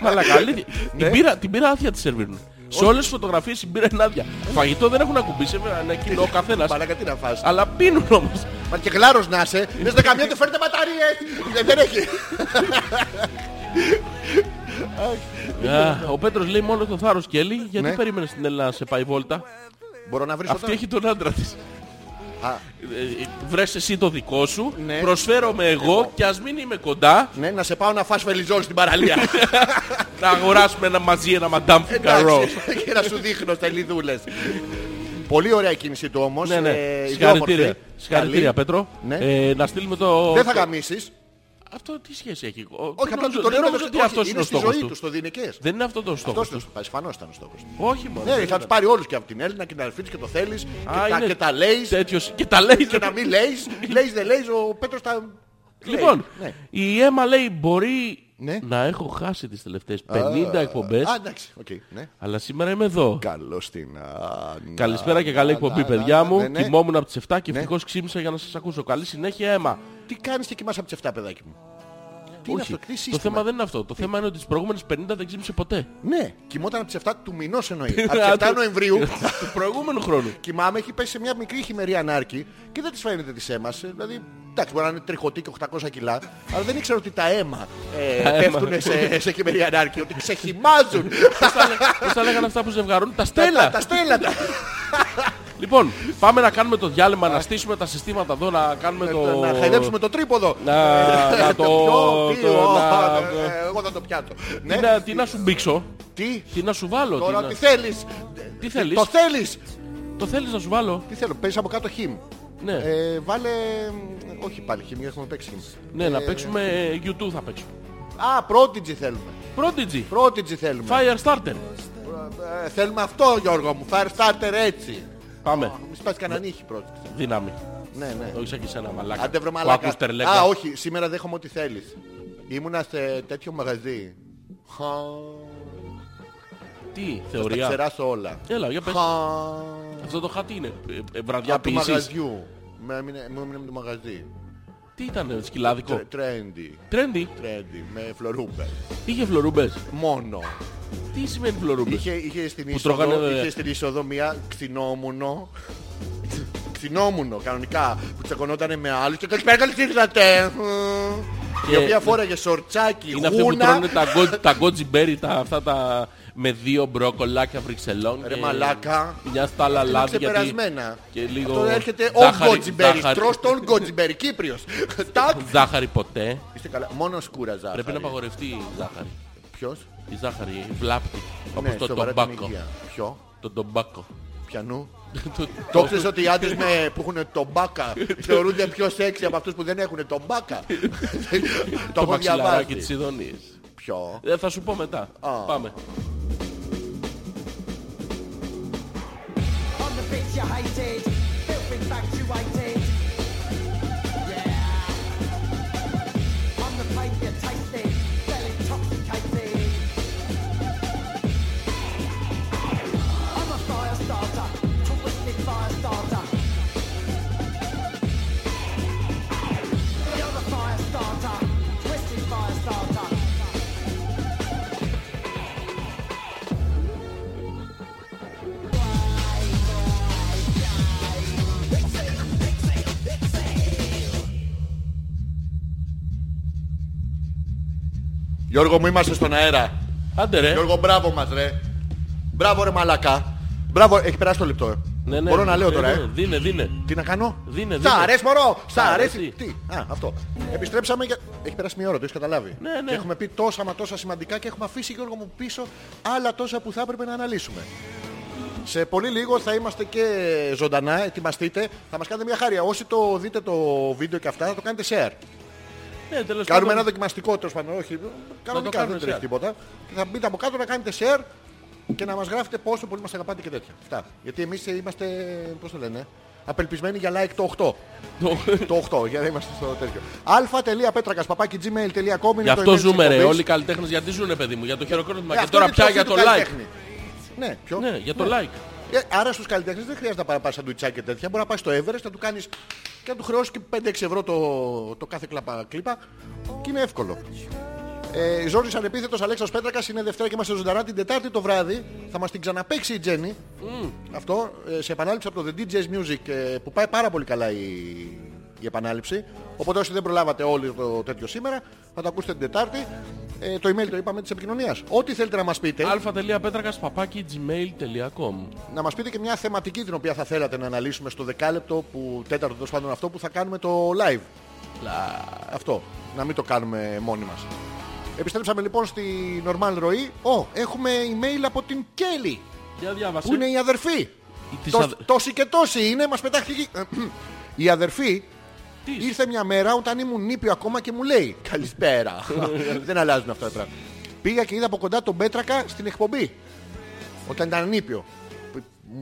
B: Μαλακά, αλήθεια.
A: Ναι.
B: Την πύρα- Την πύρα άδεια τη σερβίρουν. Σε όλες τις φωτογραφίες η πύρα είναι άδεια. Φαγητό δεν έχουν ακουμπήσει, βέβαια, ένα κοινό ο καθένας.
A: Μαλάκα τι να φας.
B: Αλλά πίνουν όμως.
A: Μα και γλάρος να είσαι. Λες 19 του φέρνετε μπαταρίες. Ε, Δεν- Δεν έχει.
B: Α, Ο Πέτρος λέει μόνο το θάρρος Κέλλη, γιατί
A: Ε, Ναι.
B: περίμενες στην Ελλάδα να σε πάει βόλτα.
A: Μπορώ να βρεις
B: Αυτή
A: όταν...
B: έχει τον άντρα της.
A: Α.
B: Ε, ε, Βρες εσύ το δικό σου,
A: Ναι.
B: προσφέρομαι εγώ και ας μην είμαι κοντά,
A: Ναι, να σε πάω να φας φελιζόλ στην παραλία.
B: να αγοράσουμε ένα μαζί ένα Madame Figaro.
A: Εντάξει, και να σου δείχνω στελιδούλες. Πολύ ωραία η κίνηση του όμως.
B: Ναι, ναι.
A: Ε,
B: Συγχαρητήρια.
A: ιδιόμορφη.
B: Συγχαρητήρια,
A: Καλή.
B: Πέτρο.
A: Ναι.
B: Ε, να στείλουμε το.
A: Δεν θα γαμίσεις.
B: Αυτό τι σχέση έχει. Ο-
A: Όχι, απλά
B: νομίζω-
A: του το
B: δεν
A: λέω.
B: νομίζω ότι αυτός είναι ο
A: στη
B: στόχος
A: ζωή του,
B: τους.
A: στο δινικές.
B: Δεν είναι αυτός το στόχος
A: Αυτός
B: του.
A: τους προφανώς ήταν ο στόχος. του.
B: Όχι μόνο.
A: Ναι,
B: δεν
A: θα
B: είναι.
A: τους πάρει όλους και από την Έλληνα και την Αλφίτη και το θέλεις και
B: Α,
A: τα-
B: είναι
A: και τα λέεις
B: τέτοιος. Και τα λέεις.
A: και να μην λέεις. Λέεις δεν λέεις, ο Πέτρος τα...
B: Λοιπόν,
A: λέει. Ναι.
B: η Έμα λέει μπορεί
A: Ναι.
B: να έχω χάσει τις τελευταίες 50 εκπομπές,
A: Α, εντάξει, οκ, ναι.
B: αλλά σήμερα είμαι εδώ.
A: Καλώς την. α, να-
B: Καλησπέρα και καλή
A: να-
B: εκπομπή,
A: να-
B: παιδιά
A: να-
B: μου.
A: ναι, ναι.
B: Κοιμόμουν από τις 7 και ευτυχώς ξύπνησα για να σας ακούσω. Καλή συνέχεια, Έμα.
A: Τι κάνεις και κοιμάσαι από τις 7, παιδάκι μου. Τι είναι
B: Όχι,
A: αυτό, τι
B: το
A: σύστημα.
B: θέμα δεν είναι αυτό. Το θέμα είναι ότι τις προηγούμενες 50 δεν ξύπνησε ποτέ.
A: Ναι, κοιμόταν από τις 7 του μηνός εννοεί. από τις 7 Νοεμβρίου.
B: Του προηγούμενου χρόνου.
A: Κοιμάμαι, έχει πέσει σε μια μικρή χειμερή ανάρκη και δεν της φαίνεται της έμας. ε, Δηλαδή, εντάξει, μπορεί να είναι τριχωτή και 800 κιλά, αλλά δεν ήξερα ότι τα αίμα ε,
B: αίμα.
A: πέφτουν σε, σε χειμερή ανάρκη, ότι ξεχυμάζουν.
B: Πώς τα λέγανε αυτά που ζευγαρούν, τα
A: τα,
B: στέλα.
A: τα στέλνα τα.
B: Λοιπόν, πάμε να κάνουμε το διάλειμμα, να στήσουμε τα συστήματα εδώ, να κάνουμε το...
A: Ε, Να χαϊδέψουμε το τρίποδο.
B: Να- να
A: Ε,
B: το-
A: πιω, τι,
B: το-
A: ο,
B: να-
A: ε, Εγώ θα το πιάτο.
B: Τι
A: Ναι,
B: να- Τι να σου μπήξω,
A: τι.
B: τι να σου βάλω, τι
A: Τώρα
B: να-
A: τι θέλεις.
B: τι θέλεις,
A: Το θέλεις.
B: το θέλεις να σου βάλω.
A: Τι θέλω, παίζεις από κάτω χιμ.
B: Ναι.
A: Ε, βάλε. μ, Όχι πάλι χιμ, γιατί έχουμε παίξει χιμ.
B: Ναι,
A: ε,
B: να παίξουμε YouTube θα παίξουμε.
A: Α, Prodigy θέλουμε.
B: Prodigy,
A: Prodigy θέλουμε.
B: Firestarter.
A: Ε, θέλουμε αυτό, Γιώργο μου. Firestarter έτσι.
B: Πάμε,
A: Μη σπάσει κανένα
B: Ναι.
A: νύχι Prodigy.
B: δύναμη.
A: Ναι, ναι.
B: Όχι σαν και εσένα μαλάκα.
A: Άντε βρε
B: που
A: μαλάκα.
B: ακούς τερλέκα.
A: Α, όχι, σήμερα δέχομαι ό,τι θέλεις. Ήμουνα σε τέτοιο μαγαζί. Χα.
B: Τι
A: Θα
B: θεωρία.
A: ξεράσω όλα.
B: Έλα, για πες.
A: Χα...
B: Αυτό το χατί είναι. Ε, ε, βραδιά
A: Από του
B: ποιησής.
A: μαγαζιού. Μου έμεινε μου έμεινε με το μαγαζί.
B: Τι ήταν σκυλάδικο.
A: Τρε- Trendy.
B: Τρέντι.
A: Trendy. Με φλωρούμπε.
B: Είχε φλωρούμπες.
A: Μόνο.
B: Τι σημαίνει φλωρούμπες.
A: Είχε, είχε, στην
B: τρώγανε,
A: είσοδο,
B: ε,
A: είχε στην είσοδο μία κτηνόμουνο. κτηνόμουνο κανονικά. Που τσακωνόταν με άλλους και καλησπέρα καλώς ήρθατε. Η
B: Και-
A: οποία φόραγε σορτσάκι,
B: Είναι αυτοί που
A: γούνα.
B: τρώνε τα γκο- τα γκότζι μπέρι, τα- αυτά τα με δύο μπροκολάκια βρυξελών.
A: Ρε
B: και
A: μαλάκα.
B: Μια στα άλλα
A: Είναι
B: λάδια.
A: ξεπερασμένα.
B: δηλαδή, και λίγο
A: Αυτό έρχεται ο
B: ζάχαρη-
A: Γκότζιμπερι.
B: ζάχαρη.
A: Τρως τον Γκότζιμπερι. Κύπριος. Τάκ.
B: Ζάχαρη ποτέ.
A: Είστε καλά. Μόνος σκούρα ζάχαρη.
B: Πρέπει να απαγορευτεί η ζάχαρη.
A: Ποιος?
B: Η ζάχαρη η βλάπτη.
A: Ναι,
B: Όπως το
A: σοβαρά την
B: τομπάκο.
A: υγεία. Ποιο?
B: Το τομπάκο.
A: Πιανού.
B: Το-
A: Το ξέρεις ότι οι άντρες με, που έχουν τον μπάκα θεωρούνται πιο σεξι από αυτούς που δεν έχουν τον μπάκα. το
B: Το
A: έχω
B: μαξιλαράκι της
A: διαβάσει.
B: ειδονής.
A: Ποιο.
B: Ε, Θα σου πω μετά.
A: Α.
B: Πάμε.
D: On the bits you hated, filth infatuated. Yeah. On the pain you tasted, fell intoxicated. I'm a fire starter, twisted fire starter. You're the fire starter, twisted fire starter.
A: Γιώργο μου είμαστε στον αέρα.
B: Άντε ρε.
A: Γιώργο μπράβο μας ρε. Μπράβο ρε μαλακά. Μπράβο, έχει περάσει το λεπτό. ε.
B: Ναι, ναι,
A: Μπορώ να
B: ναι,
A: λέω
B: ναι,
A: τώρα,
B: ναι.
A: ε.
B: Δίνε, δίνε.
A: Τι να κάνω.
B: Δίνε,
A: Στα
B: δίνε.
A: αρέσει μωρό. Στα
B: Σ'
A: αρέσει.
B: αρέσει.
A: Τι. Α, αυτό. Επιστρέψαμε και... Έχει περάσει μια ώρα, το έχεις καταλάβει.
B: Ναι, ναι.
A: Και έχουμε πει τόσα μα τόσα σημαντικά και έχουμε αφήσει Γιώργο μου πίσω άλλα τόσα που θα έπρεπε να αναλύσουμε. Σε πολύ λίγο θα είμαστε και ζωντανά, ετοιμαστείτε. Θα μας κάνετε μια χάρη. Όσοι το δείτε το βίντεο και αυτά θα το κάνετε share.
B: Ναι, τέλος
A: Κάνουμε ένα
B: πάντων.
A: δοκιμαστικό τέλος πάντων. Όχι, κανονικά
B: κάνουμε
A: δεν τρέχει
B: share.
A: τίποτα. Και θα μπείτε από κάτω να κάνετε share και να μας γράφετε πόσο πολύ μας αγαπάτε και τέτοια. Αυτά. Γιατί εμείς είμαστε, πώς το λένε, απελπισμένοι για like το 8. Το 8, για να είμαστε στο τέτοιο. αλφα.πέτρακα παπάκι gmail.com
B: Γι' αυτό ζούμε ρε. Όλοι οι καλλιτέχνες γιατί ζουνε παιδί μου. Για
A: Ε,
B: το χειροκρότημα. Και τώρα πια για το like.
A: Ναι, ποιο.
B: Ναι, για το like.
A: Ε, άρα στους καλλιτέχνες δεν χρειάζεται να πάρει σαν ντουιτσάκι και τέτοια. Μπορεί να πάει στο Everest να του κάνεις και να του χρεώσεις και 5-6 ευρώ το, το κάθε κλαπα, κλίπα και είναι εύκολο. Ε, Ζόρις Ανεπίθετος Αλέξας Πέτρακας είναι Δευτέρα και είμαστε ζωντανά την Τετάρτη το βράδυ. Θα μας την ξαναπέξει η Τζέννη. Αυτό ε, σε επανάληψη από το The DJ's Music ε, που πάει πάρα πολύ καλά η, η επανάληψη. Οπότε όσοι δεν προλάβατε όλοι το τέτοιο σήμερα θα το ακούσετε την Τετάρτη. Ε, το email το είπαμε της επικοινωνίας. Ό,τι θέλετε να μας πείτε.
B: αλφα.πέτρακας παπάκι gmail.com
A: Να μας πείτε και μια θεματική την οποία θα θέλατε να αναλύσουμε στο δεκάλεπτο που τέταρτο τέλος πάντων αυτό που θα κάνουμε το live. Αυτό. Να μην το κάνουμε μόνοι μας. Επιστρέψαμε λοιπόν στη normal ροή. Ω, έχουμε email από την Κέλλη
B: Για διάβασε.
A: που είναι η αδερφή.
B: της
A: Τόσ-
B: αδε-
A: Τόση και τόση είναι, μας πετάχτηκε. Η αδερφή
B: Της.
A: ήρθε μια μέρα όταν ήμουν νήπιο ακόμα και μου λέει Καλησπέρα. Δεν αλλάζουν αυτά τα πράγματα. Πήγα και είδα από κοντά τον Πέτρακα στην εκπομπή. Όταν ήταν νήπιο.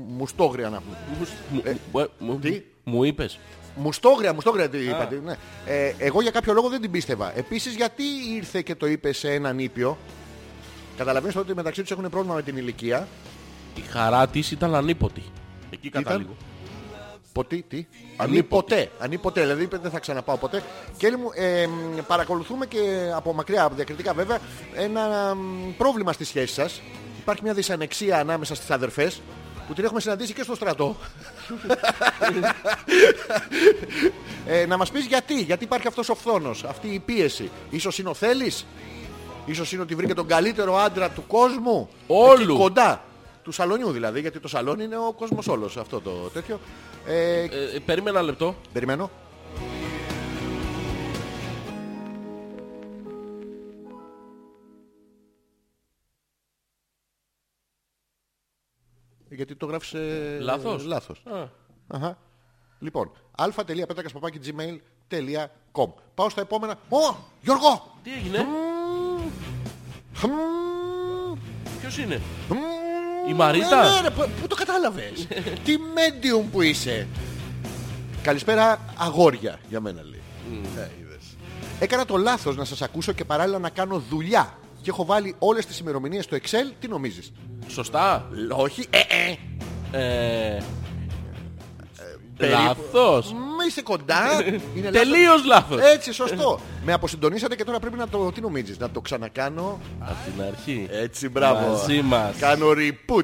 A: Μουστόγρια να πούμε.
B: Μου- μου- μου- ε, μου-
A: Ε, τι?
B: Μου είπες.
A: Μουστόγρια, μουστόγρια τι είπατε. Ναι. Ε, εγώ για κάποιο λόγο δεν την πίστευα. Επίσης, γιατί ήρθε και το είπε σε έναν ήπιο. Καταλαβαίνετε ότι μεταξύ τους έχουν πρόβλημα με την ηλικία.
B: Η χαρά της ήταν ανίποτη. Εκεί καταλήγω.
A: Ποτέ, τι. Ανή ποτέ. Ανή ποτέ. Δηλαδή είπε, δεν θα ξαναπάω ποτέ. Κέλλη μου, ε, μ, παρακολουθούμε και από μακριά, από διακριτικά βέβαια, ένα μ, πρόβλημα στη σχέση σας. Υπάρχει μια δυσανεξία ανάμεσα στις αδερφές που την έχουμε συναντήσει και στο στρατό. ε, να μας πεις γιατί, γιατί υπάρχει αυτός ο φθόνος, αυτή η πίεση. Ίσως είναι ο Θέλης, ίσως είναι ότι βρήκε τον καλύτερο άντρα του κόσμου.
B: Όλου.
A: Εκεί κοντά. Του σαλονιού δηλαδή, γιατί το σαλόνι είναι ο κόσμος όλος αυτό το τέτοιο. Ε,
B: Ε, ε, Περίμενα ένα λεπτό.
A: Περιμένω. Γιατί το γράφεις ε,
B: Λάθος.
A: λάθος.
B: Α,
A: Αχα. Λοιπόν, α.πέτρακας.gmail.com Πάω στα επόμενα. Ω, Γιώργο!
B: Τι έγινε.
A: Μμμ.
B: Ποιος είναι.
A: Μμμ.
B: Η Μαρίτα.
A: Ναι, ναι, ρε, πού- πού το κατάλαβες. Τι medium που είσαι. Καλησπέρα αγόρια για μένα λέει. Ε, είδες. Έκανα το λάθος να σας ακούσω και παράλληλα να κάνω δουλειά. και έχω βάλει όλες τις ημερομηνίες στο Excel, τι νομίζεις.
B: Σωστά.
A: Λ- Όχι, ε, ε.
B: Ε,
A: περίπου. Ε,
B: λάθος.
A: Μη είσαι κοντά. Είναι λάθος.
B: Τελείως λάθος.
A: Έτσι, σωστό. Με αποσυντονίσατε και τώρα πρέπει να το. Τι νομίζεις, να το ξανακάνω.
B: Απ' την αρχή.
A: Έτσι, μπράβο.
B: Μαζί μας.
A: Κάνω reboot.
B: Re-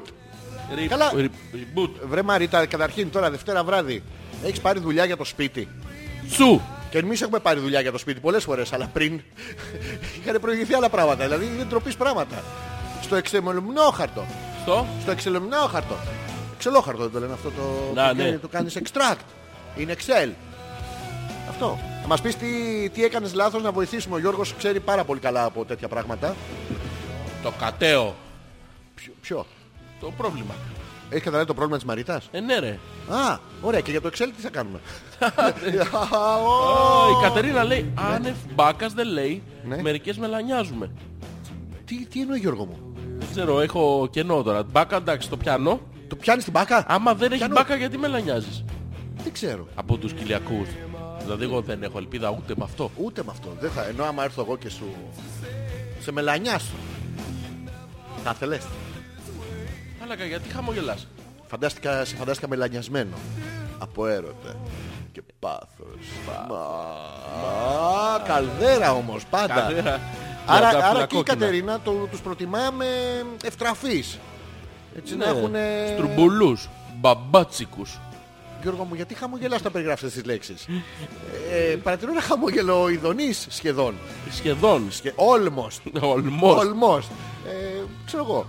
A: καλά.
B: re- Reboot.
A: Βρε Μαρίτα, καταρχήν τώρα Δευτέρα βράδυ. Έχεις πάρει δουλειά για το σπίτι.
B: Σου.
A: Και εμείς έχουμε πάρει δουλειά για το σπίτι πολλές φορές, αλλά πριν είχαν προηγηθεί άλλα πράγματα. Δηλαδή είναι ντροπής πράγματα. Στο εξελομνόχαρτο.
B: Στο.
A: Στο εξελομνόχαρτο. Εξελόχαρτο δεν το λένε αυτό το.
B: Να,
A: που
B: ναι.
A: κάνει- Το κάνεις extract. Είναι Excel. Αυτό. Να μας πεις τι, τι έκανες λάθος να βοηθήσουμε. Ο Γιώργος ξέρει πάρα πολύ καλά από τέτοια πράγματα.
B: Το κατέο.
A: Ποιο. ποιο?
B: Το πρόβλημα.
A: Έχεις καταλάβει το πρόβλημα της Μαρίτας.
B: Ε, ναι, ρε.
A: Α, ωραία. Και για το Excel τι θα κάνουμε.
B: Α, Ε, Η Κατερίνα λέει άνευ μπάκας δεν λέει.
A: Ναι.
B: Μερικές μελανιάζουμε.
A: τι, τι εννοεί Γιώργο μου.
B: Δεν ξέρω, έχω κενό τώρα. Μπάκα εντάξει, το πιάνω.
A: Το πιάνεις την μπάκα.
B: Άμα δεν έχει
A: Πιάνω.
B: μπάκα, γιατί μελανιάζει.
A: Δεν ξέρω.
B: Από τους κοιλιακούς. Δηλαδή, εγώ δεν έχω ελπίδα ούτε με αυτό.
A: Ούτε με αυτό. Δεν θα. Ενώ άμα έρθω εγώ και σου. Σε μελανιά σου. Θα θελές.
B: Αλλά γιατί χαμογελάς.
A: Φαντάστηκα, σε φαντάστηκα μελανιασμένο. Από έρωτα. Και πάθος. Μα... Καλδέρα όμως πάντα. Άρα, άρα και η Κατερίνα το, τους προτιμά με ευτραφείς. Έτσι να έχουν...
B: Στρουμπουλούς. Μπαμπάτσικους.
A: Γιώργο μου, γιατί χαμογελάς όταν περιγράφεις αυτές τις λέξεις. ε, παρατηρώ ένα χαμόγελο ειδονής σχεδόν.
B: Σχεδόν.
A: Και almost.
B: Ολμό.
A: Almost. Ε, ξέρω εγώ.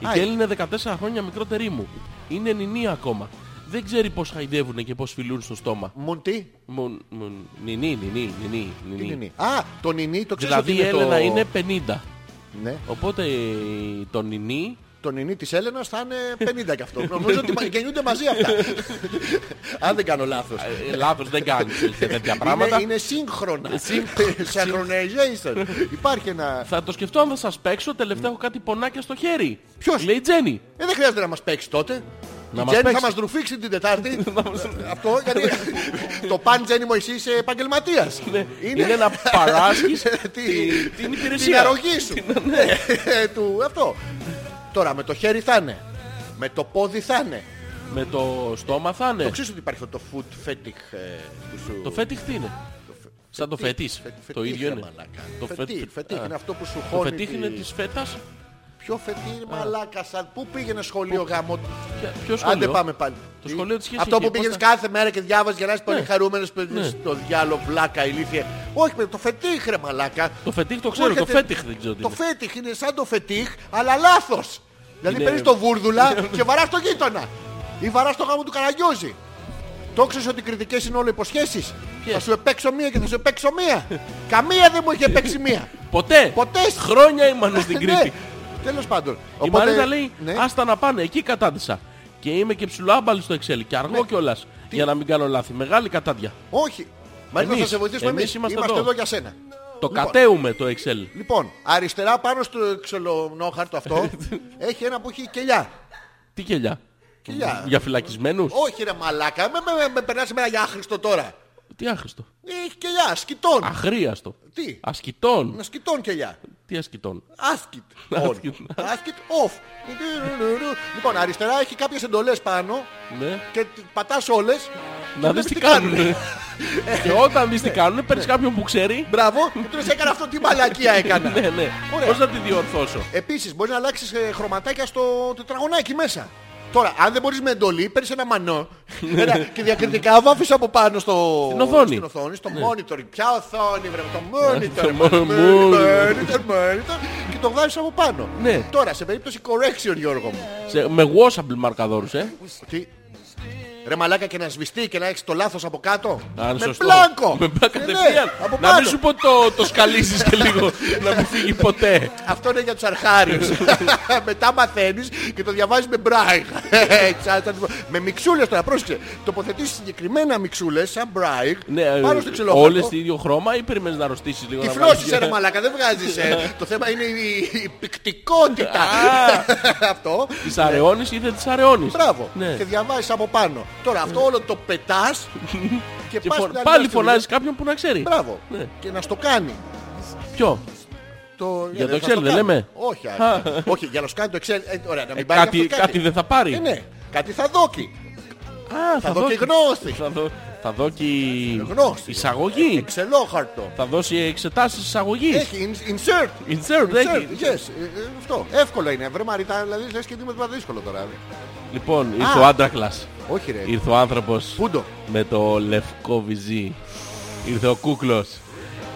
B: Η
A: Α,
B: Κέλλη είναι 14 χρόνια μικρότερη μου. Είναι νινή ακόμα. Δεν ξέρει πώς χαϊδεύουν και πώς φιλούν στο στόμα.
A: Μουν τι.
B: Μουν- μουν- Νινή, νινή, νινή,
A: Τι
B: νινή.
A: νινί. Α, το νινί το ξέρεις
B: Δηλαδή η
A: ότι είναι το...
B: Έλενα είναι 50.
A: Ναι.
B: Οπότε ε, το νινή
A: Το νινί της Έλενας θα είναι 50 κι αυτό. Νομίζω ότι μα- γεννιούνται μαζί αυτά. Αν δεν κάνω λάθος.
B: Ε, Λάθος δεν κάνεις ε, σε τέτοια
A: Είναι,
B: πράγματα.
A: είναι σύγχρονα.
B: σύγχρονα.
A: Synchronization. Υπάρχει ένα...
B: Θα το σκεφτώ αν θα σας παίξω. Τελευταία έχω κάτι πονάκια στο χέρι.
A: Ποιος?
B: Λέει η Τζέννη.
A: Ε, δεν χρειάζεται να μας παίξεις τότε.
B: Να
A: Η
B: μας
A: Τζέννη θα
B: παίξεις.
A: μας ρουφήξει την Τετάρτη. Αυτό γιατί το παν Τζέννη Μωυσής είσαι επαγγελματίας.
B: Ε, Ναι. Είναι να παράσχεις
A: Ε, Τι-
B: τη- την
A: Την
B: υπηρεσία. Ναι.
A: αρρωγή σου. Ε, του- Αυτό. Τώρα με το χέρι θα είναι. Με το πόδι θα είναι.
B: Με το στόμα θα
A: Το
B: είναι.
A: ξέρεις ότι υπάρχει αυτό το food fetish ε, που σου...
B: Το φέτιχ τι είναι. Σαν το φετής.
A: Φε-
B: Το
A: fetish,
B: ίδιο
A: ρε
B: είναι.
A: μαλάκα.
B: Το
A: Fetish,
B: φετί-
A: fetish
B: α.
A: είναι αυτό που σου
B: Το
A: χώνει.
B: φετίχ
A: τη-
B: είναι της φέτας.
A: Ποιο fetish είναι μαλάκα σαν... Πού πήγαινε σχολείο γάμο...
B: Ποια- Ποιο
A: Άντε
B: σχολείο.
A: πάμε πάλι.
B: Το
A: Τι?
B: σχολείο της είχε
A: Αυτό
B: εκεί,
A: που
B: πώς
A: πήγαινες
B: τα-
A: κάθε μέρα και διάβαζες και να είσαι πολύ
B: Ναι.
A: χαρούμενος παιδί στο διάλογο βλάκα ηλίθεια. Όχι με το φετίχ ρε μαλάκα.
B: Το φετίχ το ξέρω. Το
A: Έρχεται-
B: φέτιχ δεν ξέρω τι
A: Το
B: είναι.
A: φέτιχ είναι σαν το φετίχ αλλά λάθος. Δηλαδή
B: Είναι-
A: παίρνεις το βούρδουλα και βαράς το γείτονα. Ή βαράς το γάμο του Καραγκιόζη. Το ξέρεις ότι οι κριτικές είναι όλο υποσχέσεις.
B: Ποιες?
A: Θα σου επέξω μία και θα σου επέξω μία. Καμία δεν μου είχε επέξει μία.
B: Ποτέ.
A: Ποτέ. Ναι.
B: Χρόνια ήμουν στην Κρήτη.
A: Τέλος πάντων.
B: Η
A: Οπότε,
B: Μαρίτα λέει,
A: ναι.
B: άστα να πάνε, εκεί κατάντησα. Και είμαι και ψηλό άμπαλι στο Excel και
A: Ναι.
B: αργό κιόλα. Για να μην κάνω λάθη. Μεγάλη κατάδια.
A: Όχι. Μαρίτα θα
B: Εμείς.
A: σε βοηθήσουμε
B: Εμείς
A: εμείς.
B: είμαστε εδώ.
A: εδώ για σένα.
B: Το κατέουμε το Excel.
A: Λοιπόν, αριστερά πάνω στο ξελονόχαρτο αυτό έχει ένα που έχει κελιά.
B: Τι κελιά.
A: Κελιά.
B: Για φυλακισμένους.
A: Όχι ρε μαλάκα, με, με, με περνάς σήμερα για άχρηστο τώρα.
B: Τι άχρηστο.
A: Έχει κελιά, σκητών.
B: Αχρίαστο.
A: Τι? Ναι.
B: Ασκητών.
A: Να σκητών κελιά.
B: Τι ασκητών.
A: Άσκητ.
B: Άσκητ.
A: Άσκητ off. Λοιπόν, αριστερά έχει κάποιες εντολές πάνω
B: Ναι.
A: και τι- πατάς όλες.
B: Να δει
A: βλέπεις
B: τι κάνουν. και όταν δεις τι κάνουν, παίρνεις κάποιον που ξέρει.
A: Μπράβο, και του λες έκανα αυτό, τι μαλακία έκανα.
B: Ναι, ναι.
A: Ωραία.
B: Πώς θα τη διορθώσω.
A: Επίσης μπορείς να αλλάξεις ε, χρωματάκια στο τετραγωνάκι μέσα. Τώρα, αν δεν μπορείς με εντολή, παίρνεις ένα μανό ένα, και διακριτικά βάφεις από πάνω στο...
B: Ναι. Στην οθόνη. Ναι.
A: στην στο monitor. Ποια οθόνη, βρε, το monitor,
B: Το
A: monitor,
B: monitor.
A: monitor, monitor, και το βγάζεις από πάνω.
B: Ναι.
A: Τώρα, σε περίπτωση correction, Γιώργο μου.
B: Σε- με washable μαρκαδόρους, ε.
A: Τι... Ρε μαλάκα και να σβηστεί και να έχεις το λάθος από κάτω.
B: Αν
A: με
B: σωστό.
A: πλάνκο.
B: Με
A: Ε,
B: πλάνκο
A: ναι,
B: κατευθείαν.
A: από
B: να μην
A: πάνω.
B: σου πω το, το σκαλίζεις και λίγο. να μην φύγει ποτέ.
A: Αυτό είναι για τους αρχάριους. Μετά μαθαίνεις και το διαβάζεις με μπράιγ. με μιξούλες τώρα, πρόσεξε. Τοποθετείς συγκεκριμένα μιξούλες σαν μπράιγ
B: Ναι,
A: πάνω στο ξυλόχαρτο.
B: όλες στο ίδιο χρώμα ή περιμένεις να αρρωστήσεις λίγο. να
A: Τυφλώσεις ε,
B: βάλεις-
A: ρε μαλάκα, δεν βγάζεις.
B: Ναι.
A: ε. το θέμα είναι η, η πικτικότητα. αυτό.
B: Τις αραιώνεις ή δεν τις αραιώνεις.
A: Μπράβο.
B: Ναι.
A: Και διαβάζεις από πάνω. Τώρα αυτό όλο το πετάς και,
B: Και
A: πας
B: φω-
A: στην άλλη
B: πάλι Ναι.
A: μαστιγή.
B: φωνάζεις κάποιον που να ξέρει.
A: Μπράβο.
B: Ναι.
A: Και να στο κάνει.
B: Ποιο.
A: Το...
B: Για το
A: θα
B: Excel, δεν
A: κάνω.
B: λέμε?
A: Όχι, άρα. Όχι, για να σου κάνει το Excel. ε, ωραία, να
B: Ε,
A: μην πάρει
B: κάτι,
A: αυτός
B: κάτι δεν θα πάρει.
A: Ε, ναι, κάτι θα δόκει.
B: Α,
A: Θα δω και γνώση.
B: Θα δω, θα δω και η-
A: Γνώση.
B: εισαγωγή.
A: Εξελόχαρτο.
B: Θα δώσει εξετάσεις εισαγωγής.
A: Έχει ins- insert.
B: Insert,
A: Insert,
B: έχει.
A: yes. Ε, ε, αυτό. Εύκολο είναι. Βρε Μαρίτα, δηλαδή λες και τίποτα δύσκολο τώρα.
B: Λοιπόν, ήρθε ο άντρακλας.
A: Όχι ρε.
B: Ήρθε ο άνθρωπος
A: Πού το.
B: με το λευκό βυζί. Ήρθε ο κούκλος.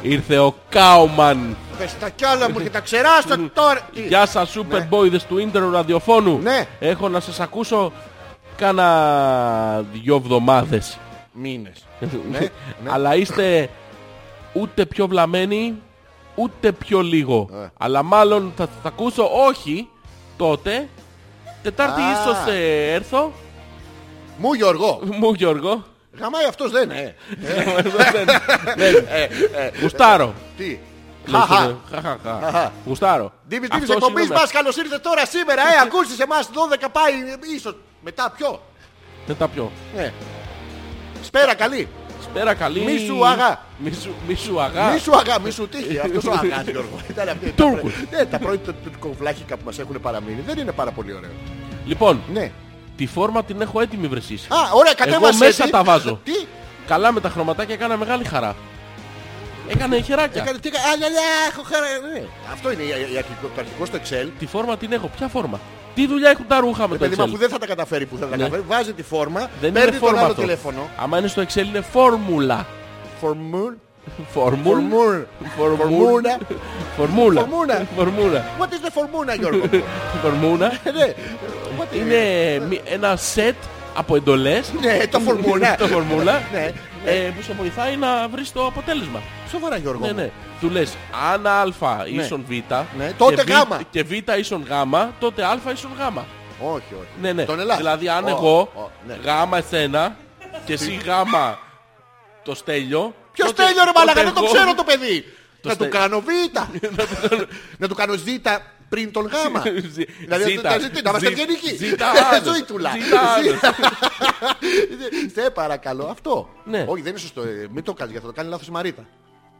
B: Ήρθε ο κάουμαν.
A: Πες τα κι άλλα μου και τα ξεράστα τώρα. Τι.
B: Γεια σας, σούπερ μπόιδες του ίντερνετ ραδιοφώνου.
A: Ναι.
B: Έχω να σας ακούσω κάνα δυο εβδομάδες.
A: Μήνες. ναι.
B: Αλλά είστε ούτε πιο βλαμμένοι, ούτε πιο λίγο.
A: Ε.
B: Αλλά μάλλον θα σας ακούσω όχι τότε. Τετάρτη
A: Α.
B: ίσως ε, έρθω.
A: Μου Γιώργο.
B: Μου Γιώργο.
A: Γαμάει αυτός δεν ε.
B: Γουστάρω.
A: Τι.
B: Λέει
A: Ε, Χαχα.
B: στο- χα, χα, χα.
A: Χαχα.
B: Γουστάρω.
A: Δίμης
B: Αυτός
A: Δίμης εκπομπής
B: είναι-
A: μας καλώς ήρθε τώρα σήμερα ε. Ακούσεις εμάς 12 πάει ε, ίσως μετά πιο.
B: Δεν τα πιω.
A: Ναι. Σπέρα καλή.
B: Σπέρα καλή.
A: Μη σου αγά.
B: Μη σου- Μη σου αγά.
A: Μη σου αγά, μη σου τύχει. Αυτός ο αγάς Γιώργο. Ήταν αυτή-
B: Τούρκος.
A: Ναι, τα πρώην του- τουρκοβλάχικα που μας έχουν παραμείνει δεν είναι πάρα πολύ ωραίο.
B: Λοιπόν,
A: Ναι.
B: τη φόρμα την έχω έτοιμη βρεσής.
A: Α, ωραία, κατέβασε.
B: μέσα
A: έτσι.
B: τα βάζω.
A: Τι,
B: Καλά με τα χρωματάκια έκανα μεγάλη χαρά. Έκανε χεράκια.
A: έκανε, τι, έκανε, α, λα, λα, έχω χαρά, ναι. Αυτό είναι η- η- η- το αρχικό στο Excel.
B: Τη φόρμα την έχω. Ποια φόρμα. Τι δουλειά έχουν τα ρούχα με
A: Ε,
B: το
A: παιδί μου,
B: Excel.
A: που δεν θα τα καταφέρει που θα τα
B: Ναι.
A: καταφέρει, βάζει τη φόρμα,
B: Δεν
A: παίρνει
B: είναι
A: τον
B: φόρμα
A: άλλο
B: αυτό.
A: τηλέφωνο.
B: Άμα είναι στο Excel είναι φόρμουλα.
A: Φορμούρ,
B: Φορμούλ.
A: φορμούρ,
B: Φορμούνα. Φορμούλα.
A: Φορμούνα.
B: Φορμούνα.
A: What is the φορμούνα, Γιώργο.
B: Φορμούνα.
A: Ναι, what is-
B: Είναι μη- ένα σετ από εντολές.
A: Ναι, το φορμούνα.
B: Το φορμούλα.
A: Ναι.
B: ε, που σε βοηθάει να βρεις το αποτέλεσμα.
A: Σοβαρά, Γιώργο.
B: Ναι,
A: μου.
B: ναι. Του λες αν α ίσον β.
A: Ναι,
B: και
A: τότε
B: β-
A: γάμα.
B: Και β ίσον γ, τότε α ίσον γ.
A: Όχι, όχι.
B: Ναι, ναι.
A: Τον Ελλάς.
B: Δηλαδή αν
A: Ω,
B: εγώ
A: ω, ναι.
B: γάμα εσένα και εσύ γάμα το στέλιο.
A: Ποιος
B: τότε-
A: τέλειο ρε
B: τότε
A: μαλάκα, δεν το
B: εγώ-
A: ξέρω το παιδί. Να του
B: στέλνει.
A: κάνω β. Να του κάνω ζ πριν τον γάμα.
B: Ζη-
A: Δηλαδή
B: ζήτα.
A: τα Ε, ζητή, να είμαστε
B: Ζη-
A: ευγενικοί.
B: ζήτα άνος.
A: Ζήτουλα.
B: Ζήτα άνος.
A: Σε παρακαλώ, αυτό.
B: Ναι.
A: Όχι, δεν είναι σωστό. ε, Μην το κάνεις, γιατί θα το κάνει λάθος η Μαρίτα.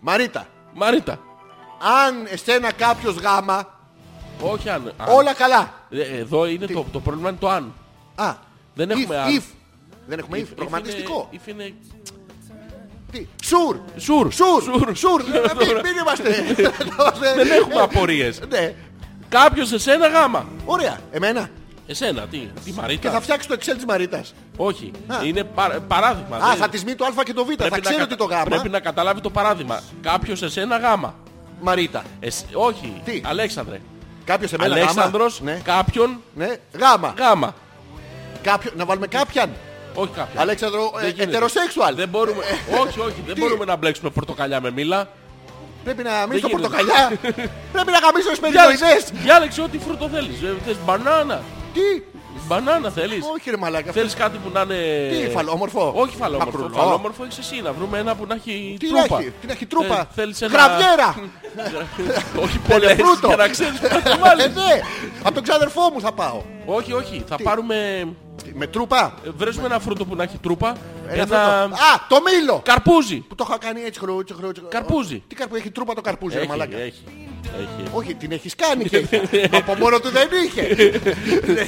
A: Μαρίτα,
B: Μαρίτα.
A: αν εσένα κάποιος γάμα,
B: Όχι αν. αν.
A: όλα Ε, καλά.
B: Ε, Εδώ είναι το, το πρόβλημα είναι το αν.
A: Α,
B: Δεν
A: if,
B: έχουμε αν.
A: if. Δεν έχουμε if,
B: If
A: πραγματιστικό.
B: είναι- if είναι-
A: Τι, Σουρ,
B: Σουρ.
A: σουρ, σουρ, μην- μην είμαστε.
B: Δεν έχουμε απορίες.
A: Ναι,
B: Κάποιος εσένα γάμα.
A: ωραία, εμένα.
B: Εσένα, τι, τι
A: Και θα
B: Μαρίτα.
A: φτιάξει το Excel της Μαρίτας.
B: Όχι,
A: Α.
B: είναι παρα- παράδειγμα.
A: Α,
B: Δεν-
A: θα της μείνει το α και το β. Θα
B: να
A: ξέρει
B: κατα-
A: ότι το γάμα.
B: Πρέπει να καταλάβει το παράδειγμα. Κάποιος εσένα γάμα.
A: Μαρίτα.
B: Εσ- όχι,
A: Τι?
B: Αλέξανδρε.
A: Κάποιος εμένα γάμα.
B: Αλέξανδρος,
A: Ναι.
B: κάποιον
A: Ναι, γάμα.
B: γάμα.
A: Κάποιο- Να βάλουμε κάποιαν.
B: Όχι κάποιον.
A: Αλέξανδρο, ε,
B: Ναι. Δεν γίνεται.
A: ετεροσέξουαλ. Ε,
B: Δεν μπορούμε, όχι, όχι, δεν
A: Τι?
B: μπορούμε να μπλέξουμε πορτοκαλιά με μήλα.
A: Πρέπει να μείνει το
B: γίνεται.
A: πορτοκαλιά. Πρέπει να γαμίσω τις
B: Διάλεξε,
A: περιδοειδές.
B: διάλεξε ό,τι φρούτο θέλεις. Ε, Θες μπανάνα.
A: Τι.
B: Μπανάνα θέλεις.
A: Όχι ρε μαλάκα.
B: Θέλεις κάτι που να είναι...
A: Τι, φαλόμορφο.
B: Ε, Όχι φαλόμορφο.
A: Μακρουλό.
B: Φαλόμορφο έχεις εσύ. Να βρούμε ένα που να έχει
A: Τι να
B: τρούπα.
A: έχει, τι να έχει τρούπα.
B: Ε, θέλεις ένα...
A: Γραβιέρα.
B: όχι πολλές.
A: Τελεφρούτο.
B: Για να ξέρεις που θα το
A: Ε,
B: βάλεις.
A: ναι. Από τον ξάδερφό μου θα πάω.
B: όχι, όχι. Θα πάρουμε...
A: Τι, Με τρούπα.
B: ε, Βρέσουμε ένα φρούτο που να έχει τρούπα.
A: Ένα
B: Ένα...
A: φρούτο. Α, το μήλο.
B: Καρπούζι.
A: Που το είχα κάνει έτσι χρούτσι, χρούτσι.
B: Καρπούζι.
A: Τι καρπούζι, έχει τρούπα το καρπούζι, ρε
B: Έχει,
A: μαλάκα.
B: έχει. έχει.
A: Όχι, την έχεις κάνει και είχα. Από μόνο του δεν είχε.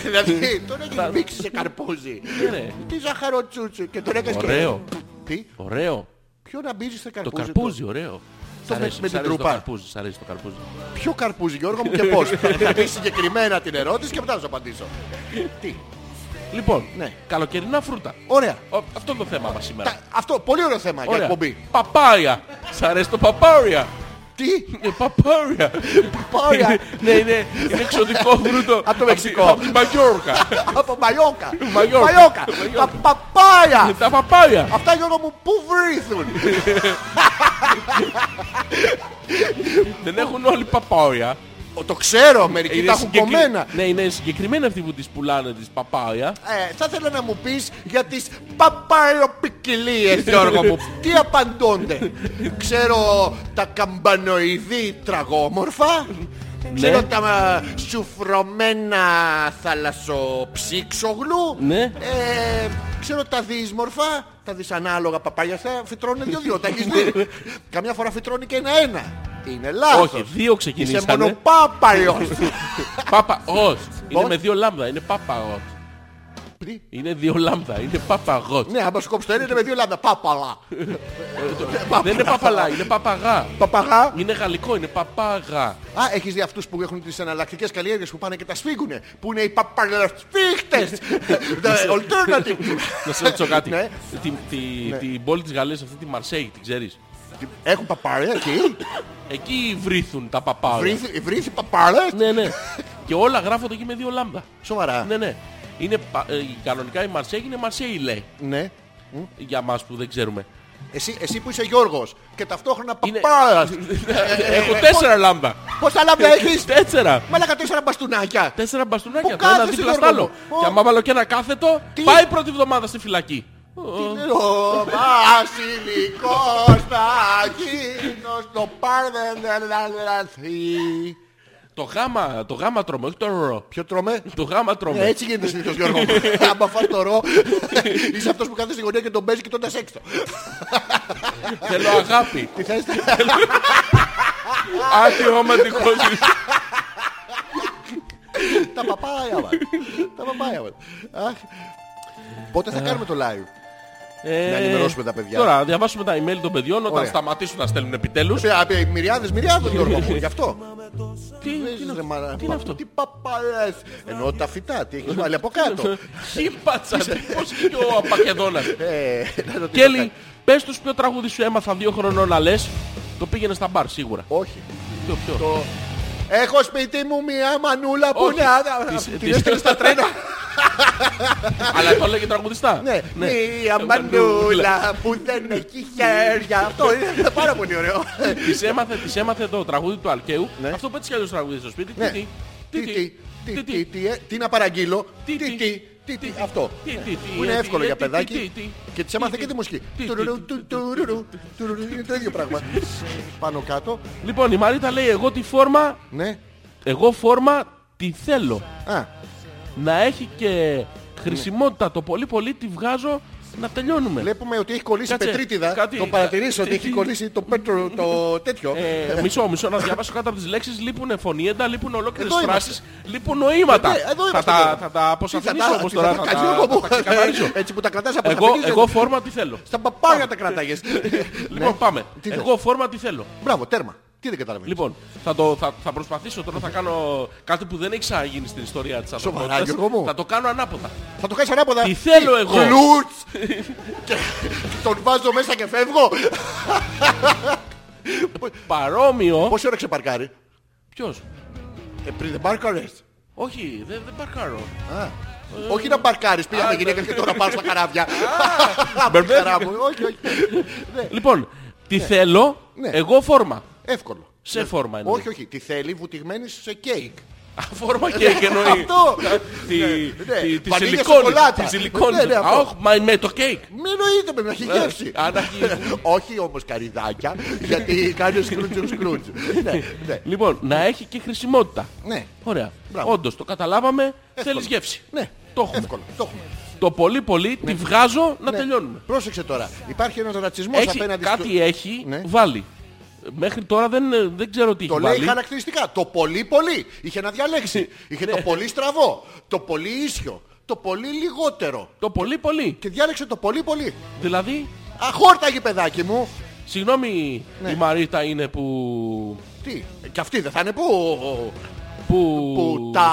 A: δηλαδή, τον έχεις μίξει σε καρπούζι.
B: Ναι, ρε.
A: Τι ζαχαροτσούτσου και τον έκανες και...
B: Ωραίο.
A: Τι,
B: Ωραίο.
A: ποιο να μπίζεις σε
B: Το
A: καρπούζι.
B: καρπούζι, ωραίο. Σ'
A: με-
B: αρέσει,
A: με
B: σ'
A: την
B: αρέσει το
A: τρούπα.
B: καρπούζι, σ' αρέσει το καρπούζι.
A: το- Ποιο καρπούζι, Γιώργο μου και πώς. θα πεις συγκεκριμένα την ερώτηση και μετά θα σου απαντήσω. Τι,
B: Λοιπόν,
A: Ναι.
B: καλοκαιρινά φρούτα.
A: ωραία.
B: Ο- Αυτό είναι το θέμα μας σήμερα.
A: Τα- Αυτό, πολύ ωραίο θέμα για
B: Ωραία.
A: εκπομπή.
B: Παπάρια. Σ' αρέσει το παπάρια.
A: Τι,
B: Ε, Παπάρια.
A: Παπάρια.
B: Ναι, είναι, είναι εξωτικό φρούτο.
A: Απ' το
B: τη-
A: Μεξικό.
B: Απ' τη Μαγιόρκα.
A: από Μαγιόκα.
B: Μαγιόρκα.
A: Μαγιόκα. Τα
B: Μαγιόρκα.
A: παπάια.
B: Τα παπάρια.
A: Αυτά Γιώργο μου πού βρήθουν.
B: Δεν έχουν όλοι παπάρια.
A: Ο, Το ξέρω, μερικοί
B: Είναι
A: τα έχουν
B: συγκεκρι-
A: κομμένα.
B: Ναι, είναι συγκεκριμένοι αυτοί που τις πουλάνε τις παπάρια.
A: Ε, θα ήθελα να μου πεις για τις παπαροπικιλίες Γιώργο μου. Τι απαντώνται. Ξέρω τα καμπανοειδή τραγόμορφα.
B: Ναι.
A: Ξέρω τα α, σουφρωμένα θαλασσοψύξογλου.
B: Ναι.
A: Ε, ξέρω τα δυσμορφα, τα δυσανάλογα παπάρια. Αυτά φυτρώνουν δύο-δύο. Τα έχεις δει. Καμιά φορά φυτρώνει και ένα-ένα. Είναι λάθος.
B: Όχι, δύο
A: Είσαι
B: ξεκινήσανε.
A: μόνο πάπαριος.
B: Πάπα, ως. Είναι
A: Πώς?
B: με δύο λάμδα, είναι πάπα, ως.
A: Πρι-
B: Είναι δύο λάμδα, είναι πάπα, ως.
A: ναι, άμα σου κόψει το ένα είναι με δύο λάμδα. Πάπαλα.
B: Δεν είναι παπαλά, είναι παπαγά.
A: Παπαγά.
B: Είναι γαλλικό, είναι παπάγα.
A: Α, έχεις δει αυτούς που έχουν τις εναλλακτικές καλλιέργειες που πάνε και τα σφίγγουνε. Που είναι οι παπαλασφίχτες. The alternative.
B: Να σε ρωτήσω κάτι.
A: Ναι.
B: Την- τη- Την πόλη της Γαλλίας, αυτή τη Μαρσέη, την ξέρεις.
A: Έχουν παπάρια εκεί.
B: Εκεί βρήθουν τα παπάγα.
A: Βρήθη- Βρήθη παπάρες.
B: Ναι, ναι. Και όλα γράφονται εκεί με δύο λάμδα.
A: Σοβαρά.
B: Ναι, ναι. Είναι, πα- ε, κανονικά η Μαρσέη είναι Μαρσέη, λέει.
A: Ναι.
B: Για μας που δεν ξέρουμε.
A: Εσύ, εσύ που είσαι Γιώργος και ταυτόχρονα
B: Είναι-
A: παπάρας.
B: Έχω τέσσερα λάμδα.
A: Πόσα λάμδα Ναι, έχεις.
B: Τέσσερα.
A: Μαλάκα τέσσερα μπαστούνάκια.
B: Τέσσερα
A: Πού
B: μπαστούνάκια, το ένα
A: κάθεσαι,
B: δίπλα στο
A: Γιώργο
B: άλλο.
A: μου?
B: Και
A: Ω.
B: άμα βάλω και ένα κάθετο,
A: Τι?
B: πάει πρώτη εβδομάδα στη φυλακή.
A: Ο Βασιλικός Ταχύνος το πάρ δεν ελαλαθεί.
B: Το γάμα, το γάμα τρώμε, όχι το ρο.
A: Ποιο τρώμε?
B: Το γάμα τρώμε.
A: Ναι, Έτσι γίνεται συνήθως Γιώργο μου.
B: Ναι.
A: Άμα φας το ρο, είσαι αυτός που κάθεται στη γωνία και τον παίζεις και τον τας έξω.
B: Θέλω αγάπη.
A: Τι θες,
B: Άτιο ματικό
A: τα παπάια μας. Τα παπάια μας. Αχ. Πότε
B: Ε.
A: θα κάνουμε το live. Να ενημερώσουμε τα παιδιά.
B: Τώρα, διαβάσουμε τα email των παιδιών όταν
A: Ωραία.
B: σταματήσουν να στέλνουν επιτέλους.
A: Σε- απ- Μυριάδες, μυριάδων Γιώργο μου, γι' αυτό.
B: Τι
A: Λες,
B: τι είναι
A: ρε,
B: αυτό,
A: μαρα-
B: τι είναι αυτό.
A: Τι παπαρές. Ενώ τα φυτά, τι έχεις βάλει από κάτω.
B: Χίπατσα, τύπος και ο Απακεδόνας.
A: Ε, να το τι θα
B: Κέλλη,
A: κάνει.
B: πες τους ποιο τραγούδι σου έμαθα δύο χρονών να λες. Το πήγαινε στα μπαρ σίγουρα.
A: Όχι.
B: Ποιο, ποιο.
A: Έχω σπίτι μου μια μανούλα που
B: Όχι.
A: είναι άδα.
B: Της-
A: Την
B: της-
A: έστειλε στα τρένα.
B: Αλλά το λέγει τραγουδιστά.
A: Ναι, μια μανούλα που δεν έχει χέρια. Αυτό είναι πάρα πολύ ωραίο.
B: Της έμαθε, της έμαθε το τραγούδι του Αλκαίου.
A: Ναι.
B: Αυτό που έτσι κι αλλιώς τραγουδίζει στο σπίτι.
A: Ναι.
B: Τι,
A: Τι, τι,
B: τι,
A: τι, τι, τι, ε, τι να παραγγείλω. Τι, τι, τι, τι, αυτό.
B: τι, τι, τι,
A: Που είναι
B: ε,
A: εύκολο
B: ε,
A: για
B: τι, τι, τι,
A: παιδάκι.
B: τι,
A: Και της έμαθε και τη μουσική.
B: τι,
A: Τουρουρου,
B: τι, τι,
A: τουρουρου, τουρουρου, Είναι το ίδιο πράγμα. Πάνω κάτω.
B: Λοιπόν, η Μαρίτα λέει εγώ τη φόρμα,
A: Ναι.
B: εγώ φόρμα τη θέλω.
A: Α,
B: Να έχει και χρησιμότητα το πολύ πολύ τη βγάζω να τελειώνουμε.
A: βλέπουμε ότι έχει κολλήσει
B: Κάτσε,
A: πετρίτιδα.
B: κάτι-
A: Το παρατηρείς ότι
B: τι-
A: έχει
B: τι-
A: κολλήσει το πέτρο, το τέτοιο.
B: Ε, μισό, μισό, να διαβάσω κάτω από τις λέξεις. Λείπουν φωνήεντα, λείπουν ολόκληρες
A: Εδώ είμαστε.
B: φράσεις, λείπουν νοήματα.
A: Ε, εδώ
B: θα,
A: είμαστε
B: τα,
A: τώρα.
B: θα τα αποσαφηνίσω όμως τώρα. Θα, τα-
A: Γιώργο μου.
B: θα τα ξεκαθαρίσω.
A: Έτσι που τα κρατάς από
B: εγώ, εγώ φόρμα τι θέλω.
A: Στα παπάρια τα κρατάγες.
B: Λοιπόν,
A: Ναι.
B: πάμε.
A: Τι
B: εγώ
A: θες?
B: φόρμα τι θέλω.
A: Μπράβο, τέρμα. Τι δεν καταλαβαίνεις.
B: Λοιπόν, θα, το, θα, θα προσπαθήσω τώρα, θα κάνω κάτι που δεν έχει ξαναγίνει στην ιστορία της
A: Σοβαρά,
B: ανθρωπότητας.
A: Γιώργο μου.
B: Θα το κάνω ανάποδα.
A: Θα το κάνεις ανάποδα.
B: Τι θέλω εγώ.
A: Κλουτς. Και τον βάζω μέσα και φεύγω.
B: Παρόμοιο.
A: Πόση ώρα ξεπαρκάρει.
B: Ποιος?
A: Ε, πριν δεν πάρκαρες.
B: Όχι, δεν δεν παρκάρω.
A: Όχι να μπαρκάρεις, πήγαμε
B: α, ναι.
A: γυναίκα και τώρα πάω στα καράβια.
B: Μπερδεύτηκα.
A: Χαρά μου. Όχι, όχι. Ναι,
B: Λοιπόν, τι θέλω,
A: Ναι.
B: εγώ φόρμα.
A: Εύκολο.
B: Σε φόρμα είναι.
A: Όχι, όχι. Τη θέλει βουτυγμένη σε κέικ.
B: Α, Φόρμα και και εννοεί.
A: Αυτό.
B: Τη-
A: ναι.
B: τη- Τη
A: Βανίλια
B: σιλικόνη.
A: σοκολάτα.
B: Τη σιλικόνη.
A: Ναι, ναι,
B: Α,
A: αυτό.
B: όχι, μα με το κέικ.
A: Μην εννοείται με να
B: Ναι.
A: έχει γεύση.
B: αν έχει-
A: Όχι όμως καριδάκια, γιατί κάνει σκρούτζου σκρούτζου. Ναι, ναι.
B: Λοιπόν, να έχει και χρησιμότητα.
A: Ναι.
B: Ωραία.
A: Μπράβο.
B: Όντως, το καταλάβαμε. Θέλεις γεύση.
A: Ναι,
B: Το έχουμε.
A: Εύκολο. Το έχουμε.
B: Το πολύ πολύ τη βγάζω να
A: Ναι.
B: τελειώνουμε.
A: Πρόσεξε τώρα. Υπάρχει ένας ρατσισμός
B: Έχει,
A: απέναντι
B: κάτι
A: στο...
B: έχει
A: Ναι.
B: βάλει. Ε, Μέχρι τώρα δεν, ε, δεν ξέρω τι
A: Το
B: έχει
A: λέει
B: βάλει.
A: χαρακτηριστικά. Το πολύ πολύ. Είχε να διαλέξει. Είχε
B: Ναι.
A: το πολύ στραβό. Το πολύ ίσιο. Το πολύ λιγότερο.
B: Το πολύ πολύ.
A: Και διάλεξε το πολύ πολύ.
B: Δηλαδή,
A: Αχόρταγε παιδάκι μου.
B: συγγνώμη,
A: Ναι.
B: η Μαρίτα είναι που...
A: Τι. Και αυτή δεν θα είναι που.
B: Που...
A: Πουτά.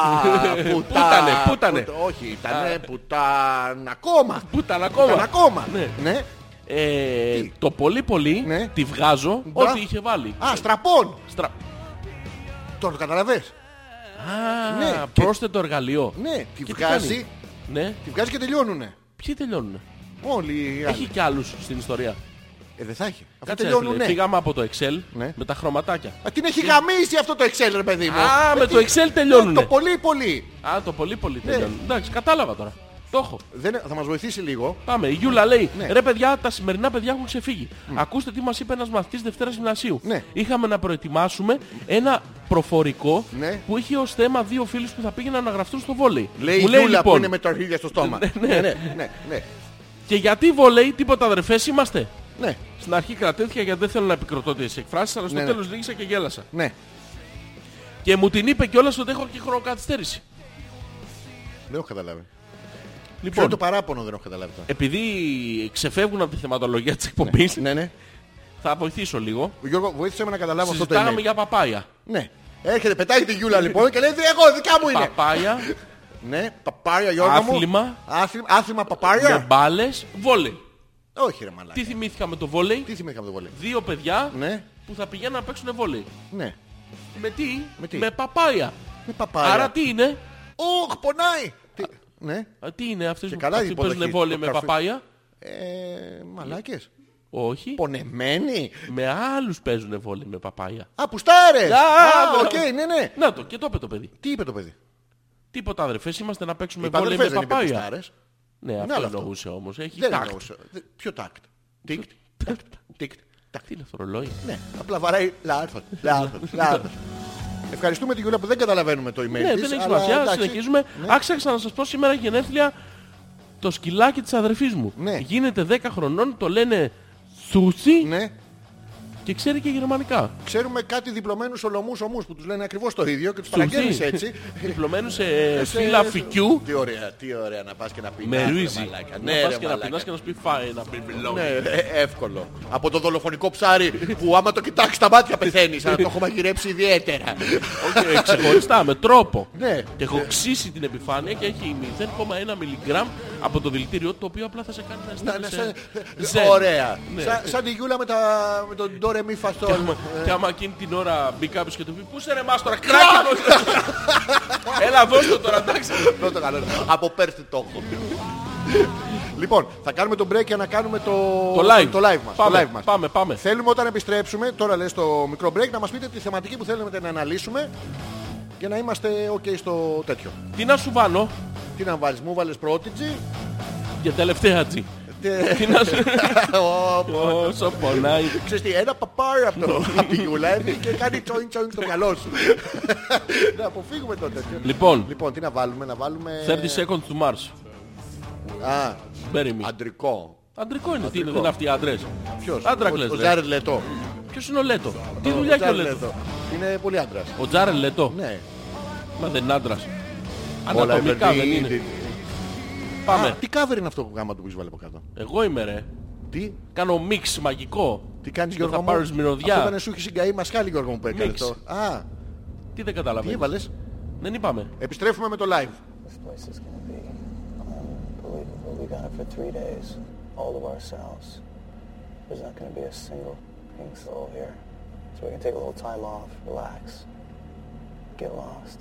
B: Πού
A: Πουτά.
B: ήτανε, πού ήτανε.
A: πουτ- Όχι, ήταν πουτάν ακόμα.
B: Πού ήταν
A: Πουτάν
B: ακόμα.
A: ακόμα.
B: Ναι.
A: Ναι.
B: Ε,
A: Τι?
B: το πολύ πολύ
A: Ναι.
B: τη βγάζω
A: Μπρα-
B: ό,τι είχε βάλει.
A: Α, στραπών.
B: Στρα...
A: Τώρα το καταλαβες.
B: Α,
A: Ναι, και-
B: πρόσθετο εργαλείο.
A: Ναι, τη
B: Και τι
A: βγάζει.
B: κάνει? Ναι,
A: Τη βγάζει και τελειώνουνε.
B: ποιοι τελειώνουν.
A: Όλοι οι άλλοι.
B: Έχει κι άλλους στην ιστορία.
A: Ε, δεν θα έχει. Αφού
B: Κάτσε ρε, φίλε,
A: τελειώνουνε.
B: Φύγαμε από το Excel
A: Ναι.
B: με τα χρωματάκια.
A: Α, την έχει γαμίσει αυτό το Excel, ρε παιδί μου.
B: Ε, Α, με
A: τι-
B: το Excel
A: Ναι,
B: τελειώνουνε.
A: Το πολύ πολύ.
B: Α, το πολύ πολύ
A: Ναι.
B: τελειώνουν. Εντάξει, κατάλαβα τώρα. Το έχω.
A: Δεν, θα μας βοηθήσει λίγο.
B: Πάμε. Η Γιούλα λέει:
A: Ναι.
B: Ρε παιδιά, τα σημερινά παιδιά έχουν ξεφύγει. Ακούστε τι μας είπε ένας μαθητής Δευτέρας Γυμνασίου.
A: Ναι.
B: Είχαμε να προετοιμάσουμε ένα προφορικό
A: Ναι.
B: που είχε ως θέμα δύο φίλους που θα πήγαιναν να γραφτούν στο βόλεϊ.
A: Λέει η
B: Μου λέει
A: Γιούλα
B: λοιπόν,
A: που είναι με τα αρχίδια στο στόμα.
B: ναι, ναι.
A: ναι, ναι.
B: και γιατί βόλεϊ, τίποτα αδερφές είμαστε.
A: Ναι,
B: Στην αρχή κρατήθηκα γιατί δεν θέλω να επικροτώ τις εκφράσεις, αλλά στο
A: Ναι, ναι.
B: τέλος νίκησα και γέλασα.
A: ναι.
B: Και μου την είπε κιόλας ότι έχω και χρονοκαθυστέρηση.
A: Δεν έχω καταλάβει. Ποιο είναι
B: Λοιπόν,
A: το παράπονο δεν έχω καταλάβει τώρα.
B: επειδή ξεφεύγουν από τη θεματολογία της εκπομπής,
A: Ναι, ναι.
B: θα βοηθήσω λίγο.
A: Γιώργο, βοήθησε με να καταλάβω αυτό το
B: Συζητάγαμε
A: email.
B: για παπάια.
A: Ναι. Έρχεται, πετάει τη Γιούλα λοιπόν και λέει εγώ, δικά μου είναι.
B: Παπάια,
A: Ναι, παπάρια Γιώργο μου.
B: Άθλημα. Ναι.
A: Άθλημα. Άθλημα παπάρια.
B: μπάλες, βόλεϊ.
A: Όχι ρε μαλάκα.
B: Τι θυμήθηκα με το βόλεϊ.
A: Τι θυμήθηκα με το βολέ.
B: Δύο παιδιά
A: Ναι,
B: που θα πηγαίνουν να παίξουν βόλεϊ.
A: ναι.
B: Με τι?
A: Με τι?
B: παπάια.
A: Με παπάρια.
B: Άρα τι είναι?
A: Όχ, πονάει. Τι- Ναι.
B: Α, Τι είναι αυτές που
A: καλά η
B: αυτοί που παίζουν
A: υποδοχή,
B: βόλεϊ
A: το
B: με
A: καρφί.
B: παπάια.
A: Ε, μαλάκες.
B: Όχι.
A: Πονεμένοι.
B: Με άλλους παίζουν βόλεϊ με παπάια.
A: Α, πουστάρες.
B: Α,
A: Α, οκ, ναι, ναι.
B: Να το, και το είπε το παιδί.
A: Τι είπε το παιδί.
B: Τίποτα αδερφές, είμαστε να παίξουμε
A: Οι
B: βόλεϊ
A: παδελφές
B: με
A: δεν είπε
B: παπάια.
A: πουστάρες.
B: Ναι, αυτό
A: άλλο αυτό.
B: εννοούσε όμως. Έχει
A: Δεν
B: τάκτ.
A: εννοούσα. Δε- Ποιο τάκτ. Τικ,
B: Τάκτ.
A: τικ, τάκτ.
B: Τι είναι αυτό το ρολόι.
A: Ναι, απλά βαράει λάθος, λάθος, λάθος. Ευχαριστούμε την Γιούλα που δεν καταλαβαίνουμε το email
B: Ναι,
A: της,
B: δεν έχει
A: αλλά
B: σημασία,
A: εντάξει.
B: συνεχίζουμε.
A: Ναι.
B: Άξαξα να σας πω σήμερα γενέθλια το σκυλάκι της αδερφής μου.
A: Ναι.
B: Γίνεται 10 χρονών, το λένε Σούσι
A: Ναι,
B: και ξέρει και γερμανικά.
A: ξέρουμε κάτι διπλωμένους ολομούς ομούς που τους λένε ακριβώς το ίδιο και τους
B: Σουσί.
A: παραγγέλνεις έτσι.
B: Διπλωμένους σε
A: Ε, Σε-
B: φύλλα φικιού
A: Τι ωραία, τι ωραία να πας και να πεινάς.
B: με
A: ρε
B: ρύζι.
A: μαλάκα.
B: Να
A: Ναι,
B: πας
A: ρε,
B: και να
A: μαλάκα.
B: πεινάς και να σου πει φάε να πει
A: Ναι,
B: μπιλόγι.
A: ε, εύκολο. Από το δολοφονικό ψάρι που άμα το κοιτάξεις τα μάτια πεθαίνεις, αλλά το έχω μαγειρέψει ιδιαίτερα.
B: Όχι, ε, ξεχωριστά, με τρόπο.
A: Ναι.
B: Και έχω ξύσει την επιφάνεια και έχει 0,1 μιλιγκράμμ από το δηλητήριο του, το οποίο απλά θα σε κάνει να
A: Να- να- σαν-
B: αισθάνεσαι ζεν.
A: Ωραία.
B: Ναι.
A: Σαν- Σαν τη Γιούλα με τα- με τον Ντόρε Μη
B: Και
A: Φαστόλ.
B: άμα- Και άμα εκείνη την ώρα μπει κάποιος και του πει Πού είσαι ρε μάστορα, κράκ! Έλα δώσ' το τώρα, εντάξει.
A: Πρώτο καλό. Από πέρσι το έχω. Λοιπόν, θα κάνουμε τον break για να κάνουμε το,
B: Το live.
A: το live μας. το
B: Πάμε,
A: live μας.
B: Πάμε, πάμε.
A: Θέλουμε όταν επιστρέψουμε, τώρα λες το μικρό break, να μας πείτε τη θεματική που θέλετε να αναλύσουμε για να είμαστε ok στο τέτοιο.
B: Τι να σου βάλω
A: Τι να βάλεις, μου βάλες πρότιτζι.
B: για τελευταία τζι.
A: τε-
B: Τι να σου...
A: Ω,
B: Όσο πονάει.
A: Ξέρεις τι, ένα παπάρι από το απ' τη γιούλα έρθει και κάνει τσόιν τσόιν στο μυαλό σου. Να αποφύγουμε το τέτοιο.
B: Λοιπόν,
A: Λοιπόν, τι να βάλουμε, να βάλουμε...
B: 30 seconds to Mars.
A: Α,
B: Bury me.
A: αντρικό.
B: Αντρικό είναι, τι είναι,
A: Αντρικό.
B: δεν είναι αυτοί οι άντρες.
A: Ποιος,
B: Άντρα
A: ο-
B: κλαις,
A: ο
B: ρε.
A: Τζάρετ Λετό.
B: Ποιος είναι ο Λέτο. Τι
A: Ο
B: δουλειά έχει ο
A: Τζάρετ
B: Λέτο.
A: Λετό. Είναι πολύ άντρας.
B: Ο Τζάρελ Λέτο.
A: Ναι.
B: Μα δεν είναι άντρας.
A: Όλα
B: Ανατομικά
A: ευερδί-
B: δεν είναι.
A: Α,
B: Πάμε.
A: Τι cover είναι αυτό που γάμα του που έχεις βάλει από κάτω.
B: Εγώ είμαι ρε.
A: Τι,
B: Κάνω μίξ μαγικό.
A: τι κάνεις
B: Δεν
A: Γιώργο
B: θα
A: μου.
B: πάρεις μυρωδιά.
A: Αυτό ήταν σου είχε συγκαεί μασχάλη Γιώργο μου που έκανε
B: Μίξ.
A: το. Α,
B: Τι
A: τι
B: δεν καταλαβαίνεις.
A: έβαλες.
B: Δεν είπαμε.
A: Επιστρέφουμε με το live.
E: this place is gonna be unbelievable. We got it for three days, all to ourselves. There's not gonna be a single pink soul here. So we can take a little time off, relax, get lost.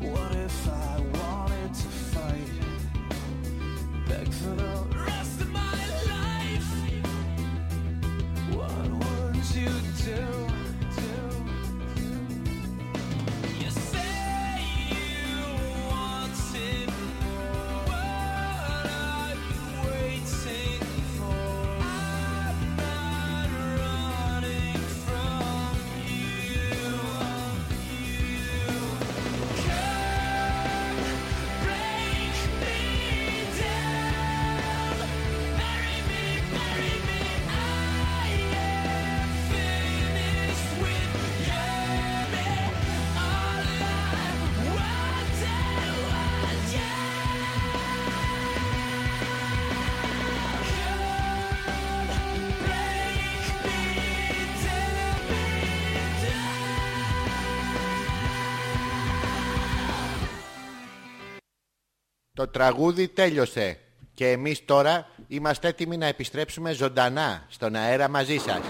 F: What if I wanted to fight? Beg for the rest of my life. What would you do? do? You say you wanted more. What are you waiting for? I'm not running from you.
A: Το τραγούδι τέλειωσε. Και εμείς τώρα είμαστε έτοιμοι να επιστρέψουμε ζωντανά στον αέρα μαζί σας.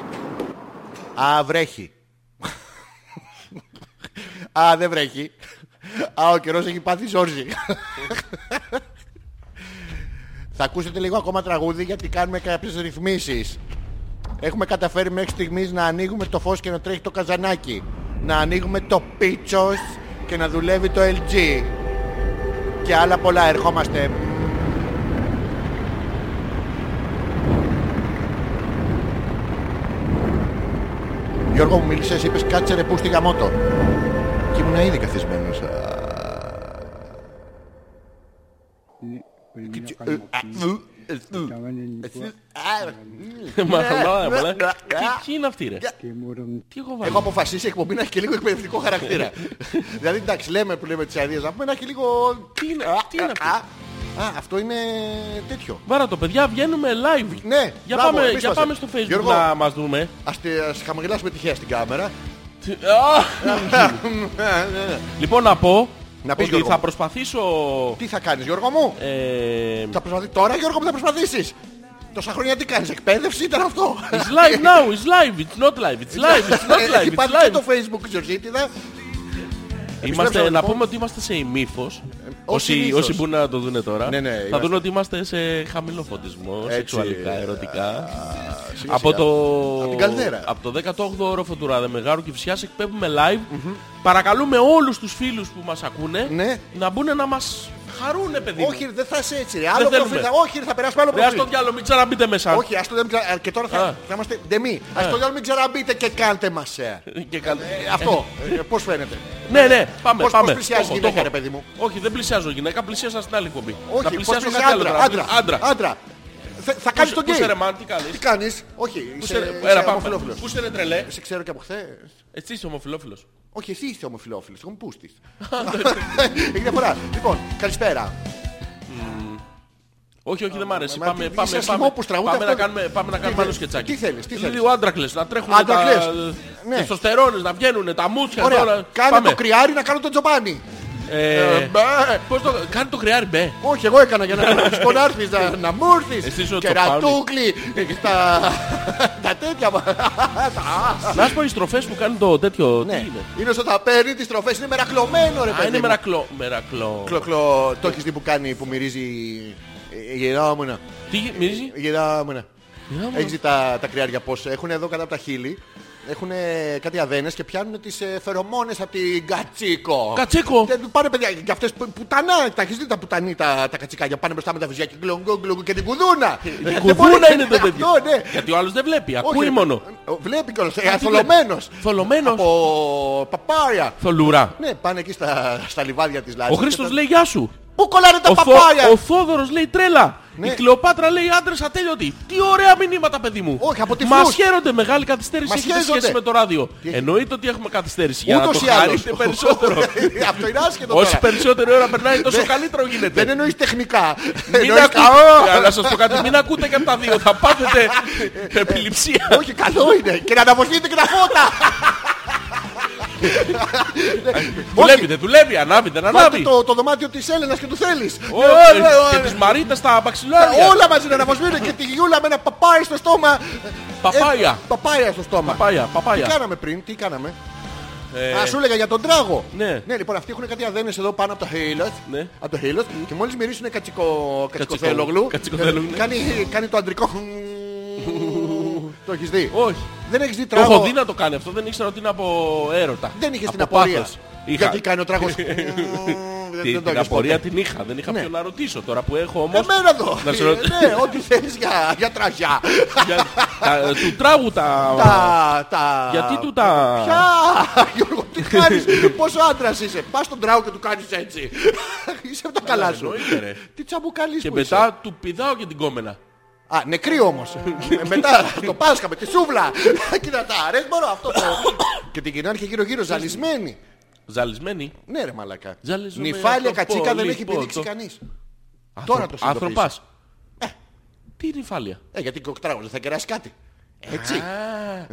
A: Α, βρέχει. Α, δεν βρέχει. Α, ο καιρός έχει πάθει ζόρζι. Θα ακούσετε λίγο ακόμα τραγούδι γιατί κάνουμε κάποιες ρυθμίσεις. Έχουμε καταφέρει μέχρι στιγμής να ανοίγουμε το φως και να τρέχει το καζανάκι. Να ανοίγουμε το πίτσος και να δουλεύει το LG. Και άλλα πολλά ερχόμαστε. Γιώργο μου μίλησες, είπες κάτσε ρε πού στη γαμότο. Και ήμουν ήδη καθισμένος. Α,
B: Τι- Μαθαμά,
A: Ναι,
B: απλά.
A: ναι, ναι.
B: Τι- Ποιοι είναι αυτοί, ρε. Τι έχω βάλει.
A: Έχω αποφασίσει η εκπομπή να έχει και λίγο εκπαιδευτικό χαρακτήρα. δηλαδή εντάξει, λέμε που λέμε τις αδείες να πούμε να έχει λίγο.
B: Τι είναι-
A: Α,
B: τι είναι
A: α,
B: αυτό?
A: α, Α, αυτό είναι τέτοιο.
B: Βάρα το, παιδιά, βγαίνουμε live.
A: Ναι,
B: Για
A: μπράβο,
B: πάμε, για
A: επίσπασε.
B: πάμε στο facebook
A: Γιώργο.
B: να μας δούμε.
A: Ας, τη- ας χαμογελάσουμε τυχαία στην κάμερα.
B: Τι- Α! Λοιπόν, να πω
A: Να πεις,
B: ότι
A: Γιώργο.
B: θα προσπαθήσω...
A: Τι θα κάνεις Γιώργο μου.
B: ε,
A: Θα προσπαθεί τώρα Γιώργο μου θα προσπαθήσεις. Τόσα χρόνια τι κάνεις, εκπαίδευση ήταν αυτό. Ε,
B: It's live now, it's live, it's not live, it's live, it's not
A: Έχει
B: live, it's
A: πάρει και
B: live.
A: το facebook Ζορζίτιδα.
B: Είμαστε,
A: Επιστρέψαμε,
B: να
A: λοιπόν.
B: πούμε ότι είμαστε σε ημίφος.
A: Όσοι
B: Όσοι,
A: ήθος.
B: όσοι μπορούν να το δουν τώρα,
A: Ναι, ναι, είμαστε.
B: θα δουν ότι είμαστε σε χαμηλό φωτισμό, σεξουαλικά,
A: ε,
B: ερωτικά.
A: σιγά,
B: από
A: σιγά.
B: το...
A: Απ' την καλδέρα.
B: από το 18ο όροφο του Ραδεμεγάρου και Φυσιάς εκπέμπουμε live. Παρακαλούμε όλους τους φίλους που μας ακούνε
A: Ναι.
B: να μπουν να μας χαρούνε, παιδί μου.
A: Όχι, ρε, δεν θα είσαι έτσι. Ρε. Άλλο
B: θέλουμε.
A: προφίλ. θα- Όχι, ρε, θα περάσουμε άλλο
B: Ρε, ας το
A: προφίλ.
B: διάλογο, μην ξαναμπείτε μέσα.
A: Όχι, ας το δεν ξα- ε, Και τώρα
B: Α.
A: θα, θα είμαστε ντεμί. Ας το διάλογο μην ξαραμπείτε και κάντε μας. ε.
B: Και καλ-
A: Ε, Αυτό. Ε, Πώς φαίνεται.
B: Ναι, ναι, πάμε.
A: Πώς-
B: πάμε.
A: πώς πλησιάζει
B: Το έχω,
A: η
B: το
A: γυναίκα,
B: έχω.
A: ρε παιδί μου.
B: Όχι, δεν πλησιάζω γυναίκα, πλησιάζα στην άλλη κομπή.
A: Όχι, πώς
B: να πλησιάζω
A: είσαι
B: κάτι άλλο.
A: άντρα,
B: τώρα.
A: άντρα,
B: άντρα.
A: άντρα. Θε- Θα κάνεις
B: Πού
A: τον
B: σε- πού σε,
A: γκέι.
B: ρε, μαν, τι κάνεις.
A: Τι κάνεις. Όχι,
B: Πού
A: είσαι
B: σε- Έλα,
A: είσαι
B: πάμε.
A: ομοφιλόφιλος.
B: Πού σε ρε τρελέ.
A: Σε ξέρω και από χθες.
B: Εσύ είσαι ομοφιλόφιλος.
A: Όχι, εσύ είσαι ομοφιλόφιλος. Εγώ είμαι πούστης. Έχει διαφορά. Λοιπόν, καλησπέρα.
B: Όχι, όχι, δεν μ' αρέσει.
A: μα
B: πάμε,
A: τι-
B: πάμε,
A: είσαι
B: πάμε,
A: ασημόπους, τραγούδι
B: πάμε, να
A: αυτό.
B: κάνουμε, πάμε να κάνουμε άλλο
A: θέλεις,
B: σκετσάκι.
A: τι θέλεις, τι θέλεις.
B: Λίγο άντρακλες, να τρέχουν
A: Άντρακλες,
B: τα
A: ναι.
B: τεστοστερόνες, να βγαίνουν τα μούτσια.
A: Ωραία.
B: όλα.
A: Κάνε
B: Ε, Πάμε.
A: το κρυάρι να κάνω τον τζομπάνι.
B: Ε,
A: Ε, μπα.
B: Πώς το... Κάνε το κρυάρι, μπε.
A: Όχι, εγώ έκανα για να σου πω να έρθεις, να- να μου
B: Εσύ
A: έρθεις.
B: είσαι ο
A: Κερατούκλι. Ε, στα- Τα τέτοια μα. Τα-
B: Να σου πω οι στροφές που κάνουν το τέτοιο. Τι
A: Ναι.
B: είναι.
A: Είναι όσο τα παίρνει τις τροφές. Είναι μερακλωμένο ρε
B: Α,
A: παιδί.
B: είναι
A: μου.
B: μερακλό. Μερακλό.
A: Κλο- κλο- Το έχεις δει που κάνει που μυρίζει ε, γεράμουνα.
B: Τι γι- μυρίζει.
A: Ε, Γεράμουνα.
B: Γεράμουνα.
A: ναι. Έχεις δει τα, τα κρυάρια πώς έχουν εδώ κάτω από τα χείλη. Έχουν κάτι αδένες και πιάνουν τις ε, φερομόνες από την κατσίκο.
B: Κατσίκο.
A: Δεν- Πάνε παιδιά, για αυτές που πουτανά, τα έχεις δει τα πουτανή τα, τα κατσικάκια, πάνε μπροστά με τα βυζιά και γκλονγκ, γκλονγκ και την κουδούνα. Ε,
B: Η
A: Δεν
B: Ε, κουδούνα
A: μπορεί-
B: είναι το τέτοιο.
A: Αυτό, ναι.
B: Γιατί ο άλλος δεν βλέπει,
A: Όχι,
B: ακούει
A: ρε,
B: μόνο.
A: ε, Βλέπει κιόλας, ε, θολωμένος.
B: Θολωμένος.
A: Από παπάρια.
B: Θολουρά.
A: Ναι, πάνε εκεί στα, στα λιβάδια της Λάρισας.
B: Ο
A: και
B: Χρήστος
A: τα-
B: λέει γεια σου.
A: Πού κολλάνε τα
B: Ο, Θο...
A: παπάρια.
B: ο Θόδωρος λέει τρέλα.
A: Ναι.
B: Η Κλεοπάτρα λέει άντρες ατέλειωτοι. Τι ωραία μηνύματα παιδί μου.
A: Όχι, από τη
B: Μας
A: φλούς.
B: χαίρονται μεγάλη καθυστέρηση
A: Μας
B: έχει σε
A: χαίρονται.
B: σχέση με το ράδιο.
A: έχει?
B: Εννοείται ότι έχουμε καθυστέρηση. Για να το
A: Ούτως ή άλλως.
B: χαρείτε περισσότερο.
A: Αυτό είναι άσχετο
B: Όσο
A: τώρα.
B: περισσότερη ώρα περνάει τόσο καλύτερο
A: Δεν
B: γίνεται.
A: εννοείς τεχνικά.
B: Μην
A: Εννοείς-
B: ακούτε,
A: Α,
B: να σας πω κάτι, μην ακούτε και από τα δύο. Θα πάθετε
A: Ε,
B: επιληψία.
A: Όχι, καλό είναι. Και να αναβοσβείτε και τα φώτα.
B: Δουλεύετε, δουλεύει, ανάβετε,
A: Πάτε
B: ανάβει.
A: το, το δωμάτιο της Έλενας και του θέλεις.
B: Όχι,
A: Ναι, ναι, ναι.
B: ε, Και της Μαρίτας στα
A: Τα
B: παξιλάρια.
A: Όλα μαζί να αναβοσβήνουν και τη γιούλα με ένα παπάι στο στόμα.
B: Παπάια.
A: Ε, παπάια στο στόμα.
B: Παπάια,
A: Τι
B: παπάια.
A: κάναμε πριν, τι κάναμε.
B: Ε,
A: Α, σου έλεγα για τον τράγο.
B: Ναι.
A: λοιπόν, αυτοί έχουν κάτι αδένες εδώ πάνω από το Χέιλος.
B: Ναι.
A: Από το Χέιλος. Και μόλις μυρίσουν κατσικο... κατσικοθέλογλου.
B: κατσικοθέλογλου, ναι.
A: Κάνει, κάνει το αντρικό. το έχεις δει.
B: Όχι.
A: Δεν έχεις δει
B: Το
A: τράγο.
B: έχω δει να το κάνει αυτό, δεν ήξερα ότι είναι από έρωτα.
A: Δεν είχες την
B: Από
A: απορία.
B: πάθος. Είχα.
A: Γιατί κάνει ο τράγος. Μμμ,
B: Τη-
A: δεν-
B: Την,
A: δεν το έχεις
B: απορία
A: ποτέ.
B: την είχα, δεν είχα
A: Ναι.
B: ποιον να ρωτήσω τώρα που έχω όμως...
A: Εμένα εδώ.
B: Να σε
A: Ε,
B: ρωτήσω.
A: Ναι, ό,τι θέλεις για, για τραγιά.
B: για- τα- Του τράγου τα...
A: τα, τα...
B: Γιατί του τα...
A: Ποια! Γιώργο, τι κάνεις, πόσο άντρας είσαι. Πας στον τράου και του κάνεις έτσι. είσαι από τα καλά σου.
B: εννοείται, ρε.
A: Τι τσαμπουκαλείς
B: Και
A: που είσαι.
B: μετά του πηδάω και την κόμενα.
A: Α, νεκρή όμως. Ε, μετά το Πάσχα με τη σούβλα. Κοίτα τα, ρε, μπορώ αυτό το... και την κοινάρχη γύρω-γύρω ζαλισμένη.
B: Ζαλισμένη.
A: Ναι ρε μαλακά.
B: Ζαλίζομαι
A: Νυφάλια
B: από το
A: κατσίκα δεν
B: πολύ
A: έχει πηδήξει
B: πότο.
A: κανείς. Τώρα το Ε. συνειδητοποίησα.
B: Άνθρωπας. Τι είναι η φάλια.
A: Ε, γιατί κοκτράγος δεν θα κεράσει κάτι. Έτσι.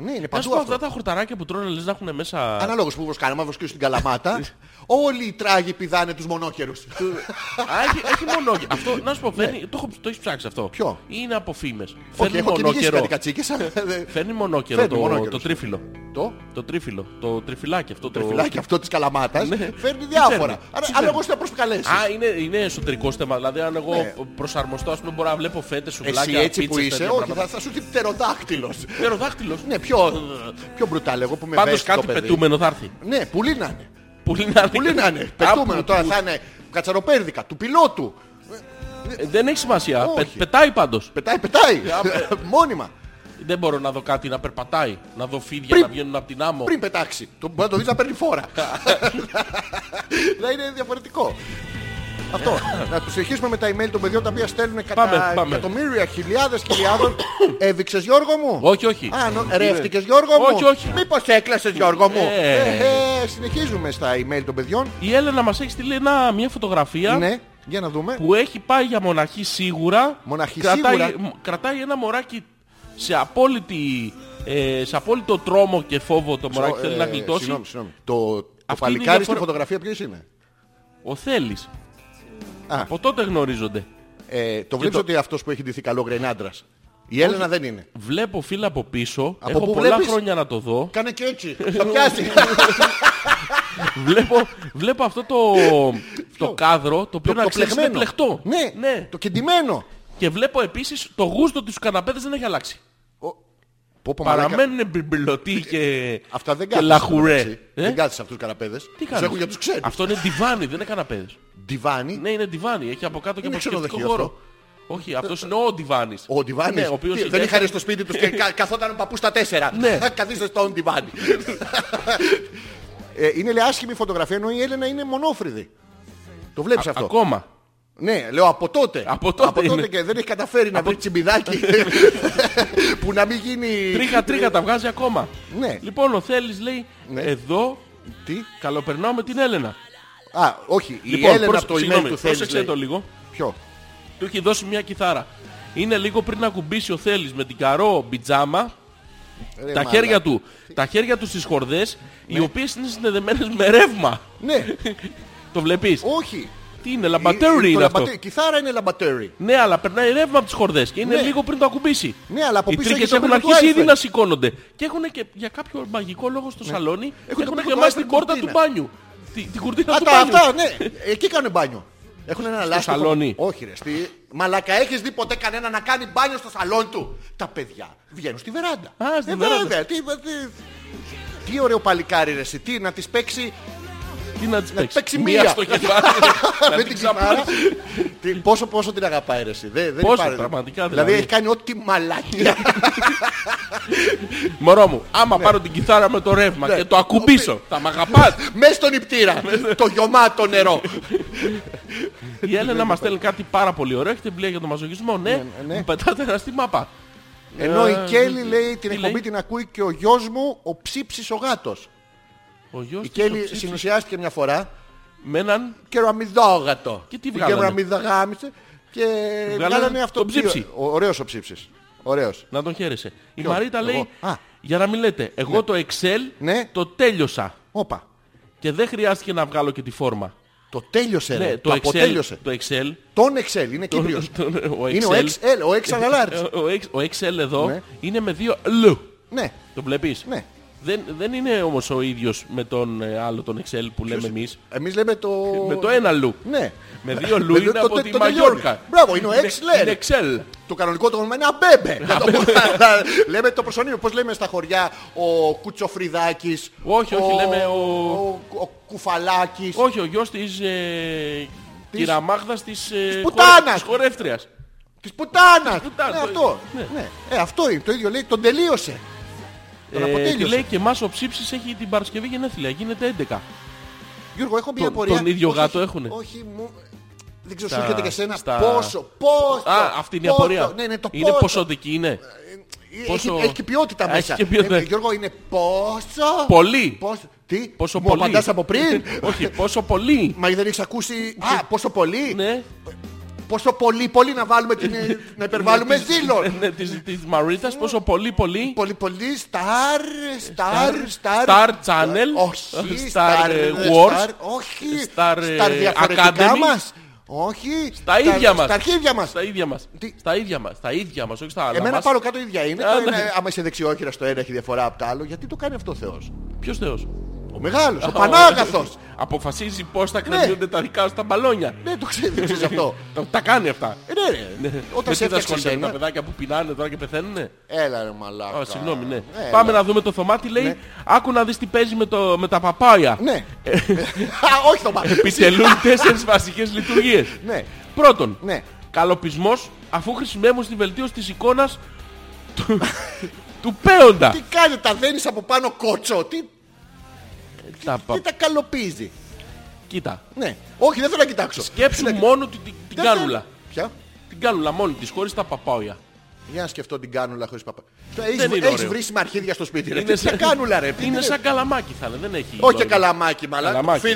A: Ναι, είναι
B: Να
A: παντού
B: σου πω
A: αυτό.
B: αυτά τα χορταράκια που τρώνε λες να έχουν μέσα...
A: Ανάλογος που βοσκάνε, άμα βοσκήσουν την καλαμάτα, όλοι οι τράγοι πηδάνε τους μονόχερους.
B: Α, έχει, έχει μονόκερο. αυτό, να σου πω, φέρνει, το, έχω, το έχεις ψάξει αυτό.
A: Ναι. Ποιο?
B: Είναι από φήμες.
A: Όχι,
B: Φέρνει
A: έχω κυνηγήσει
B: μονόκερο.
A: κάτι κατσίκες. αλλά-
B: Φέρνει μονόκερο
A: Φέρνει
B: το,
A: μονόκερος.
B: το τρίφυλλο.
A: Το
B: Το τρίφυλλο. Το τριφυλάκι αυτό. Το
A: φυλάκι αυτό της καλαμάτας
B: Ναι.
A: φέρνει
B: Τι
A: διάφορα.
B: φέρνει,
A: Άρα
B: τι
A: Ανάλογος
B: φέρνει.
A: τι θα προσκαλέσεις.
B: Α, είναι, είναι εσωτερικό θέμα. Δηλαδή, αν εγώ
A: Ναι.
B: προσαρμοστώ, ας πούμε, μπορώ να βλέπω φέτες, σουβλάκια,
A: Εσύ έτσι που είσαι, όχι, θα
B: θα...
A: θα σου έρθει πτεροδάκτυλος.
B: Πέρα δάχτυλος.
A: Ναι, πιο, πιο μπρουτάλ, εγώ που με
B: Πάντως
A: βέζει το
B: κάτι
A: παιδί.
B: πετούμενο θα έρθει.
A: Ναι, πουλί να είναι.
B: Πουλί να είναι.
A: Πουλί να είναι. Πετούμενο
B: Α,
A: τώρα
B: που-
A: θα είναι κατσαροπέρδικα, του πιλότου.
B: ε, Δεν έχει σημασία.
A: Όχι.
B: Πε- πετάει πάντως.
A: Πετάει, πετάει.
B: Α, πε-
A: Μόνιμα.
B: Δεν μπορώ να δω κάτι να περπατάει, να δω φίδια
A: Πριν-
B: να βγαίνουν από την άμμο.
A: Πριν πετάξει. Το, μπορεί να το δεις να παίρνει φόρα. να είναι διαφορετικό. Αυτό. να τους συνεχίσουμε με τα email των παιδιών τα οποία στέλνουν
B: Πάμε,
A: κατά
B: πάμε.
A: εκατομμύρια, χιλιάδες χιλιάδων. Έβηξες Γιώργο μου.
B: Όχι, όχι.
A: Α, νο... ρεύτηκες Γιώργο μου.
B: Όχι, όχι.
A: Μήπως έκλασες Γιώργο μου.
B: Ε.
A: Ε, ε, συνεχίζουμε στα email των παιδιών.
B: Η Έλενα μας έχει στείλει ένα, μια φωτογραφία
A: Ναι, για να δούμε.
B: που έχει πάει για μοναχή σίγουρα.
A: Μοναχή
B: κρατάει,
A: σίγουρα.
B: μ- Κρατάει ένα μωράκι σε, απόλυτη, ε, σε απόλυτο τρόμο και φόβο το μωράκι θέλει
A: Ε,
B: να γλιτώσει.
A: Συγγνώμη, συγγνώμη. Το, το
B: είναι η
A: παλικάρι στη
B: διαφορά-
A: φωτογραφία ποιος είναι.
B: Ο Θέλης.
A: Α.
B: Από τότε γνωρίζονται.
A: Ε, το βλέπεις
B: το-
A: ότι αυτός που έχει ντυθεί καλό γκρεν άντρας. Η Έλενα δεν είναι.
B: Βλέπω φίλα από πίσω.
A: Από
B: Έχω
A: πού
B: πολλά
A: βλέπεις?
B: χρόνια να το δω.
A: Κάνε και έτσι. Θα πιάσει.
B: βλέπω, βλέπω αυτό το, το κάδρο το οποίο
A: το,
B: να
A: το
B: ξέρεις είναι
A: πλεγμένο.
B: πλεκτό.
A: Ναι, το κεντυμένο.
B: Και βλέπω επίσης το γούστο τους καναπέδες δεν έχει αλλάξει.
A: Πω, πω, μαλάκα.
B: Παραμένουν μπιμπιλωτοί και,
A: Αυτά δεν
B: και
A: κάθεσαι.
B: λαχουρέ.
A: εντάξει.
B: Ε?
A: Δεν κάθεσαι αυτούς τους καναπέδες.
B: Τι
A: Τους
B: κάνεις?
A: έχουν για τους ξένους.
B: Αυτό είναι διβάνι, δεν είναι καναπέδες.
A: Διβάνι.
B: Ναι, είναι διβάνι. Έχει από κάτω και
A: Είναι
B: αποσκευικό
A: ξενοδοχείο
B: χώρο. Όχι, αυτός είναι ο διβάνις.
A: Ο Ντιβάνης.
B: Ναι, ο οποίος
A: Τι,
B: έχει-
A: δεν είχαν στο σπίτι τους και κα- καθόταν ο παππούς στα τέσσερα.
B: Ναι.
A: Θα καθίστε στον Ντιβάνι. Ε, είναι λέει άσχημη φωτογραφία ενώ η Έλενα είναι μονόφρυδη. Το βλέπεις αυτό.
B: Ακόμα.
A: Ναι, λέω από τότε.
B: Από τότε είναι.
A: και δεν έχει καταφέρει να βρει τσιμπιδάκι που να μην γίνει.
B: Τρίχα, τρίχα τα βγάζει ακόμα.
A: Ναι.
B: Λοιπόν, ο Θέλης λέει,
A: Ναι.
B: εδώ
A: Τι?
B: καλοπερνάω με την Έλενα.
A: Α, όχι. Η
B: Λοιπόν,
A: Έλενα
B: προσ-
A: από το email
B: συγγνώμη,
A: του θέλει.
B: πρόσεξε το λίγο.
A: Ποιο.
B: Του έχει δώσει μια κιθάρα. Είναι λίγο πριν να κουμπίσει ο Θέλης με την καρό
A: Ε,
B: μπιτζάμα
A: Ρε,
B: τα
A: μαλάκα.
B: χέρια του, τα χέρια του στις χορδές οι οποίες είναι συνδεδεμένες με ρεύμα.
A: Ναι,
B: Το βλέπεις.
A: όχι.
B: Τι είναι,
A: Η-
B: λαμπατέρι
A: το
B: είναι αυτό.
A: λαμπατέρι. Κιθάρα είναι λαμπατέρι.
B: Ναι, αλλά περνάει ρεύμα από τις χορδές και είναι
A: Ναι.
B: λίγο πριν το ακουμπήσει.
A: Ναι, αλλά από
B: Οι
A: πίσω
B: τρίχες
A: έχει το
B: έχουν
A: μπλε του
B: αρχίσει ήδη
A: Eiffel.
B: να σηκώνονται. Και έχουν και για κάποιο μαγικό λόγο στο σαλόνι
A: Ναι. Έχουν
B: έχουν,
A: το μπλε του
B: γεμάσει την
A: Eiffel
B: πόρτα του
A: κουρτίνα.
B: μπάνιου. Τι- Την κουρτίνα
A: Α,
B: του
A: τα,
B: μπάνιου.
A: αυτά, ναι. Εκεί κάνουν μπάνιο. Έχουν ένα λάστιχο.
B: σαλόνι.
A: Όχι, ρε. Στη... Μαλακα, έχεις δει ποτέ κανένα να κάνει μπάνιο στο σαλόνι του. Τα παιδιά βγαίνουν στη βεράντα. Ε,
B: Α, στη βεράντα.
A: βέβαια, Τι, τι, τι ωραίο παλικάρι, ρε. εσύ. Τι, να τη παίξει
B: Τι να
A: Ναι,
B: τις παίξεις.
A: παίξει μία.
B: στο κεφάλι. Να
A: με
B: την
A: την
B: ξαπλώσει.
A: κιθάρα. Τι- πόσο, πόσο την αγαπάει ρε εσύ. Δεν, δεν
B: Πόσο,
A: υπάρχει.
B: πραγματικά,
A: δηλαδή.
B: δηλαδή.
A: έχει κάνει ό,τι μαλακία.
B: Μωρό μου, άμα
A: Ναι.
B: πάρω την κιθάρα με το ρεύμα και το ακουμπήσω, θα μ' αγαπάς.
A: Ε, Μες στον υπτήρα. το γιωμάτο νερό.
B: Η Έλενα μας στέλνει κάτι πάρα πολύ ωραίο. Έχετε βιβλία για τον μαζογισμό, ναι.
A: ναι.
B: Μου πετάτε ένα στη μάπα.
A: Ενώ η
B: Ε,
A: Κέλλη λέει την
B: τι
A: εκπομπή
B: λέει?
A: την ακούει και ο γιος μου ο ψήψης ο γάτος.
B: Ο γιος
A: Η
B: της το
A: Κέλλη
B: ψήφισε
A: συνουσιάστηκε μια φορά
B: με έναν
A: και ραμιδόγατο.
B: Και τι βγάλανε?
A: Και ραμιδογάμισε και βγάλανε αυτό.
B: τον ψήψη.
A: Ο- Ωραίος ο ψήψης. Ωραίος.
B: Να τον χαίρεσαι. Η
A: Ποιον?
B: Μαρίτα
A: Εγώ.
B: λέει,
A: Α.
B: για να μην λέτε, εγώ το Excel
A: Ναι.
B: το τέλειωσα.
A: Όπα.
B: Και δεν χρειάστηκε να βγάλω και τη φόρμα.
A: Το τέλειωσε ρε.
B: Ναι,
A: το,
B: το, Excel,
A: αποτέλειωσε.
B: το Excel,
A: Τον Excel είναι
B: το-
A: Κύπριος.
B: το- ο
A: Είναι ο
B: Excel,
A: Excel, ο Excel
B: ο Ex- ο Excel εδώ
A: Ναι.
B: είναι με δύο L.
A: Ναι.
B: Το βλέπεις.
A: Ναι.
B: Δεν, δεν είναι όμως ο ίδιος με τον ε, άλλο τον Excel που λέμε εμείς.
A: Εμείς λέμε το...
B: Ε, Με το ένα λου.
A: Ναι.
B: Με δύο λου
A: Με
B: είναι
A: το-
B: από
A: το-
B: τη
A: το
B: Μαγιόρκα.
A: τελειώνει. Μπράβο, είναι ο
B: Είναι-
A: Excel.
B: Είναι Excel.
A: Το κανονικό το όνομα είναι αμπέμπε. Να το πω. λέμε το προσωνύμιο. Πώς λέμε στα χωριά ο Κουτσοφριδάκης.
B: Όχι, όχι,
A: ο-
B: λέμε ο-
A: ο- ο Κουφαλάκης.
B: Όχι, ο γιος της ε,
A: Της-
B: κυραμάγδας της, ε, χορε-
A: πουτάνας.
B: της χορεύτριας.
A: Της πουτάνας.
B: πουτάνας,
A: Ναι,
B: το
A: αυτό.
B: ίδιο. Ναι.
A: Ναι. Ε, αυτό είναι. Το ίδιο λέει. Τον τελείωσε. Τον
B: Ε, και λέει
A: αποτέλειωσε.
B: και εμάς ο Ψήψης έχει την Παρασκευή γενέθλια. Γίνεται 11.
A: Γιώργο, έχω μια
B: τον-
A: απορία.
B: τον ίδιο
A: Όχι,
B: γάτο
A: όχι,
B: έχουνε.
A: Όχι, μου... Δεν ξέρω, σου
B: Στα-
A: έρχεται και εσένα
B: στα-
A: πόσο, πόσο.
B: Α, αυτή είναι η
A: πόσο.
B: απορία.
A: Ναι, ναι, το
B: είναι
A: πόσο.
B: ποσοτική, είναι.
A: Έχει-
B: Πόσο-
A: Έχει, και ποιότητα
B: Έχει
A: μέσα.
B: και ποιότητα.
A: Ε, Γιώργο, είναι πόσο.
B: Πολύ.
A: Πόσο, τι,
B: Πόσο
A: μου
B: πολύ.
A: απαντάς από πριν.
B: Όχι, πόσο πολύ.
A: Μα δεν έχεις ακούσει. Α, πόσο πολύ.
B: ναι.
A: Πόσο πολύ, πολύ να βάλουμε την. ε, να υπερβάλλουμε
B: Ναι, της-
A: ζήλων.
B: Ναι, της, της Μαρίτας, πόσο πολύ, πολύ.
A: Πολύ, πολύ, star, star, star.
B: Star Channel.
A: Όχι,
B: Star,
A: star,
B: ε,
A: ε,
B: Wars.
A: star, όχι,
B: Star,
A: star
B: ε,
A: διαφορετικά
B: Academy.
A: μας. Όχι,
B: Στα ίδια μας.
A: Στα αρχίδια μας.
B: Στα ίδια μας.
A: Τι?
B: Στα ίδια μας. Στα ίδια μας, όχι στα άλλα
A: Εμένα
B: μας.
A: πάνω κάτω ίδια είναι.
B: Α,
A: Το
B: ναι.
A: ένα, Άμα είσαι δεξιόχειρας στο ένα έχει διαφορά από το άλλο, γιατί το κάνει αυτό ο Θεός.
B: Ποιος θεός.
A: Ο μεγάλος, ο Πανάγαθος.
B: Αποφασίζει πώς θα κρατιούνται τα δικά σου τα μπαλόνια.
A: Ναι, το ξέρεις, δεν ξέρεις αυτό.
B: Τα- Τα κάνει αυτά.
A: Ε, ναι, ρε.
B: Με
A: Όταν σε
B: τι θα
A: έφτιαξε
B: ασχολείται με τα
A: εσένα.
B: παιδάκια που πεινάνε τώρα και πεθαίνουνε.
A: Έλα ρε μαλάκα.
B: Α, συγγνώμη, ναι.
A: Έλα.
B: Πάμε να δούμε το Θωμά τι λέει.
A: Ε, Ναι.
B: Άκου να δεις τι παίζει με, το, με τα παπάια. Ε,
A: Ναι. Α, όχι το μάτι.
B: Επιτελούν τέσσερις βασικές λειτουργίες.
A: Ναι.
B: Πρώτον,
A: Ναι.
B: καλοπισμός αφού χρησιμεύουν στη βελτίωση της εικόνας του, του παίοντα.
A: Τι κάνει, τα δένεις από πάνω κότσο. Τι,
B: τα,
A: τι
B: πα-
A: τα καλοπίζει.
B: Κοίτα.
A: Ναι. Όχι, δεν θέλω να κοιτάξω.
B: Σκέψου μόνο την, την, την
A: Δεν θέλω.
B: κάνουλα.
A: Ποια?
B: Την κάνουλα μόνη της, χωρίς τα παπάοια.
A: Για να σκεφτώ την κάνουλα χωρίς παπά.
B: είναι
A: Έχεις
B: ωραίο.
A: βρει αρχίδια στο σπίτι. Ρε. Ποια κάνουλα ρε. τι
B: είναι
A: είναι-
B: σαν καλαμάκι θα είναι, δεν έχει.
A: Όχι και
B: νόημα.
A: καλαμάκι, μάλλον.
B: Καλαμάκι.
A: Φι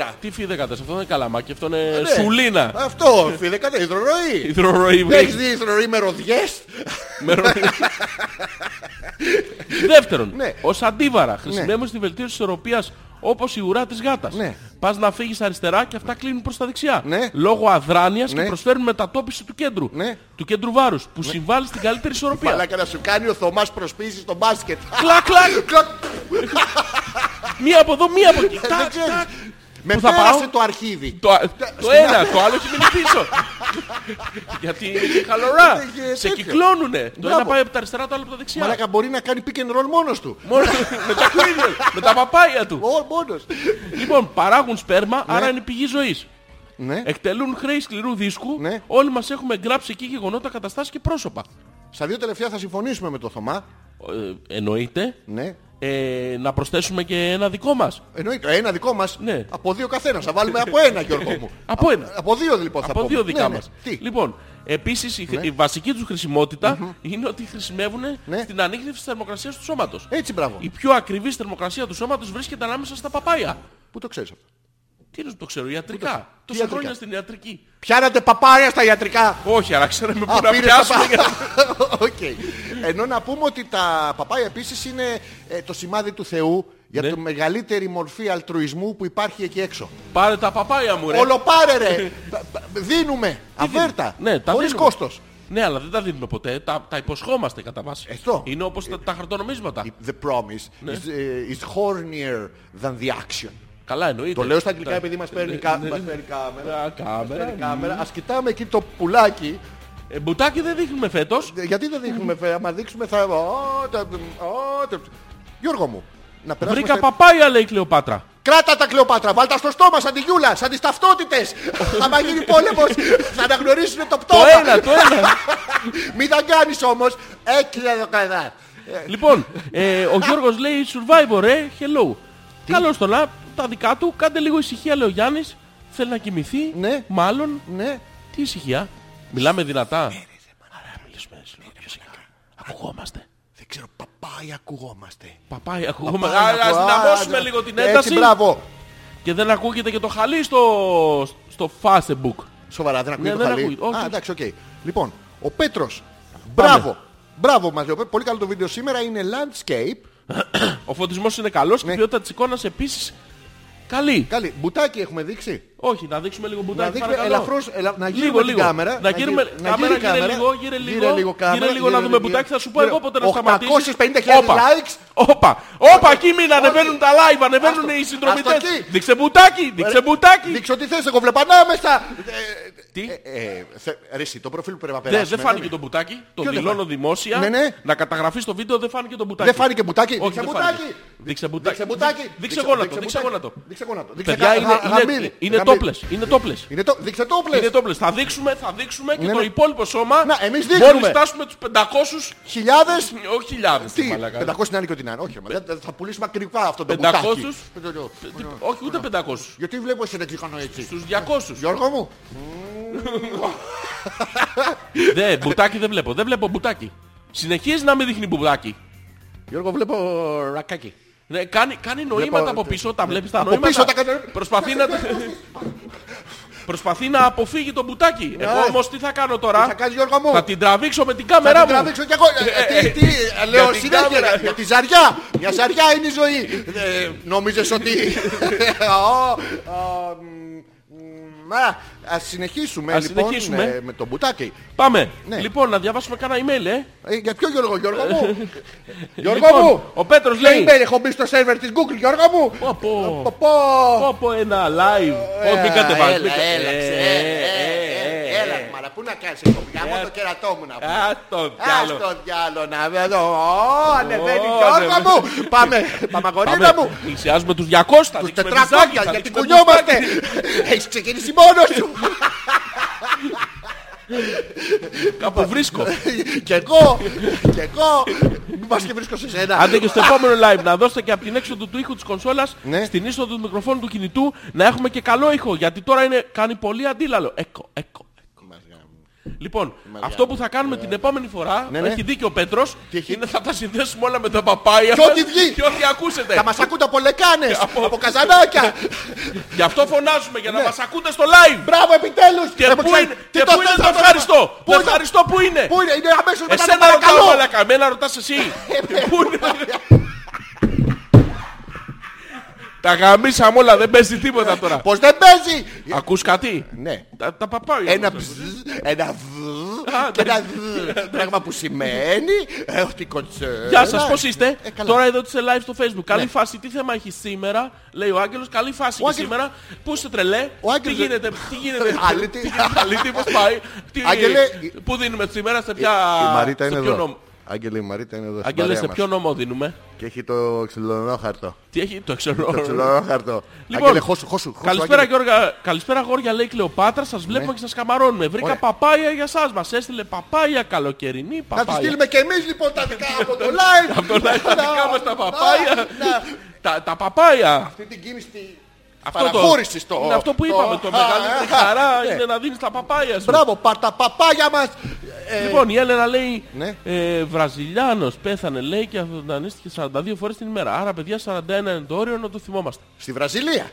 A: 14.
B: Τι φι 14, αυτό δεν είναι καλαμάκι, αυτό είναι
A: Ναι.
B: σουλίνα.
A: Αυτό, φι 14. Υδροροή.
B: Υδροροή.
A: Δεν έχεις δει υδροροή με ροδιές.
B: Με ρω- Δεύτερον,
A: Ναι.
B: ως αντίβαρα χρησιμεύουν στη βελτίωση της ισορροπίας όπως η ουρά της γάτας.
A: Ναι.
B: Πας να φύγεις αριστερά και αυτά κλείνουν προς τα δεξιά.
A: Ναι.
B: Λόγω αδράνειας
A: Ναι.
B: και προσφέρουν μετατόπιση του κέντρου.
A: Ναι.
B: Του κέντρου βάρους που συμβάλλει στην καλύτερη ισορροπία.
A: Παλάκα να σου κάνει ο Θωμάς προσπίση στο μπάσκετ.
B: Κλακ, κλακ,
A: Κλακ,
B: μία από εδώ, μία από εκεί.
A: Δεν
B: Τάκ,
A: ξέρεις.
B: τάκ.
A: Με
B: Πού θα
A: πέρασε
B: πάω?
A: το αρχίδι.
B: Το, το ένα, το άλλο έχει μείνει πίσω. Γιατί είναι και χαλωρά.
A: Είναι και
B: Σε
A: τέτοιο.
B: κυκλώνουνε. Το ένα
A: Μπράβο.
B: πάει από τα αριστερά, το άλλο από τα δεξιά.
A: Μαλάκα μπορεί να κάνει pick and roll μόνος του.
B: Μόνο με τα κουρίδια, με τα παπάγια του.
A: Ω, μόνος.
B: Λοιπόν, παράγουν σπέρμα, άρα είναι πηγή ζωής.
A: Ναι.
B: Εκτελούν χρέη σκληρού δίσκου.
A: Ναι.
B: Όλοι μας έχουμε γράψει εκεί γεγονότα, καταστάσεις και πρόσωπα.
A: Στα δύο τελευταία θα συμφωνήσουμε με το Θωμά.
B: Ε, εννοείται.
A: Ναι.
B: Ε, να προσθέσουμε και ένα δικό μας.
A: Εννοείται. Ένα δικό μας.
B: Ναι.
A: Από δύο καθένας. Θα βάλουμε από ένα Γιώργο μου.
B: Από ένα.
A: Από δύο λοιπόν θα
B: Από
A: πούμε.
B: δύο
A: Ναι,
B: δικά
A: ναι.
B: μας.
A: Τι.
B: Λοιπόν, επίσης η, χρη- η βασική τους χρησιμότητα είναι ότι χρησιμεύουν
A: Ναι.
B: στην ανείχνευση τη θερμοκρασίας του σώματος.
A: Έτσι μπράβο.
B: Η πιο ακριβή θερμοκρασία του σώματος βρίσκεται ανάμεσα στα παπάια.
A: Πού το ξέρεις αυτό.
B: Τι να το ξέρω, ιατρικά. Τόσα
A: ιατρικά?
B: χρόνια στην ιατρική.
A: Πιάνατε παπάρια στα ιατρικά.
B: Όχι, αλλά ξέραμε πού
A: Α,
B: να
A: πήρες τα
B: πιάσουμε. για-
A: πα- Οκ. Ενώ να πούμε ότι τα παπάια επίσης είναι ε, το σημάδι του Θεού για
B: Ναι.
A: τη μεγαλύτερη μορφή αλτρουισμού που υπάρχει εκεί έξω.
B: Πάρε τα παπάια μου, ρε.
A: Όλο πάρε ρε! Τα- τα- Δίνουμε! Αβέρτα!
B: Ναι, τα
A: Χωρίς
B: δίνουμε.
A: κόστος.
B: Ναι, αλλά δεν τα δίνουμε ποτέ. Τα, τα υποσχόμαστε κατά βάση.
A: Αυτό.
B: Είναι όπως τα, τα χαρτονομίσματα.
A: The promise
B: Ναι.
A: is, eh, is hornier than the action.
B: Καλά εννοείται. Ε,
A: Το λέω στα αγγλικά
B: Τα-
A: επειδή μας παίρνει κα- μας παίρνει κάμερα.
B: ναι, Α,
A: Παίρνει
B: Κάμερα. ναι.
A: κάμερα. Ας κοιτάμε εκεί το πουλάκι.
B: Ε, μπουτάκι δεν δείχνουμε φέτος.
A: Ε, Γιατί δεν δείχνουμε, φε- άμα δείξουμε θα... Ω, τα- ω, τα- Γιώργο μου, να περάσουμε
B: Βρήκα
A: σε-
B: παπάια, λέει η Κλεοπάτρα.
A: Κράτα τα Κλεοπάτρα, βάλτα στο στόμα σαν τη Γιούλα, σαν τις ταυτότητες. Άμα γίνει πόλεμος θα αναγνωρίσουν το
B: Το
A: πτώμα.
B: ένα, το ένα.
A: Μην τα κάνεις όμως. Έκλεινε το κανά.
B: λοιπόν, ε, ο Γιώργος λέει survivor, ε, hello. Καλώς το να, τα δικά του, κάντε λίγο ησυχία, λέει ο Γιάννης. Θέλει να κοιμηθεί,
A: Ναι.
B: μάλλον.
A: Ναι. Ε,
B: Τι ησυχία. Μιλάμε δυνατά. Άρα μιλήσουμε λίγο πιο σιγά. Ακουγόμαστε.
A: Δεν ξέρω, παπάι ακουγόμαστε.
B: Παπάει, ακουγόμαστε.
A: Παπάι,
B: Άρα, Ας
A: ακου-
B: δυναμώσουμε
A: α,
B: λίγο την
A: Έτσι,
B: ένταση.
A: μπράβο.
B: Και δεν ακούγεται και το χαλί στο, στο Facebook.
A: Σοβαρά, δεν ακούγεται το
B: Ναι, δεν
A: χαλί.
B: ακούγεται. Όχι,
A: Α,
B: όχι.
A: εντάξει, οκ. Λοιπόν, ο Πέτρος. Μπράβο. Μπράβο μας λέει. ο Πέτρος. Πολύ καλό το βίντεο σήμερα. Είναι landscape.
B: Ο φωτισμός είναι καλός
A: Ναι.
B: και η ποιότητα της εικόνας επίσης καλή.
A: Καλή. Μπουτάκι έχουμε δείξει.
B: Όχι, να δείξουμε λίγο μπουτάκι.
A: Να δείξουμε
B: παρακαλώ.
A: ελαφρώς, ελα- να γύρουμε
B: λίγο,
A: την
B: λίγο.
A: κάμερα.
B: Να γύρουμε
A: γύρει-
B: κάμερα,
A: γύρει
B: γύρε
A: κάμερα.
B: λίγο, γύρε λίγο.
A: κάμερα,
B: γύρε λίγο να δούμε
A: γύρω-
B: μπουτάκι. Θα σου πω
A: γύρω-
B: εγώ πότε να σταματήσεις.
A: 850.000
B: Όπα.
A: likes.
B: Όπα, όπα εκεί μην ανεβαίνουν τα live, ανεβαίνουν
A: Άστο.
B: οι συντρομητές.
A: Άστο εκεί.
B: Δείξε μπουτάκι, δείξε μπουτάκι.
A: Δείξω τι θες, εγώ βλέπω ανάμεσα. Ε,
B: Τι?
A: ε, ε, θε- Ρε εσύ, το προφίλ που πρέπει να
B: Δεν
A: περάσουμε.
B: δεν
A: ναι.
B: φάνηκε το μπουτάκι, το
A: Ποιο δεν
B: δηλώνω
A: φάνηκε?
B: δημόσια.
A: Ναι, ναι.
B: Να καταγραφείς στο βίντεο, δεν φάνηκε το μπουτάκι.
A: Δεν φάνηκε μπουτάκι.
B: Όχι,
A: Δείξε
B: δεν
A: μπουτάκι.
B: φάνηκε. Ε, Δείξε μπουτάκι.
A: Δείξε μπουτάκι.
B: Δείξε γόνατο, δείξε
A: μπουτάκι.
B: γόνατο.
A: Δείξε γόνατο. Δείξε
B: Παιδιά
A: γα-
B: είναι,
A: γα-
B: είναι,
A: γαμίδι.
B: είναι
A: Γαμίδι.
B: τόπλες, είναι τόπλες.
A: Είναι το- Δείξε τόπλες.
B: Είναι τόπλες. Θα δείξουμε, θα δείξουμε και
A: Ναι,
B: το
A: ναι.
B: υπόλοιπο σώμα.
A: Να, εμείς δείχνουμε.
B: Μόλις φτάσουμε τους 500
A: Χιλιάδες.
B: όχι χιλιάδες.
A: Τι,
B: ρε μαλάκα.
A: 500 είναι άλλη και την άλλη. Όχι, ρε, μα, δεν- θα πουλήσουμε ακριβά αυτό το
B: 500.
A: μπουτάκι.
B: Τι- Όχι ούτε 500.
A: Γιατί βλέπω εσύ να κλικάνω έτσι.
B: Στους 200.
A: Γιώργο μου,
B: Δε, μπουτάκι δεν βλέπω. Δεν βλέπω μπουτάκι. Συνεχίζεις να μην δείχνει μπουτάκι.
A: Γιώργο βλέπω ρακάκι.
B: Ναι, κάνει, κάνει νοήματα
A: Βλέπω- Ναι.
B: από πίσω, τα βλέπεις τα
A: Από
B: νοήματα.
A: πίσω τα κάνει-
B: Προσπαθεί να... Προσπαθεί να αποφύγει το μπουτάκι. Εγώ όμως τι θα κάνω τώρα.
A: Ναι. Θα κάνεις Γιώργο μου.
B: Θα την τραβήξω με την
A: Θα
B: κάμερά
A: την
B: μου.
A: τραβήξω κι εγώ. Ε,
B: ε,
A: τι- Τι,
B: για
A: λέω
B: την
A: συνέχεια.
B: κάμερα.
A: για- Για τη ζαριά. Μια ζαριά είναι η ζωή. Ε, Νόμιζες ότι... Ω, α, μ, μ, α, Ας συνεχίσουμε
B: Ας
A: λοιπόν
B: συνεχίσουμε.
A: ε, με το μπουτάκι.
B: Πάμε.
A: Ναι.
B: Λοιπόν, να διαβάσουμε κανένα email, ε.
A: Ε, Για ποιο Γιώργο, Γιώργο μου. Γιώργο
B: Λοιπόν,
A: μου.
B: Ο Πέτρος
A: Ποιο
B: λέει...
A: email έχω μπει στο σερβερ της Google, Γιώργο μου.
B: Πω, πω.
A: Πω, πω.
B: Όπω ένα live. Όχι, μην
A: Ε,
B: κατεβάζεις. μην
A: Έλα,
B: κα-
A: έλα,
B: Ε,
A: ξέ, ε,
B: ε,
A: ε,
B: ε,
A: ε,
B: ε.
A: Έλα, μαλα, πού να κάνεις εγώ, γάμο
B: Ε,
A: το κερατό μου να πω.
B: Ας, το
A: Ας
B: διάλογο.
A: το διάλο να δω. Ω, ναι, ανεβαίνει
B: Ω,
A: Γιώργο
B: ανεβαίνει.
A: μου. Πάμε, πάμε αγορίνα
B: Πάμε.
A: μου.
B: Πλησιάζουμε τους 200. θα
A: Τους
B: δείξουμε
A: 400
B: μπουζάκι, θα
A: γιατί
B: δείξουμε
A: κουνιόμαστε.
B: μπουζάκι.
A: Έχεις ξεκινήσει μόνος σου.
B: Κάπου βρίσκω.
A: Κι εγώ, κι εγώ. Μη πας και βρίσκω σε σένα.
B: Άντε και στο επόμενο live να δώσετε και από την έξοδο του ήχου της κονσόλας
A: Ναι.
B: στην είσοδο του μικροφόνου του κινητού να έχουμε και καλό ήχο. Γιατί τώρα είναι, κάνει πολύ αντίλαλο. Έκο, έκο.
A: Μαριά μου.
B: Λοιπόν,
A: Μαριά
B: αυτό που θα κάνουμε την επόμενη φορά,
A: Ναι, ναι.
B: έχει δίκιο ο Πέτρος,
A: Τι έχει?
B: είναι θα τα συνδέσουμε όλα με τα παπάια.
A: Και ό,τι βγει.
B: Και ό,τι ακούσετε.
A: Θα μας ακούνται από λεκάνες,
B: Από-
A: από καζανάκια.
B: Γι' αυτό φωνάζουμε, για
A: Ναι.
B: να μας ακούτε στο live.
A: Μπράβο επιτέλους.
B: Και
A: Δεν
B: πού
A: ξέρω-
B: είναι,
A: Τι
B: και πού είναι
A: θες
B: το
A: αυτό
B: ευχαριστώ.
A: Πού
B: Το
A: είναι-
B: ευχαριστώ που είναι.
A: Πού είναι, είναι αμέσως μετά το
B: Εσένα ρωτάω,
A: παρακαλώ.
B: μαλακά. Εμένα ρωτάς εσύ.
A: Ε,
B: Ε, Πού είναι. Τα γαμίσαμε όλα, δεν παίζει τίποτα τώρα.
A: Πως δεν παίζει.
B: Ακούς κάτι.
A: Ε, Ναι.
B: Τα, τα παπάγια.
A: Ένα
B: όμως.
A: μπζζ, ένα βζ
B: Α, ναι.
A: και ένα δ. Πράγμα που σημαίνει ε, ότι η κονσόλα...
B: Γεια σας, πώς είστε.
A: Ε, καλά. Ναι.
B: Τώρα εδώ είστε live στο facebook. Καλή φάση, τι θέμα έχει σήμερα, λέει ο Άγγελος. Καλή φάση
A: Ο
B: και
A: Άγγελος-
B: σήμερα. Πού είστε τρελέ,
A: Ο
B: τι
A: Άγγελος-
B: γίνεται, τι γίνεται.
A: Αλήτη.
B: τι γίνεται, αλήτη, πώς πάει. Τι-
A: Άγγελε,
B: Πού δίνουμε σήμερα, σε
A: Η
B: ποια...
A: Μαρίτα
B: σε
A: είναι
B: ποιο
A: εδώ.
B: νόμο.
A: Άγγελε, η Μαρίτα είναι εδώ. στην
B: Άγγελε,
A: παρέα
B: σε
A: μας.
B: ποιο νόμο δίνουμε.
A: Και έχει το ξυλονόχαρτο.
B: Τι έχει, το
A: Το
B: ξέρω.
A: ξυλονόχαρτο.
B: Λοιπόν,
A: Άγγελε, χώσου, χώσου. χώσου,
B: Καλησπέρα,
A: Άγγελε.
B: Γιώργα. Καλησπέρα, Γόρια, λέει η Κλεοπάτρα. Σας βλέπουμε και σας καμαρώνουμε. Βρήκα
A: Ναι. Ωραία.
B: παπάια για σας. Μας έστειλε παπάια καλοκαιρινή.
A: Θα τη
B: Παπάια.
A: στείλουμε και εμείς λοιπόν τα δικά από το live.
B: Από το live τα
A: Να,
B: δικά μας τα
A: να,
B: παπάια.
A: να.
B: Τα, τα παπάια.
A: Αυτή την κίνηση τη
B: Αυτό το-
A: παραχώρησης το...
B: είναι αυτό που είπαμε. Το μεγαλύτερη χαρά είναι να δίνεις τα παπάια σου.
A: Ναι. Μπράβο, πάρ' τα παπάγια μας. Ε,
B: Λοιπόν, η Έλενα λέει
A: Ναι.
B: ε, Βραζιλιάνος πέθανε λέει και αυτονανίστηκε 42 φορές την ημέρα. Άρα παιδιά 41 είναι το όριο να το θυμόμαστε.
A: Στη Βραζιλία.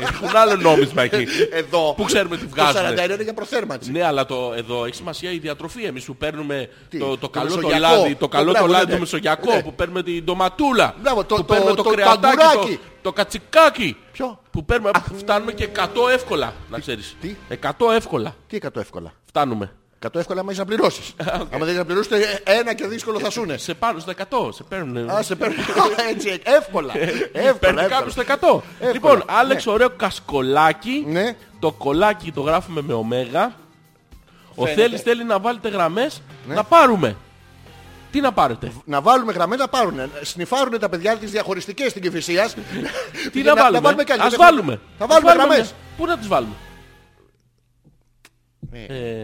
B: Έχουν άλλο νόμισμα εκεί.
A: Εδώ.
B: Πού ξέρουμε τι
A: Ε, Το
B: βγάζουνε.
A: 41 είναι για προθέρμανση.
B: Ναι, αλλά το, εδώ έχει σημασία η διατροφή. Εμείς σου παίρνουμε
A: Τι,
B: το, το
A: το
B: καλό το
A: μεσογειακό.
B: λάδι, το
A: Το
B: καλό το
A: μπράβο,
B: λάδι
A: ναι,
B: το
A: ναι.
B: μεσογειακό,
A: Ναι.
B: που παίρνουμε την ντοματούλα.
A: Μπράβο, το-
B: που
A: το-
B: παίρνουμε το,
A: το
B: κρεατάκι, το,
A: ταγκουράκι.
B: το κατσικάκι.
A: Ποιο?
B: Που παίρνουμε, φτάνουμε και 100 εύκολα, να ξέρεις.
A: τι?
B: 100 εύκολα
A: Τι 100 εύκολα.
B: φτάνουμε.
A: 100 εύκολα άμα είσαι να πληρώσεις. Άμα δεν είσαι να πληρώσεις, ε, ένα και δύσκολο θα σούνε.
B: Σε πάνω στο 100, σε παίρνουν.
A: Α, σε παίρνω έτσι, εύκολα. Εύκολα,
B: Ε, Παίρνει κάποιος
A: εύκολα.
B: στο 100.
A: Εύκολα,
B: Λοιπόν,
A: ναι.
B: Άλεξ, ωραίο κασκολάκι.
A: Ναι.
B: Το κολάκι το γράφουμε με ωμέγα. Ο Θέλης θέλει να βάλετε γραμμές
A: Ναι.
B: να πάρουμε. Τι να πάρετε.
A: Να βάλουμε γραμμέ να πάρουν. Σνιφάρουνε τα παιδιά της διαχωριστικής στην Κηφισίας.
B: Τι να, βάλουμε.
A: Να βάλουμε κι άλλες.
B: Ας βάλουμε.
A: Θα
B: Ας
A: βάλουμε γραμμές.
B: μια. Πού να τις βάλουμε. Ε,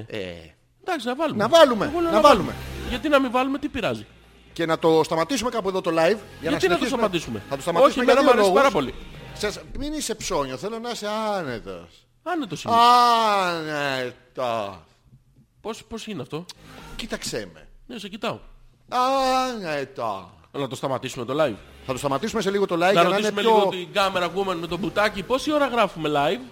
A: Ε,
B: εντάξει, να βάλουμε.
A: Να βάλουμε,
B: Εγώ λέω
A: να βάλουμε.
B: Γιατί να μην βάλουμε, τι πειράζει.
A: Και να το σταματήσουμε κάπου εδώ το live. Για
B: γιατί να το
A: συνεχίσουμε.
B: σταματήσουμε.
A: Θα το σταματήσουμε
B: Όχι,
A: για
B: εμένα
A: δύο
B: μου αρέσει
A: λόγους.
B: πάρα πολύ.
A: Σας... Μην είσαι ψώνιο, θέλω να είσαι άνετος.
B: Άνετος είναι.
A: Άνετος.
B: Πώς, πώς είναι αυτό.
A: Κοίταξέ με.
B: Ναι, σε κοιτάω.
A: Άνετο.
B: Να το σταματήσουμε το live.
A: Θα το σταματήσουμε σε λίγο το live
B: Να
A: Ε, για να είναι
B: ρωτήσουμε
A: πιο...
B: λίγο την κάμερα woman με τον μπουτάκι πόση ώρα γράφουμε live.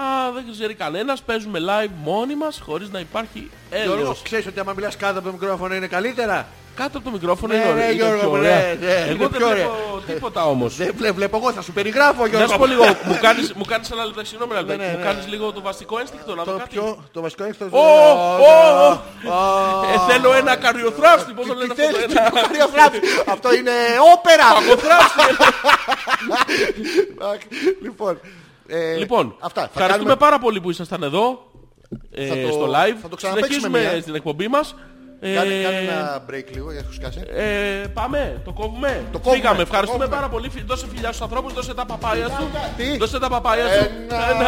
B: Α, δεν ξέρει κανένας. Παίζουμε live μόνοι μας χωρίς να υπάρχει
A: Ε, Γιώργο,
B: έλεος.
A: ξέρεις ότι άμα μιλάς κάτω από το μικρόφωνο είναι καλύτερα.
B: Κάτω από το μικρόφωνο
A: Ναι,
B: είναι ωραία.
A: ρε,
B: είναι
A: Γιώργο,
B: πιο
A: ναι,
B: ωραία.
A: ναι, ναι,
B: Εγώ
A: είναι
B: δεν
A: πιο ωραία.
B: βλέπω τίποτα όμως.
A: Δεν βλέ- βλέπω εγώ, θα σου περιγράφω
B: Να
A: Γιώργο.
B: σου πω λίγο, μου κάνεις, μου κάνεις ένα λεπτό, συγγνώμη ένα λεπτό,
A: Ναι, ναι,
B: μου
A: ναι.
B: κάνεις λίγο το βασικό ένστικτο να δω
A: Το
B: κάτι.
A: πιο, το βασικό έχει το...
B: Ω, ω, ω. Ε, θέλω ένα καριοθράυστη, πώς το λένε
A: Τι
B: αυτό το
A: θέλεις, τι
B: ένα.
A: καριοθράψη. Αυτό είναι όπερα.
B: Παγκοθράυστη.
A: Αχ, Λοιπόν, ε,
B: Λοιπόν,
A: αυτά. Θα
B: ευχαριστούμε
A: κάνουμε...
B: πάρα πολύ που ήσασταν εδώ, ε,
A: Θα το-
B: στο live.
A: θα το ξαναπαίξουμε
B: Συνεχίζουμε
A: μια.
B: στην εκπομπή μας. Ε,
A: Κάνε, κάνε ένα break λίγο για να σου σκάσει.
B: ε, πάμε, το κόβουμε.
A: Το κόβουμε,
B: Φύγαμε,
A: το
B: ευχαριστούμε
A: κόβουμε.
B: πάρα πολύ. Φι- Δώσε φιλιά στους ανθρώπους, δώσε τα παπάια σου.
A: Τι?
B: Δώσε τα παπάια σου.
A: Ένα-
B: Ένα-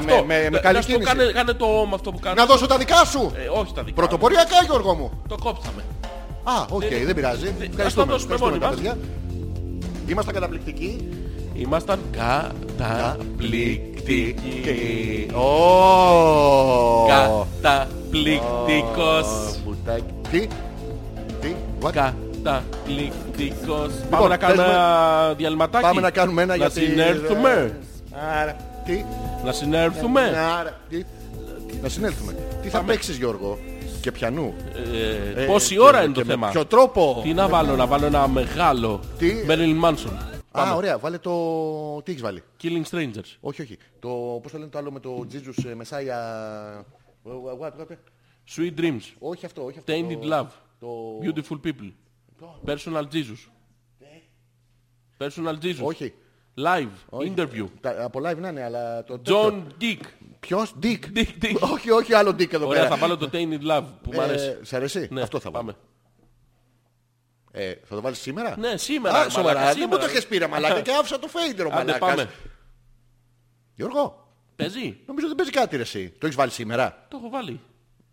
A: με-
B: Αυτό.
A: με- με
B: Να-
A: καλή
B: να σου πω,
A: κίνηση.
B: κάνε- Κάνε το όμο αυτό που κάνω.
A: Να δώσω τα δικά σου.
B: Ε, Όχι τα δικά. μου.
A: Πρωτοποριακά Γιώργο μου.
B: Το κόψαμε.
A: Α, οκ,
B: Δεν-
A: δεν πειράζει.
B: ε, τα
A: Ευχαριστούμε,
B: δώσουμε
A: ευχαριστούμε
B: μόνοι
A: τα
B: μας.
A: παιδιά. Είμαστε καταπληκτικοί.
B: Ήμασταν Ε, καταπληκτικοί.
A: Ω.
B: Καταπληκτικός.
A: Μπουτάκι. Τι. Τι. What?
B: Καταπληκτικός. Πάμε
A: Λοιπόν,
B: να κάνουμε
A: θες
B: ένα διαλυματάκι.
A: Πάμε να κάνουμε ένα
B: Να
A: γιατί-
B: συνέρθουμε.
A: Άρα. Τι.
B: Να συνέρθουμε.
A: Άρα. Τι. Να συνέλθουμε. Τι θα παίξεις Γιώργο. Και πιανού.
B: Ε,
A: Ε,
B: Πόση
A: και-
B: ώρα
A: και
B: είναι το
A: με
B: θέμα.
A: Ποιο τρόπο.
B: Τι να βάλω, να βάλω ένα μεγάλο.
A: Τι?
B: Μέριλιν Μάνσον.
A: Α, ωραία. Βάλε το... Τι έχεις βάλει.
B: Killing Strangers.
A: Όχι, όχι. Το, πώς το λένε το άλλο με το Jesus ε, Messiah... What, what, what?
B: Sweet Dreams.
A: Όχι αυτό, όχι αυτό.
B: Tainted
A: το-
B: Love.
A: Το...
B: Beautiful People. Personal Jesus. Personal Jesus.
A: Όχι.
B: Live. Interview.
A: Τα, από live να είναι, αλλά το...
B: John Dick.
A: Ποιος? Dick.
B: Dick, Dick.
A: όχι, όχι άλλο Dick εδώ
B: Ωραία,
A: πέρα.
B: θα βάλω το Tainted Love που μου αρέσει.
A: Ε, σ' αρέσει?
B: Ναι,
A: Αυτό θα βάλω.
B: πάμε.
A: Ε, θα το βάλεις σήμερα?
B: Ναι, σήμερα,
A: Α,
B: μαλάκα,
A: σοβαρά. Δεν
B: σήμερα.
A: μου το έχεις πει, ρε μαλάκα, και άφησα το fader, ο
B: Άντε
A: μαλάκας.
B: πάμε.
A: Γιώργο,
B: Παίζει.
A: νομίζω δεν παίζει κάτι ρε εσύ. Το έχεις βάλει σήμερα.
B: Το έχω βάλει.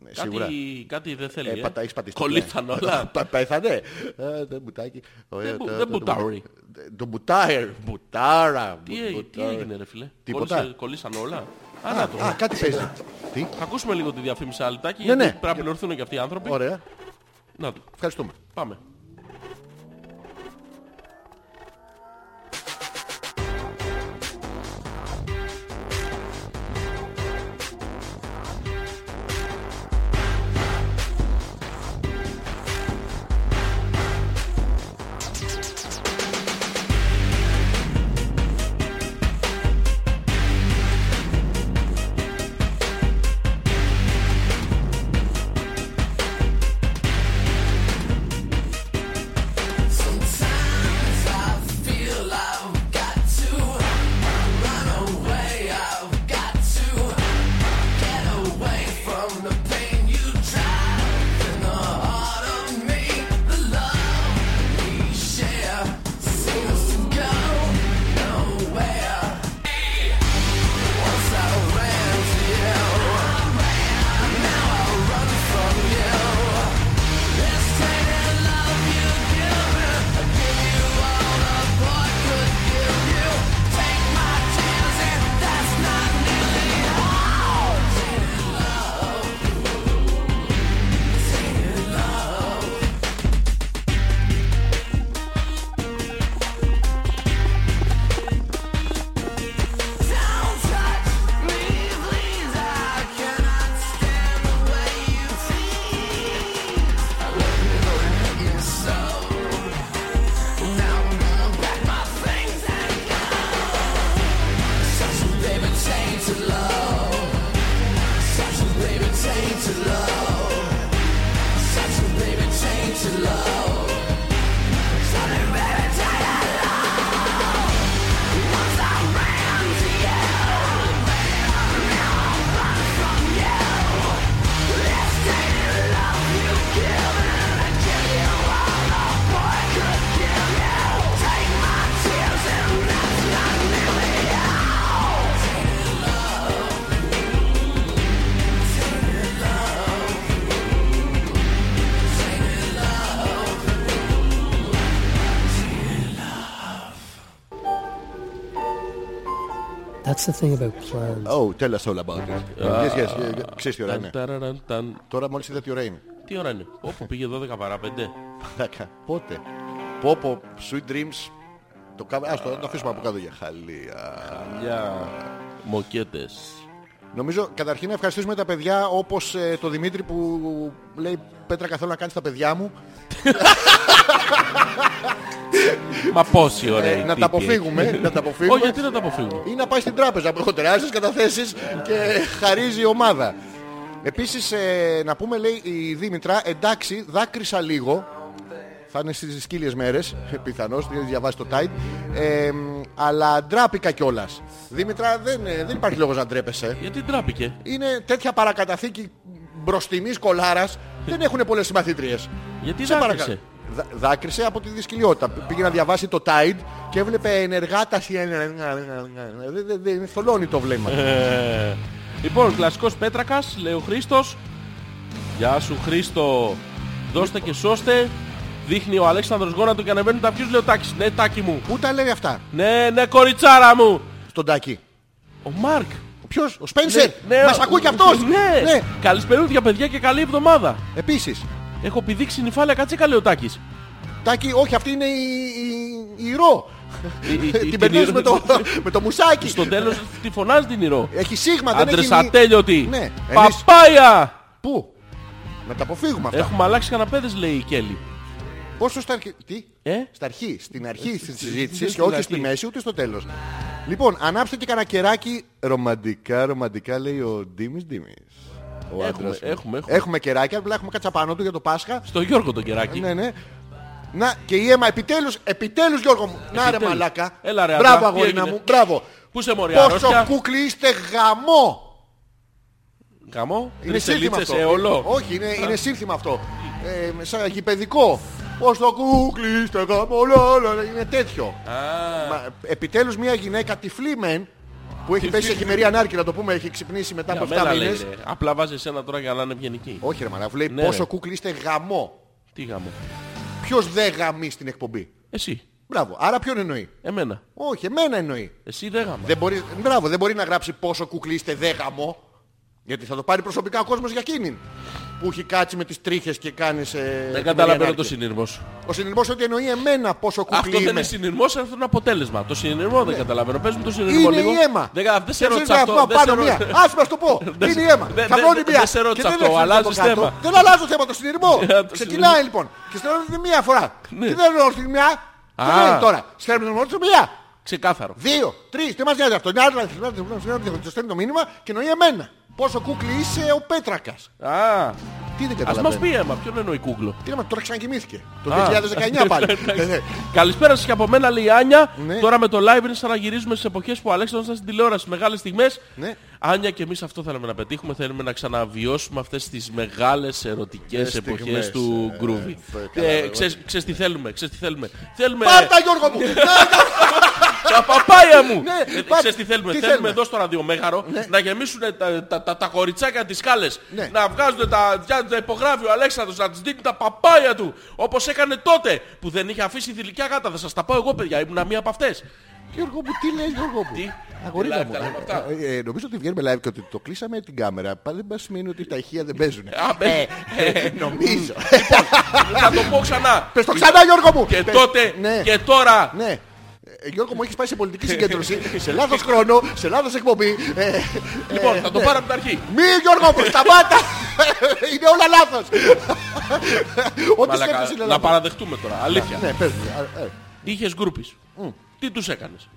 A: Ναι, σίγουρα.
B: Κάτι, κάτι δεν θέλει.
A: Ε, πατα, έχεις πατήσει.
B: Κολλήθαν
A: Ναι.
B: όλα.
A: Πα- Πέθανε. Ε, Δεν μπουτάκι. Ωραίο,
B: μπου-
A: το-
B: δεν
A: το- το-
B: μπουτάρει.
A: ε, Το μπουτάρ. Μπουτάρα.
B: Τι,
A: μπου-
B: έ- τι
A: μπουτάρ.
B: έγινε ρε φίλε.
A: Τίποτα.
B: Κόλλησε- Κολλήσαν όλα. Ανά το.
A: Α, κάτι παίζει. Τι.
B: Θα ακούσουμε λίγο τη διαφήμιση άλλη τάκη.
A: Ναι, ναι.
B: γιατί Πρέπει να πληρωθούν και αυτοί οι άνθρωποι.
A: Ωραία.
B: Να το.
A: Ευχαριστούμε.
B: Πάμε.
G: That's the thing about plans.
A: Oh, tell us all about it. Yes, yes, yes. Ξέρεις τι ώρα είναι.
B: Ταν, ταν.
A: Τώρα μόλις είδα τι ώρα είναι.
B: Τι ώρα είναι. Όπου πήγε 12 παρά 5.
A: Πλάκα. Πότε. Πω πω, sweet dreams. Το κάμε. Ας το να το αφήσουμε από κάτω για χαλία.
B: Για μοκέτες.
A: Νομίζω καταρχήν να ευχαριστήσουμε τα παιδιά όπως ε, το Δημήτρη που λέει Πέτρα καθόλου να κάνεις τα παιδιά μου.
B: Μα πόσοι
A: Ε,
B: ωραίοι.
A: να
B: τύποι
A: τα αποφύγουμε.
B: έχει.
A: να τα
B: Όχι,
A: αποφύγουμε.
B: γιατί να τα αποφύγουμε.
A: ή να πάει στην τράπεζα που έχω τεράστιες καταθέσεις και χαρίζει η ομάδα. Επίσης ε, να πούμε λέει η Δήμητρα εντάξει δάκρυσα λίγο θα είναι στις σκύλιες μέρες πιθανώς γιατί διαβάζει το Tide ε, μ, αλλά ντράπηκα κιόλας Δήμητρα δεν, ε, δεν υπάρχει λόγος να ντρέπεσαι
B: Γιατί ντράπηκε.
A: είναι τέτοια παρακαταθήκη μπροστινής κολάρας δεν έχουν πολλές συμμαθήτριες
B: Γιατί
A: σε
B: ντράπηκε.
A: παρακαλώ. Δα- δάκρυσε από τη δυσκολιότητα. Πήγε να διαβάσει το Tide και έβλεπε ενεργά τα σι- Δεν- δεν- Δεν θολώνει το βλέμμα.
B: Ε, λοιπόν, κλασικός Πέτρακας, λέει ο Χρήστος. Γεια σου, Χρήστο. Δώστε και σώστε. Δείχνει ο Αλέξανδρος γόνατο και ανεβαίνουν τα ποιους λέει ο Τάκης. Ναι, Τάκη μου.
A: Πού τα λέει αυτά
B: Ναι, ναι, κοριτσάρα μου.
A: στον Τάκη.
B: Ο Μάρκ.
A: Ποιος, ο Σπένσερ. Μας
B: ο-
A: ακούει κι αυτός.
B: Ναι. ναι. Καλησπερούδια, παιδιά και καλή εβδομάδα.
A: Επίσης,
B: Έχω πηδήξει νυφάλια κατσίκα, λέει ο Τάκης.
A: Τάκη, όχι, αυτή είναι η, η, η ρο.
B: Η- η-
A: την
B: την
A: περνάς
B: Ρο-
A: με, το, με το μουσάκι.
B: Στο τέλος τη φωνάζει την Ηρώ.
A: Έχει σίγμα, δεν
B: Άντρες
A: έχει...
B: ατέλειωτοι.
A: Ναι, εμείς-
B: Παπάια.
A: Πού. Να τα αποφύγουμε αυτά.
B: Έχουμε αλλάξει καναπέδες, λέει η Κέλλη.
A: Πόσο στα αρχή. Τι?
B: Ε?
A: Στα αρχή, στην αρχή τη συζήτηση
B: στην
A: και όχι
B: αρχή.
A: στη μέση ούτε στο τέλος. Λοιπόν, ανάψτε και κανένα κεράκι. Ρομαντικά, ρομαντικά λέει ο Ντίμης Ντίμης. Ο
B: Έχουμε,
A: άντρας μου.
B: έχουμε, έχουμε.
A: έχουμε κεράκι, απλά έχουμε κάτσα πάνω του για το Πάσχα.
B: Στο Γιώργο τον κεράκι.
A: Ναι, ναι. Να και η αίμα, επιτέλους, επιτέλους Γιώργο μου. Να ρε
B: Επιτέλους.
A: μαλάκα.
B: Έλα, ρε,
A: Μπράβο,
B: Αντρά, τι
A: αγόρινα
B: έγινε?
A: μου. Μπράβο.
B: Πού σε μωρή
A: Πόσο
B: αρρώστια.
A: κούκλι είστε γαμό.
B: Γαμό.
A: Είναι σύνθημα
B: σελίτσες
A: αυτό.
B: σε όλο.
A: Όχι, είναι, είναι σύνθημα αυτό. Ε, σαν γηπαιδικό. Πώς το κούκλι είστε γαμό. λα, λα, λα, Είναι τέτοιο.
B: Α,
A: Μα, επιτέλους μια γυναίκα τυφλή μεν Που έχει πέσει σε χειμερή ανάρκη, να το πούμε, έχει ξυπνήσει μετά από 7
B: Αμένα λέει,
A: μήνες.
B: ρε. Απλά βάζει εσένα τώρα για να είναι ευγενική.
A: Όχι ρε μαλάκα, λέει
B: Ναι,
A: πόσο
B: ρε.
A: κούκλι είστε γαμό.
B: Τι γάμο.
A: Ποιος δεν γαμεί στην εκπομπή.
B: Εσύ.
A: Μπράβο. Άρα ποιον εννοεί.
B: Εμένα.
A: Όχι, εμένα εννοεί.
B: Εσύ δεν γάμα.
A: Δεν μπορεί, μπράβο, δεν μπορεί να γράψει πόσο κουκλί είστε δε γαμό. Γιατί θα το πάρει προσωπικά ο κόσμος για εκείνη. Που έχει κάτσει με τις τρίχες και κάνει.
B: Δεν καταλαβαίνω το συνειρμό σου.
A: Ο συνειδημό ότι εννοεί εμένα πόσο
B: Αυτό
A: κουκλί
B: δεν
A: είμαι. Ε.
B: είναι συνειρμός, αυτό είναι αποτέλεσμα. Το συνειρμό δεν καταλαβαίνω. Πες μου το συνειρμό
A: Είναι
B: λίγο.
A: η αίμα.
B: Δεν, κα- δεν σε
A: Και
B: ρώτησα
A: ξέρεις,
B: αυτό.
A: αφού
B: Δεν σε
A: Απάνω μία.
B: ρώτησα.
A: Άσε με να σου το πω.
B: Δεν
A: Είναι η
B: σε-
A: αίμα.
B: δεν-
A: Θα
B: δεν-
A: βρώνει
B: δεν-
A: μία.
B: δεν σε ρώτησα
A: Και δεν
B: αυτό,
A: έχεις
B: αλλάζεις
A: από κάτω.
B: θέμα.
A: Δεν αλλάζω θέμα το συνειρμό.
B: Ε, το
A: Ξεκινάει
B: συνειρμό.
A: λοιπόν. Και στέλνει μία φορά.
B: Ναι.
A: Και δεν ρωτήσει μία. Και
B: Α.
A: λέει τώρα. Στέλνει μόνο μία.
B: Ξεκάθαρο.
A: Δύο, τρεις, τι μας νοιάζει αυτό. Είναι άλλο το στέλνει το μήνυμα και εννοεί εμένα. Πόσο κούκλι είσαι ο Πέτρακας.
B: Α,
A: Τι δεν
B: ας μας
A: καταλαβαίνω.
B: πει αίμα, ποιον εννοεί κούκλο.
A: Τι να μα τώρα ξανακοιμήθηκε. Το
B: Α.
A: 2019 πάλι.
B: Εντάξει.
A: Ε, ναι.
B: Καλησπέρα σας και από μένα λέει η Άνια.
A: Ναι.
B: Τώρα με το live είναι σαν να γυρίζουμε στις εποχές που ο Αλέξανδρος ήταν στην τηλεόραση. Μεγάλες στιγμές.
A: Ναι.
B: Άνια και εμείς αυτό θέλουμε να πετύχουμε. Θέλουμε να ξαναβιώσουμε αυτές τις μεγάλες ερωτικές
A: Ε,
B: εποχές
A: στιγμές,
B: του
A: ε,
B: Groovy.
A: το
B: Ε,
A: καταλαβαίνω.
B: ξέρεις- Ξέρεις τι θέλουμε, ξέρεις τι θέλουμε. Θέλουμε
A: Πάρτα Γιώργο μου.
B: τα παπάια μου.
A: Ναι,
B: Ε,
A: πάρ'
B: Ξέρεις τι θέλουμε, θέλουμε
A: θέλουμε.
B: εδώ στο ραδιομέγαρο να γεμίσουν τα- τα- τα- τα κοριτσάκια τις σκάλες.
A: Ναι.
B: Να βγάζουν τα διά- τα υπογράφει ο Αλέξανδρος, να τους δίνει τα παπάια του. Όπως έκανε τότε που δεν είχε αφήσει θηλυκιά γάτα. Θα σας τα πω εγώ παιδιά, ήμουν μία από αυτές.
A: Γιώργο μου, τι λέει Γιώργο μου.
B: Τι?
A: Αγορίνα
B: Live
A: μου.
B: τα λέμε αυτά.
A: ε, ε, Νομίζω ότι βγαίνουμε live και ότι το κλείσαμε την κάμερα. Πάλι δεν μας σημαίνει ότι τα ηχεία δεν παίζουν.
B: Α, μπε-
A: Ε, Νομίζω.
B: Θα το πω ξανά. Λοιπόν,
A: Πες το ξανά Γιώργο μου.
B: Και
A: Πες-
B: τότε
A: Ναι.
B: και τώρα.
A: Ναι. Ε, Γιώργο μου έχεις πάει σε πολιτική συγκέντρωση, σε λάθος χρόνο, σε λάθος εκπομπή. Ε,
B: Λοιπόν,
A: ε,
B: θα το
A: ναι.
B: πάρω από την αρχή.
A: Μη Γιώργο μου, σταμάτα! είναι όλα λάθος! Ό,τι
B: Μαλάκα,
A: σκέφτεσαι είναι
B: να
A: λάθος.
B: παραδεχτούμε τώρα. Αλήθεια.
A: Ναι, πες μου. α, ε,
B: Είχες γκρούπις. Τι τους έκανες.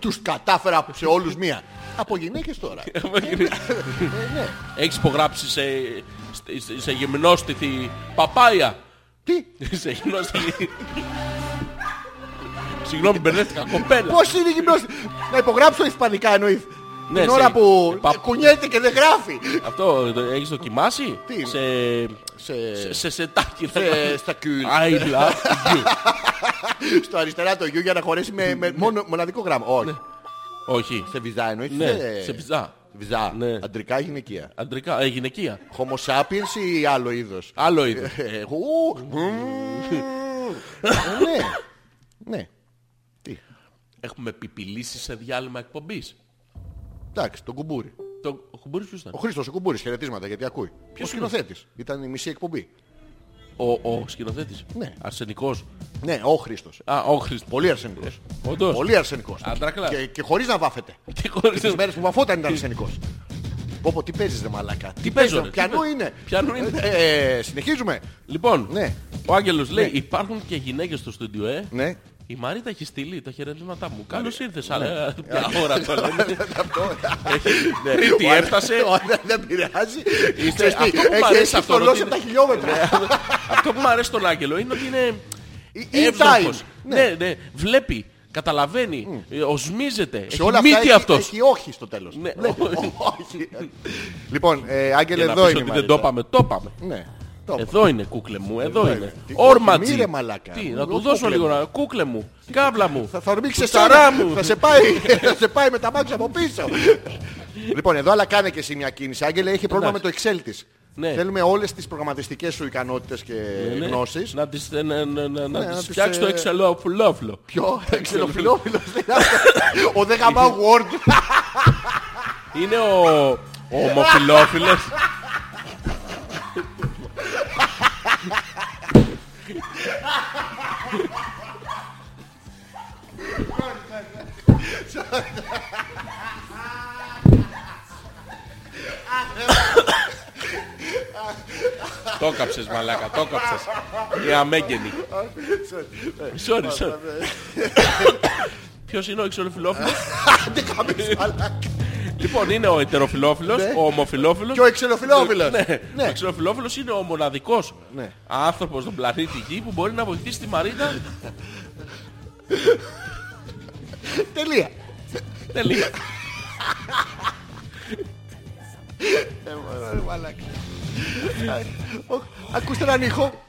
A: Τους κατάφερα σε όλους μία. Από γυναίκες τώρα.
B: Έχεις υπογράψει σε, σε, σε γυμνόστιθη παπάια.
A: Τι,
B: σε γυμνόστιθη... Συγγνώμη, μπερδεύτηκα. Κοπέλα.
A: πώς είναι η γυμνώση. Να υπογράψω ισπανικά εννοείς.
B: Ναι,
A: Την
B: σε-
A: ώρα που
B: πα-
A: κουνιέται και δεν γράφει.
B: Αυτό το έχεις δοκιμάσει.
A: Τι?
B: Σε...
A: Σε-
B: Σε, σε σετάκι.
A: σε- στα κουλ.
B: I love you.
A: Στο αριστερά το γιου για να χωρέσει με, με μόνο, μοναδικό γράμμα. Όχι.
B: Όχι.
A: Σε βυζά εννοείς. ε,
B: Ναι, σε πιζά.
A: Βυζά.
B: Ναι.
A: Αντρικά ή γυναικεία.
B: Αντρικά, ε, γυναικεία.
A: Homo sapiens ή άλλο είδος.
B: Άλλο είδος.
A: Ε, ου, μμμ. Ναι. Ναι.
B: Έχουμε πιπιλήσει σε διάλειμμα εκπομπής.
A: Εντάξει, τον κουμπούρι.
B: Το ο κουμπούρης ποιος ήταν.
A: Ο Χρήστος, ο Κουμπούρης, χαιρετίσματα γιατί ακούει. Ποιος ο σκηνοθέτης. Ήταν η μισή εκπομπή.
B: Ο, ο σκηνοθέτης.
A: Ναι.
B: Αρσενικός.
A: Ναι, ο Χρήστος.
B: Α, ο Χριστός.
A: Πολύ αρσενικός.
B: Όντως.
A: Πολύ αρσενικός.
B: Αντρακλάς.
A: Και, και χωρίς να βάφεται.
B: Τι χωρίς-
A: Τις μέρες που βαφόταν ήταν αρσενικός. Πω πω, τι παίζεις δε μαλάκα. Τι
B: παίζω, ρε, τι
A: Πιανού
B: παίζω.
A: είναι.
B: Πιανού είναι.
A: Ε, ε, συνεχίζουμε.
B: Λοιπόν,
A: Ναι.
B: ο Άγγελος λέει υπάρχουν και γυναίκες στο στούντιο, ε.
A: Ναι.
B: Η Μαρίτα έχει στείλει τα χαιρετήματά μου. Καλώς ήρθες, αλλά
A: Ναι.
B: ποια ώρα το λέμε. Έχει- ναι, Τρίτη
A: Ο-
B: έφτασε.
A: ο- Δεν πειράζει. Ξέρεις τι,
B: αυτό που μ'
A: έχει-
B: αρέσει
A: Έχει
B: αυτό, Ναι. ότι
A: στολώσει
B: είναι-
A: από τα χιλιόμετρα.
B: Αυτό που μου αρέσει τον Άγγελο είναι ότι είναι
A: In time.
B: εύστοχος. Ναι, ναι. Βλέπει, καταλαβαίνει, ε, οσμίζεται.
A: Σε
B: Έχει
A: όλα αυτά
B: μύτη
A: έχει,
B: αυτός.
A: έχει όχι στο τέλος.
B: Ναι.
A: Λέει, όχι. Λοιπόν, ε, Άγγελε,
B: Για να
A: εδώ
B: πεις
A: είναι. η
B: ότι δεν
A: Μαρίτα.
B: το είπαμε, το είπαμε.
A: Ναι. Το
B: Εδώ είναι κούκλε μου, εδώ
A: Εδώ
B: είναι.
A: είναι. Τι-
B: Όρματι.
A: Μύρε, μαλάκα.
B: Τι,
A: Μου
B: να του
A: λέω,
B: δώσω
A: κούκλε
B: λίγο
A: μου.
B: να... Κούκλε μου, κάβλα μου.
A: Θα, θα ορμήξει
B: κουτσαρά μου.
A: Θα σε πάει, θα σε πάει με τα μάξια από πίσω. λοιπόν, εδώ αλλά κάνε και εσύ μια κίνηση. Άγγελε, έχει πρόβλημα με το Excel της.
B: Ναι.
A: Θέλουμε όλες τις προγραμματιστικές σου ικανότητες και
B: Ναι,
A: γνώσεις.
B: Να τις, ε, ναι, ναι, ναι, να
A: να
B: τις
A: τις,
B: φτιάξει το
A: ε,
B: εξελοφιλόφιλο.
A: Ποιο, ξελοφιλόφιλος.
B: Ναι.
A: δηλαδή. Ο δε γαμάου Word.
B: Είναι ο, ο ομοφιλόφιλος. το κάψες μαλάκα, το κάψες. Η αμέγενη. Sorry, sorry. Ποιος είναι ο εξολοφιλόφιλος? Λοιπόν, είναι ο ετεροφιλόφιλος, ο ομοφιλόφιλος
A: Ναι. Και ο εξελοφιλόφιλος.
B: ναι.
A: Ναι.
B: Ο ξυλοφιλόφιλος είναι ο μοναδικός
A: Ναι.
B: άνθρωπος στον πλανήτη Γη που μπορεί να βοηθήσει τη Μαρίτα.
A: Τελεία.
B: Τελεία.
A: Ακούστε έναν ήχο.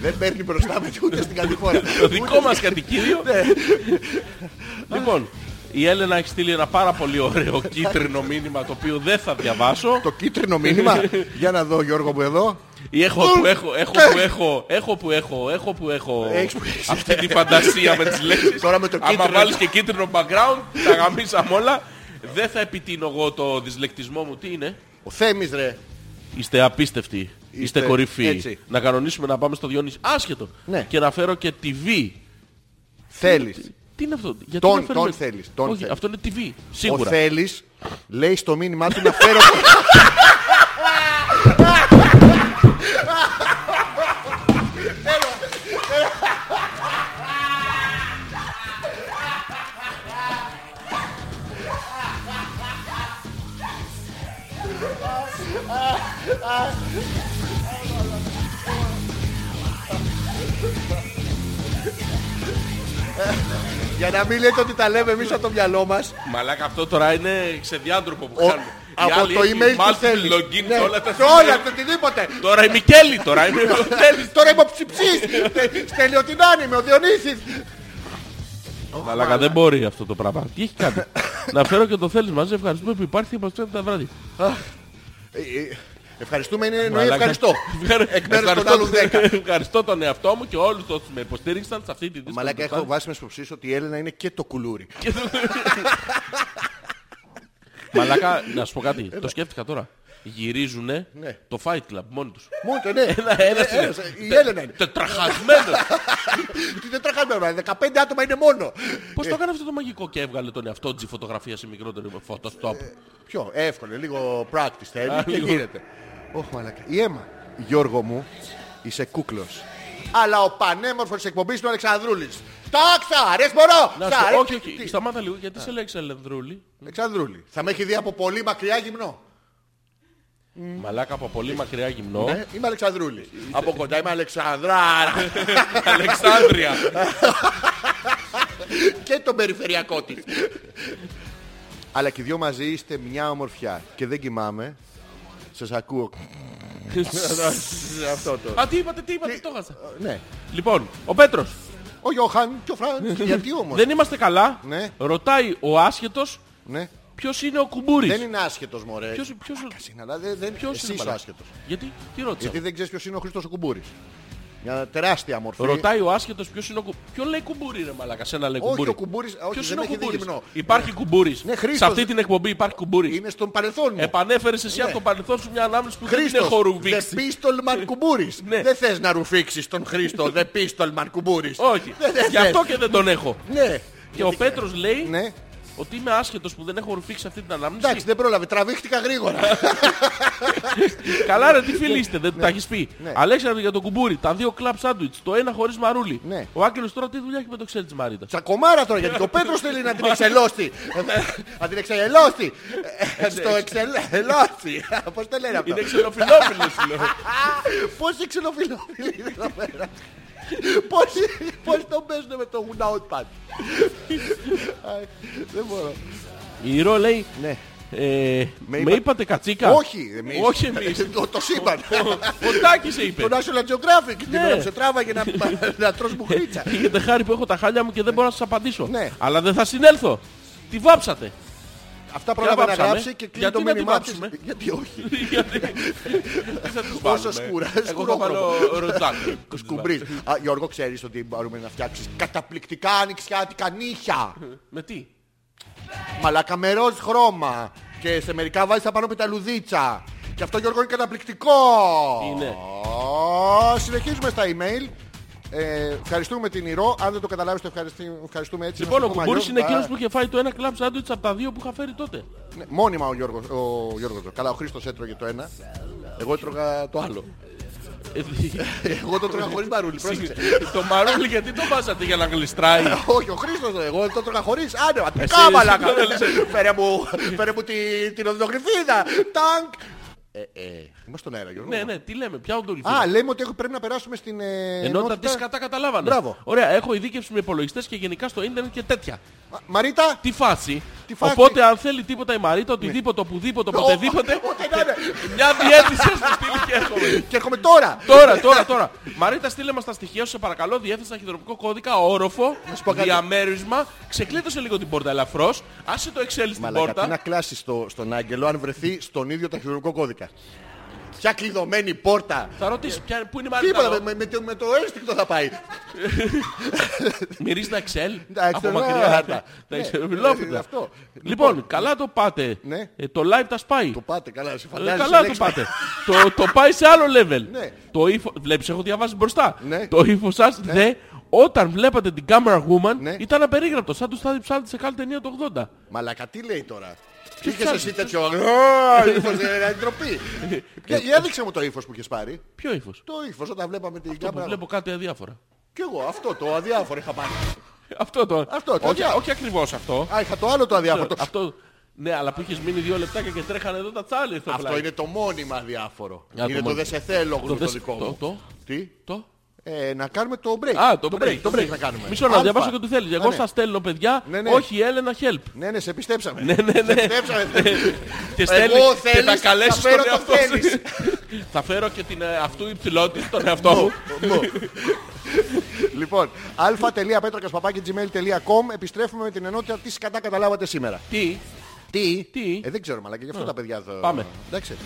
A: Δεν παίρνει μπροστά με ούτε στην κατηφόρα.
B: Το δικό μας κατοικίδιο. Λοιπόν, Η Έλενα έχει στείλει ένα πάρα πολύ ωραίο κίτρινο μήνυμα το οποίο δεν θα διαβάσω.
A: Το κίτρινο μήνυμα. Για να δω Γιώργο μου εδώ.
B: Ή Έχω που έχω, έχω που έχω, έχω που έχω, έχω που έχω.
A: Ναι. Έχεις που έχεις.
B: Αυτή τη φαντασία με τις λέξεις.
A: Τώρα με το
B: Άμα
A: κίτρινο.
B: βάλεις και κίτρινο background, τα γαμίσαμε όλα. Δεν θα επιτείνω εγώ το δυσλεκτισμό μου. Τι είναι.
A: Ο Θέμης ρε.
B: Είστε απίστευτοι. Είστε,
A: Είστε
B: κορυφοί.
A: έτσι.
B: Να κανονίσουμε να πάμε στο Διονύση. Άσχετο.
A: Ναι.
B: Και να φέρω και TV.
A: Θέλεις.
B: Τι είναι αυτό. Γιατί
A: Τον-
B: να φέρουμε-
A: τον θέλεις, τον
B: Όχι,
A: θέλεις.
B: αυτό είναι TV.
A: Ο
B: Σίγουρα.
A: Θέλης λέει στο μήνυμά του να φέρω... Για να μην λέτε ότι τα λέμε εμείς από το μυαλό μας.
B: Μαλάκα αυτό τώρα είναι ξεδιάντροπο που
A: Ο-
B: κάνουμε. Η
A: από
B: άλλη
A: το
B: έχει
A: email
B: multiple
A: του Θέλης.
B: login
A: Ναι,
B: σε όλα τα
A: σε όλα,
B: σημεία.
A: σε οτιδήποτε.
B: Τώρα είμαι η Κέλλη, τώρα είμαι ο Θέλης.
A: Τώρα είμαι ο Ψιψής. Στε- Στέλνει ό,τι να είναι, είμαι ο Διονύσης.
B: Μαλάκα δεν μπορεί αυτό το πράγμα. Τι έχει κάνει. Να φέρω και το Θέλης μαζί. Ευχαριστούμε που υπάρχει και μας φέρνει τα βράδυ.
A: Ε, ε, Ευχαριστούμε, είναι εννοεί
B: Μαλάκα.
A: Ναι, ευχαριστώ.
B: Ευχαρι-
A: Εκ μέρους των
B: ευχαριστώ-
A: άλλων 10.
B: Ευχαριστώ τον εαυτό μου και όλους όσους με υποστήριξαν σε αυτή τη δύσκολη
A: Μαλάκα, έχω
B: προσπάθεια.
A: βάσιμες υποψίες ότι η Έλενα είναι και το κουλούρι.
B: Μαλάκα, να σου πω κάτι. Το σκέφτηκα τώρα. Γυρίζουνε
A: Ναι.
B: το Fight Club μόνοι τους.
A: Μόνο το ναι.
B: Ένα, ένας είναι.
A: ένας, Η Έλενα είναι.
B: Τετραχασμένος.
A: Ε. Τι Δεν τραχάμε, 15 άτομα είναι μόνο.
B: Πώς το έκανε αυτό το μαγικό και έβγαλε τον εαυτό της η φωτογραφία σε μικρότερη φωτοστόπ.
A: Πιο εύκολο, λίγο practice θέλει
B: Α,
A: και
B: λίγο.
A: γίνεται. Όχι μαλακά. Η αίμα. Γιώργο μου, είσαι κούκλος. Αλλά ο πανέμορφος της εκπομπής είναι ο Αλεξανδρούλης. Τάξα, αρέσει μπορώ.
B: Να
A: Στα,
B: σου
A: αρέσει.
B: όχι, όχι,
A: Τι-
B: σταμάτα λίγο γιατί σε λέξε Αλενδρούλη.
A: Αλεξανδρούλη. Θα με έχει δει από πολύ μακριά γυμνό.
B: Μαλάκα από πολύ μακριά γυμνό.
A: Ε, Είμαι Αλεξανδρούλης. Από κοντά είμαι Αλεξανδρά.
B: Αλεξάνδρεια.
A: και τον περιφερειακό της. Αλλά και οι δυο μαζί είστε μια ομορφιά. Και δεν κοιμάμαι. Σας ακούω. Αυτό το.
B: Α, τι είπατε, τι είπατε, το έχασα.
A: Ναι.
B: Λοιπόν, ο Πέτρος,
A: Ο Γιώχαν και ο Φραντ. Γιατί όμως.
B: Ναι. δεν είμαστε καλά.
A: Ναι.
B: Ρωτάει ο άσχετος
A: Ναι.
B: ποιος είναι ο κουμπούρης.
A: Δεν είναι άσχετος μωρέ.
B: Ποιος, ποιος,
A: Κας είναι, αλλά δεν, δεν
B: ποιος
A: εσύ είσαι
B: είναι, μαλάκα?
A: άσχετος.
B: Γιατί, τι ρώτησα.
A: Γιατί δεν ξέρεις ποιος είναι ο Χρήστος ο Κουμπούρης. Μια τεράστια μορφή.
B: Ρωτάει ο άσχετος ποιος είναι ο κουμπούρης. Ποιον λέει κουμπούρη ρε μαλάκα, σένα λέει
A: Όχι,
B: κουμπούρη.
A: ο κουμπούρης- όχι,
B: ποιος
A: δεν
B: είναι ο
A: έχει δει
B: κουμπούρης.
A: γυμνό.
B: Υπάρχει κουμπούρης.
A: Ναι, Χρήστος.
B: Σε αυτή την εκπομπή υπάρχει κουμπούρης.
A: Είναι στον παρελθόν μου.
B: Ναι. Επανέφερες εσύ από το παρελθόν σου μια ανάμνηση που Ε, δεν την
A: Ναι. Χρήστος,
B: έχω
A: The
B: ρουβήξει.
A: Pistolman Κουμπούρης.
B: Ναι.
A: Δεν θες να ρουφήξεις τον Χρήστο, The Pistolman Κουμπούρης.
B: Όχι,
A: Δεν- δεν
B: γι'
A: θες.
B: αυτό και δεν τον έχω.
A: Ναι.
B: Και ο Πέτρος λέει
A: Ναι.
B: ότι είμαι άσχετος που δεν έχω ρουφήξει αυτή την
A: Εντάξει,
B: ανάμνηση.
A: δεν πρόλαβε. Τραβήχτηκα γρήγορα.
B: Καλά ρε, τι φίλοι είστε, δεν του τα έχεις πει.
A: Ναι.
B: Αλέξανδρο για το κουμπούρι, τα δύο κλαμπ σάντουιτς, το ένα χωρίς μαρούλι.
A: Ναι.
B: Ο Άγγελος τώρα τι δουλειά έχει με το ξέρεις της Μαρίτα.
A: Τσακωμάρα τώρα, γιατί και ο Πέτρος θέλει να την εξελώσει. Να την εξελώσει. Στο εξελώσει. Πώς το λένε αυτό.
B: Ε, ναι. Είναι ξενοφιλόφιλος λέω.
A: Πόσοι ξενοφιλόφιλοι είναι εδώ πέρα. Πόσοι, πόσοι τον παίζουν με το Notepad. Αϊ, Δεν μπορώ.
B: Η Ρο λέει,
A: Ναι.
B: ε, με,
A: είπα-
B: είπατε κατσίκα.
A: Όχι, εμείς.
B: Όχι εμείς.
A: Το, το σύμπαν.
B: Ο Τάκης σε είπε.
A: το National Geographic. Την
B: Ναι.
A: ώρα που σε τράβαγε να, να τρως μπουχλίτσα.
B: Έχετε χάρη που έχω τα χάλια μου και δεν μπορώ να σας απαντήσω.
A: Ναι.
B: Αλλά δεν θα συνέλθω. Τη βάψατε.
A: Αυτά πρόλαβε να
B: βάψαμε.
A: γράψει και κλείνει
B: Γιατί
A: το
B: να τη
A: μήνυμά της.
B: βάψουμε?
A: Γιατί όχι.
B: Γιατί- Τι θα τους
A: Πόσα
B: βάλουμε.
A: σκούρα,
B: Εγώ θα
A: σκουρόκροπο.
B: βάλω ροτζάκι.
A: Σκουμπρίζ. Α, Γιώργο, ξέρεις ότι μπορούμε να φτιάξεις καταπληκτικά ανοιξιάτικα νύχια.
B: Με τι.
A: Μαλάκα με ροζ χρώμα. Και σε μερικά βάζεις απάνω πεταλουδίτσα. Και αυτό Γιώργο είναι καταπληκτικό.
B: Είναι.
A: Ω, συνεχίζουμε στα email. Ε, ευχαριστούμε την Ηρώ. Αν δεν το καταλάβεις το ευχαριστη- ευχαριστούμε έτσι.
B: Λοιπόν,
A: Να
B: ο
A: σου πούμε,
B: Κουμπούρης είναι
A: Γιώργο,
B: εκείνος
A: α,
B: που είχε φάει το ένα κλαμπ σάντουιτς από τα δύο που είχα φέρει τότε.
A: ναι, μόνιμα ο Γιώργος. Ο Γιώργος. Καλά, ο Χρήστος έτρωγε το ένα. Εγώ έτρωγα το άλλο.
B: Ε,
A: Εγώ το τρώγα χωρίς μπαρούλι. Πρόσεξε.
B: Το μαρούλι γιατί το βάζατε για να γλιστράει.
A: Όχι, ο Χρήστος ρε, εγώ το τρώγα χωρίς άνεμα. Τι
B: Εσύ-
A: κάμαλα.
B: εσύ-
A: Φέρε μου, φέρε μου τη- την οδυνογρυφίδα. Τάγκ. Ε, ε, είμαστε στον αέρα, Γιώργο.
B: Ναι, ναι, τι λέμε, ποια οντολιθία.
A: Α, λέμε ότι έχω- πρέπει να περάσουμε στην ε,
B: Ενότητα τη κατά καταλάβανε.
A: Μπράβο.
B: Ωραία, έχω ειδίκευση με υπολογιστές και γενικά στο ίντερνετ και τέτοια.
A: Α, Μαρίτα,
B: Τη φάση.
A: Τη φάση. Ναι.
B: Οπότε αν θέλει τίποτα η Μαρίτα, οτιδήποτε, οπουδήποτε, οποτεδήποτε.
A: ό,τι να είναι.
B: Μια διεύθυνση σας τη στείλει και έρχομαι.
A: και έρχομαι τώρα.
B: Τώρα, τώρα, τώρα. Μαρίτα, στείλε μας τα στοιχεία σου, σε παρακαλώ. Διεύθυνση αρχιδρομικό κώδικα, όροφο,
A: σου πω κάτι.
B: διαμέρισμα. Ξεκλείδωσε λίγο την πόρτα ελαφρώς. Άσε το Excel στην
A: Μαλάκα, τι
B: πόρτα.
A: να κλάσεις στο, στον άγγελο αν βρεθεί στον ίδιο ταχυδρομικό κώδικα. Ποια κλειδωμένη πόρτα.
B: Θα ρωτήσει ποια- πού είναι η Μαρίτα.
A: Τίποτα,
B: εδώ.
A: με, με, το- με το ένστικτο θα πάει.
B: Μυρίζεις τα Excel.
A: Εντάξει,
B: από
A: ναι,
B: μακριά.
A: ναι,
B: Τα
A: ναι,
B: Excel.
A: ναι,
B: Μιλόπιτα.
A: αυτό.
B: Λοιπόν, καλά το πάτε.
A: Ναι.
B: Ε, Το live τα σπάει.
A: Το πάτε καλά, σε
B: Ε,
A: φαντάζεσαι.
B: καλά το
A: λέξη.
B: πάτε. το, το πάει σε άλλο level.
A: Ναι.
B: Το ύφο... Βλέπεις, έχω διαβάσει μπροστά.
A: Ναι.
B: Το ύφο σας, δε, όταν βλέπατε την Camera Woman,
A: Ναι.
B: ήταν απερίγραπτο. Σαν του στάδι ψάχνετε σε κάθε ταινία του 80.
A: Μαλάκα, τι λέει τώρα.
B: Τι
A: Είχες
B: ψάχνεις,
A: εσύ
B: τι
A: τέτοιο. «Ω, ύφος, ε, ντροπή. Για-
B: Ναι.
A: Για δείξε μου το ύφος που είχες πάρει.
B: Ποιο ύφος.
A: Το ύφος όταν βλέπαμε την
B: Το που
A: κάμερα.
B: βλέπω κάτι αδιάφορα.
A: Κι εγώ αυτό το αδιάφορο είχα πάρει.
B: Αυτό το.
A: Αυτό το
B: όχι,
A: αδιάφορο.
B: όχι ακριβώς αυτό.
A: Α, είχα το άλλο το αδιάφορο. Το-
B: αυτό. Ναι, αλλά που είχες μείνει δύο λεπτάκια και τρέχανε εδώ τα τσάλι. στο
A: Αυτό
B: πλάι.
A: είναι το μόνιμα αδιάφορο.
B: Για το
A: Είναι το
B: μόνιμα.
A: δεν σε θέλω που
B: Το
A: είναι το
B: δες-
A: δικό
B: το-
A: μου.
B: το-
A: Τι.
B: Το.
A: Ε, να κάνουμε το break.
B: Α, το, break,
A: Το break να κάνουμε.
B: Μισό να
A: Αλφα.
B: διαβάσω και το θέλει.
A: Α,
B: Εγώ
A: ναι.
B: σας στέλνω, παιδιά.
A: Ναι, ναι.
B: Όχι, Έλενα, help.
A: Ναι, ναι, σε πιστέψαμε.
B: Ναι, ναι, ναι.
A: πιστέψαμε.
B: και στέλνει
A: Εγώ
B: και
A: θέλεις,
B: θα
A: θα
B: καλέσει
A: φέρω
B: τον εαυτό
A: το
B: σου.
A: θέλεις.
B: θα φέρω και την ε, αυτού υψηλότητα τον εαυτό μου.
A: Μου. λοιπόν, α.πέτρακα.gmail.com Επιστρέφουμε με την ενότητα τι κατά καταλάβατε σήμερα.
B: Τι,
A: Τι.
B: Τι?
A: Ε, δεν ξέρουμε, αλλά και γι' αυτό τα παιδιά θα...
B: Πάμε.
A: Εντάξει.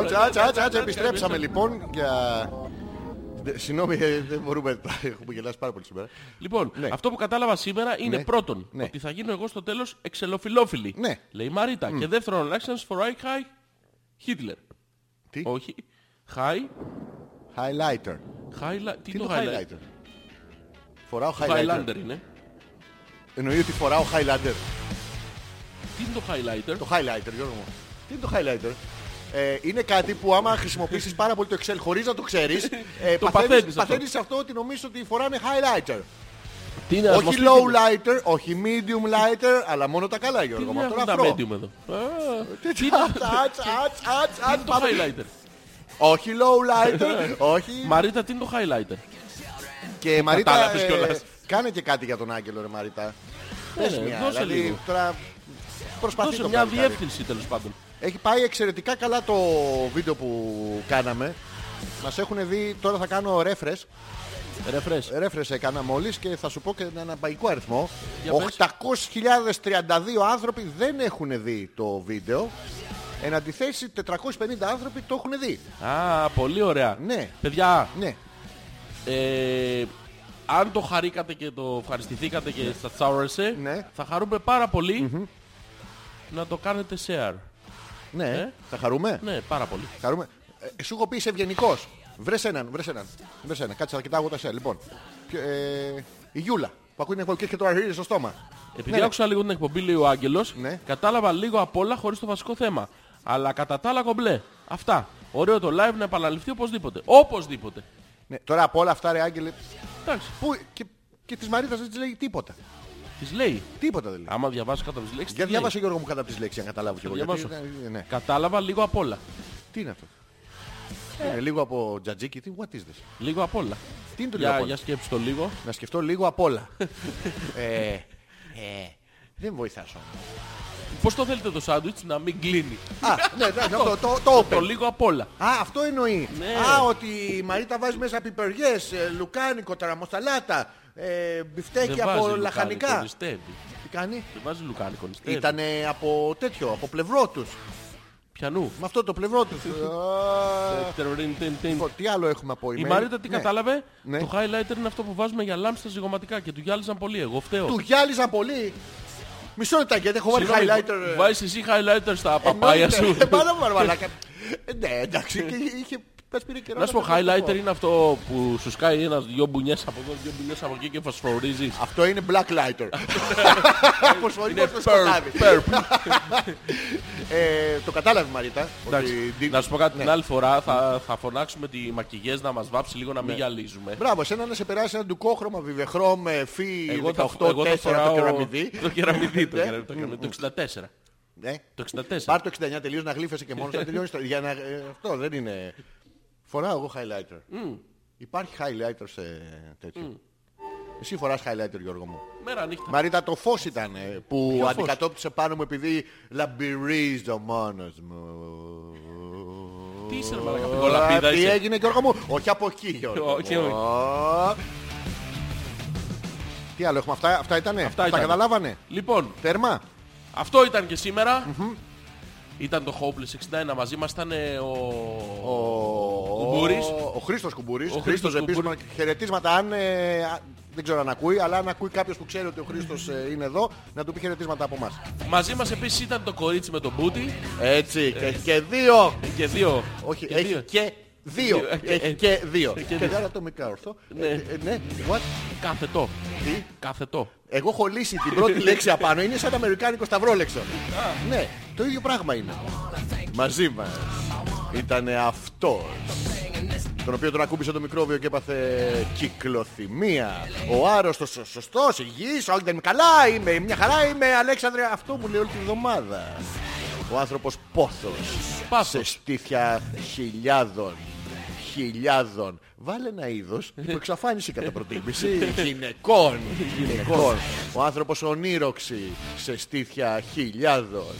A: Άτσα, άτσα, άτσα, άτσα, Επιστρέψαμε λοιπόν για... Δε- Συγγνώμη, ε, δεν μπορούμε. τα- Έχουμε γελάσει πάρα πολύ σήμερα.
B: Λοιπόν,
A: Ναι.
B: αυτό που κατάλαβα σήμερα είναι
A: Ναι.
B: πρώτον
A: Ναι.
B: ότι θα γίνω εγώ στο τέλος εξελοφιλόφιλη.
A: Ναι.
B: Λέει η Μαρίτα. Και δεύτερον, actions for Reich Hitler.
A: Τι?
B: Όχι. High,
A: Highlighter.
B: highlight. Τι,
A: Τι είναι
B: το
A: το
B: highlight.
A: highlighter. Φοράω highlighter.
B: Highlander είναι.
A: Εννοεί ότι φοράω highlighter.
B: Τι είναι το highlighter.
A: Το highlighter, Γιώργο μου. Τι είναι το highlighter. Ε, είναι κάτι που άμα χρησιμοποιήσεις πάρα πολύ το Excel χωρίς να το ξέρεις, ε,
B: Το παθαίνεις
A: παθαίνεις,
B: αυτό.
A: παθαίνεις αυτό ότι νομίζεις ότι φοράνε highlighter.
B: Τι είναι
A: όχι low lighter, όχι medium lighter, αλλά μόνο τα καλά
B: Τι
A: Γιώργο.
B: είναι
A: Μα
B: αυτό
A: τώρα
B: τα
A: αφρό.
B: medium εδώ. Α,
A: Τι είναι αυτό, ατς, ατς, ατς,
B: Τι
A: ατς,
B: είναι το
A: πάμε.
B: highlighter.
A: Όχι low lighter, όχι...
B: Μαρίτα, τι είναι το
A: Ε,
B: highlighter.
A: Και Μαρίτα,
B: Κατάλαβες
A: ε,
B: κιόλας.
A: κάνε και κάτι για τον Άγγελο ρε Μαρίτα. Πες
B: ναι,
A: μια,
B: δώσε
A: δηλαδή,
B: λίγο.
A: τώρα προσπαθεί
B: Δώσε
A: το δηλαδή.
B: μια
A: παλικάρι.
B: διεύθυνση τέλος πάντων.
A: Έχει πάει εξαιρετικά καλά το βίντεο που κάναμε. Μας έχουν δει, τώρα θα κάνω refresh. Ε.
B: Ρεφρές.
A: Refresh έκανα μόλις και θα σου πω και έναν αμπαϊκό αριθμό.
B: Για πες.
A: 800.032 άνθρωποι δεν έχουν δει το βίντεο. Εν αντιθέσει 450 άνθρωποι το έχουν δει.
B: Α, πολύ ωραία.
A: Ναι.
B: Παιδιά,
A: Ναι.
B: ε, αν το χαρήκατε και το ευχαριστηθήκατε και σας τσάουρασε,
A: Ναι.
B: θα χαρούμε πάρα πολύ να το κάνετε share.
A: Ναι.
B: Ε.
A: Θα χαρούμε.
B: Ναι, πάρα πολύ.
A: Χαρούμε. Ε, σου έχω πει είσαι ευγενικός. Βρες έναν, βρες έναν. Βρες έναν. Κάτσε, θα κοιτάω εγώ τα σένα. Λοιπόν. Ποιο- ε, η Γιούλα που ακούει την εκπομπή και το αρχίζει στο στόμα.
B: Επειδή
A: Ναι, ναι.
B: άκουσα λίγο την εκπομπή, λέει ο Άγγελος,
A: Ναι.
B: κατάλαβα λίγο απ' όλα χωρίς το βασικό θέμα. Αλλά κατά τα άλλα κομπλέ. Αυτά. Ωραίο το live να επαναληφθεί οπωσδήποτε. Οπωσδήποτε.
A: Ναι, τώρα από όλα αυτά, ρε Άγγελε,
B: Εντάξει.
A: που, και, και της Μαρίτας δεν της λέει τίποτα.
B: Της λέει.
A: Τίποτα δεν λέει.
B: Άμα διαβάσει κατά τις λέξεις.
A: Για
B: της λέει.
A: διάβασε Γιώργο μου κατά τις λέξεις, αν καταλάβω κι εγώ.
B: διαβάσω.
A: Γιατί, ε, ναι.
B: Κατάλαβα λίγο απ' όλα.
A: Τι είναι αυτό. Είναι λίγο από τζατζίκι, τι what is this.
B: Λίγο απ' όλα.
A: Τι είναι το λίγο
B: Για,
A: απ'
B: για
A: όλα.
B: σκέψου το λίγο.
A: Να σκεφτώ λίγο απ' όλα. ε, ε, δεν βοηθάς όμως.
B: Πώς το θέλετε το σάντουιτς να μην κλείνει.
A: Α, ναι, ναι, το, το, το
B: Το
A: open.
B: λίγο απ' όλα.
A: Α, αυτό εννοεί.
B: Ναι.
A: Α, ότι η Μαρίτα βάζει μέσα πιπεριές, ε, λουκάνικο, ταραμοσταλάτα, ε, μπιφτέκι
B: Δεν
A: από
B: βάζει λουκάνικο
A: λαχανικά.
B: νηστεύει.
A: Τι κάνει.
B: Δεν βάζει λουκάνικο Ε. νηστεύει.
A: Ήταν από τέτοιο, από πλευρό τους.
B: Πιανού. Ε,
A: Με αυτό το πλευρό τους. Α,
B: Τερρρρρρρρρρρρρρρρρρ.
A: Λοιπόν, Τι άλλο έχουμε από
B: Η
A: email.
B: Μαρίτα τι
A: Ναι.
B: κατάλαβε.
A: Ναι.
B: Το highlighter είναι αυτό που βάζουμε για λάμψη στα ζυγοματικά και του γυάλιζαν πολύ. Εγώ φταίω.
A: Του γυάλιζαν πολύ. Μισό λεπτό γιατί έχω βάλει
B: Συγγνώμη,
A: highlighter. ε,
B: Βάζεις εσύ highlighter στα παπάια
A: εννοείται.
B: σου.
A: Ε, Πάρα πολύ μαλάκα. Ε, Ναι, Ε, εντάξει, και είχε Πες πήρε καιρό.
B: Να σου πω,
A: το
B: highlighter
A: δω.
B: είναι αυτό που σου σκάει ένας δυο μπουνιές από εδώ, δυο μπουνιές από εκεί και φωσφορίζεις.
A: Αυτό είναι black lighter. Φωσφορικό στο σκοτάδι. Ε, το κατάλαβε Μαρίτα.
B: Εντάξει,
A: ότι-
B: να σου πω κάτι
A: Ναι.
B: την άλλη φορά θα, θα φωνάξουμε τη μακηγές να μας βάψει λίγο
A: Ναι.
B: να μην γυαλίζουμε.
A: Μπράβο, εσένα να σε περάσει ένα ντουκόχρωμα βιβεχρόμ ε, φι 18-4
B: Εγώ θα- εγώ θα
A: το
B: φοράω
A: κεραμιδί.
B: Το κεραμιδί, το
A: Ναι.
B: κερα- το κεραμιδί, το 64.
A: Ναι.
B: Το 64.
A: Πάρ το 69 τελείως να γλύφεσαι και μόνος να τελειώνεις. το- Για να, ε, αυτό δεν είναι... Φοράω εγώ highlighter. Υπάρχει highlighter σε τέτοιο. Εσύ φοράς highlighter Γιώργο μου.
B: Μέρα νύχτα.
A: Μαρίτα, το φως ήταν ε, που
B: φως?
A: αντικατόπτρισε πάνω μου επειδή λαμπυρίζω μόνος μου.
B: Τι είσαι ρε μαλάκα, πικολαπίδα
A: Α, Τι
B: είσαι.
A: έγινε Γιώργο μου. Όχι από εκεί Γιώργο
B: Όχι,
A: μου.
B: όχι.
A: Α. Τι άλλο έχουμε. Αυτά, αυτά ήτανε.
B: Αυτά
A: τα
B: ήτανε.
A: καταλάβανε.
B: Λοιπόν,
A: Τέρμα.
B: αυτό ήταν και σήμερα. Ήταν το Hopeless 61 μαζί μας, ήταν ε, ο... Κουμπούρης.
A: Ο Χρήστος Κουμπούρης.
B: Ο
A: Ο
B: Χρήστος
A: Χρήστος επίσημα χαιρετίσματα αν... ε, α, δεν ξέρω αν ακούει, αλλά αν ακούει κάποιος που ξέρει ότι ο Χρήστος ε, είναι εδώ, να του πει χαιρετίσματα από εμάς.
B: Μαζί μας επίσης ήταν το κορίτσι με τον Μπούτι.
A: Έτσι, και, και δύο.
B: Και δύο.
A: Όχι,
B: και
A: έχει
B: δύο.
A: και δύο.
B: Δύο, ε, ε,
A: Έχει και δύο.
B: και
A: Και
B: δύο.
A: δύο ατομικά, ορθό. Ε, ε, Ναι. What?
B: Καθετό.
A: Τι?
B: Καθετό.
A: Εγώ έχω λύσει την πρώτη λέξη απάνω. Είναι σαν αμερικάνικο σταυρόλεξο. Ναι, το ίδιο πράγμα είναι. Μαζί μας ήταν αυτός. Τον οποίο τον ακούμπησε το μικρόβιο και έπαθε κυκλοθυμία. Ο άρρωστος, ο σωστός, υγιής, όλοι δεν είμαι καλά, είμαι μια χαρά, είμαι Αλέξανδρε. Αυτό μου λέει όλη τη βδομάδα. Ο άνθρωπος πόθος. Σε
B: Πάθος.
A: στήθια χιλιάδων. Χιλιάδων. Βάλε ένα είδος που εξαφάνισε κατά προτίμηση γυναικών. γυναικών. Ο άνθρωπος ονείροξη σε στήθια χιλιάδων.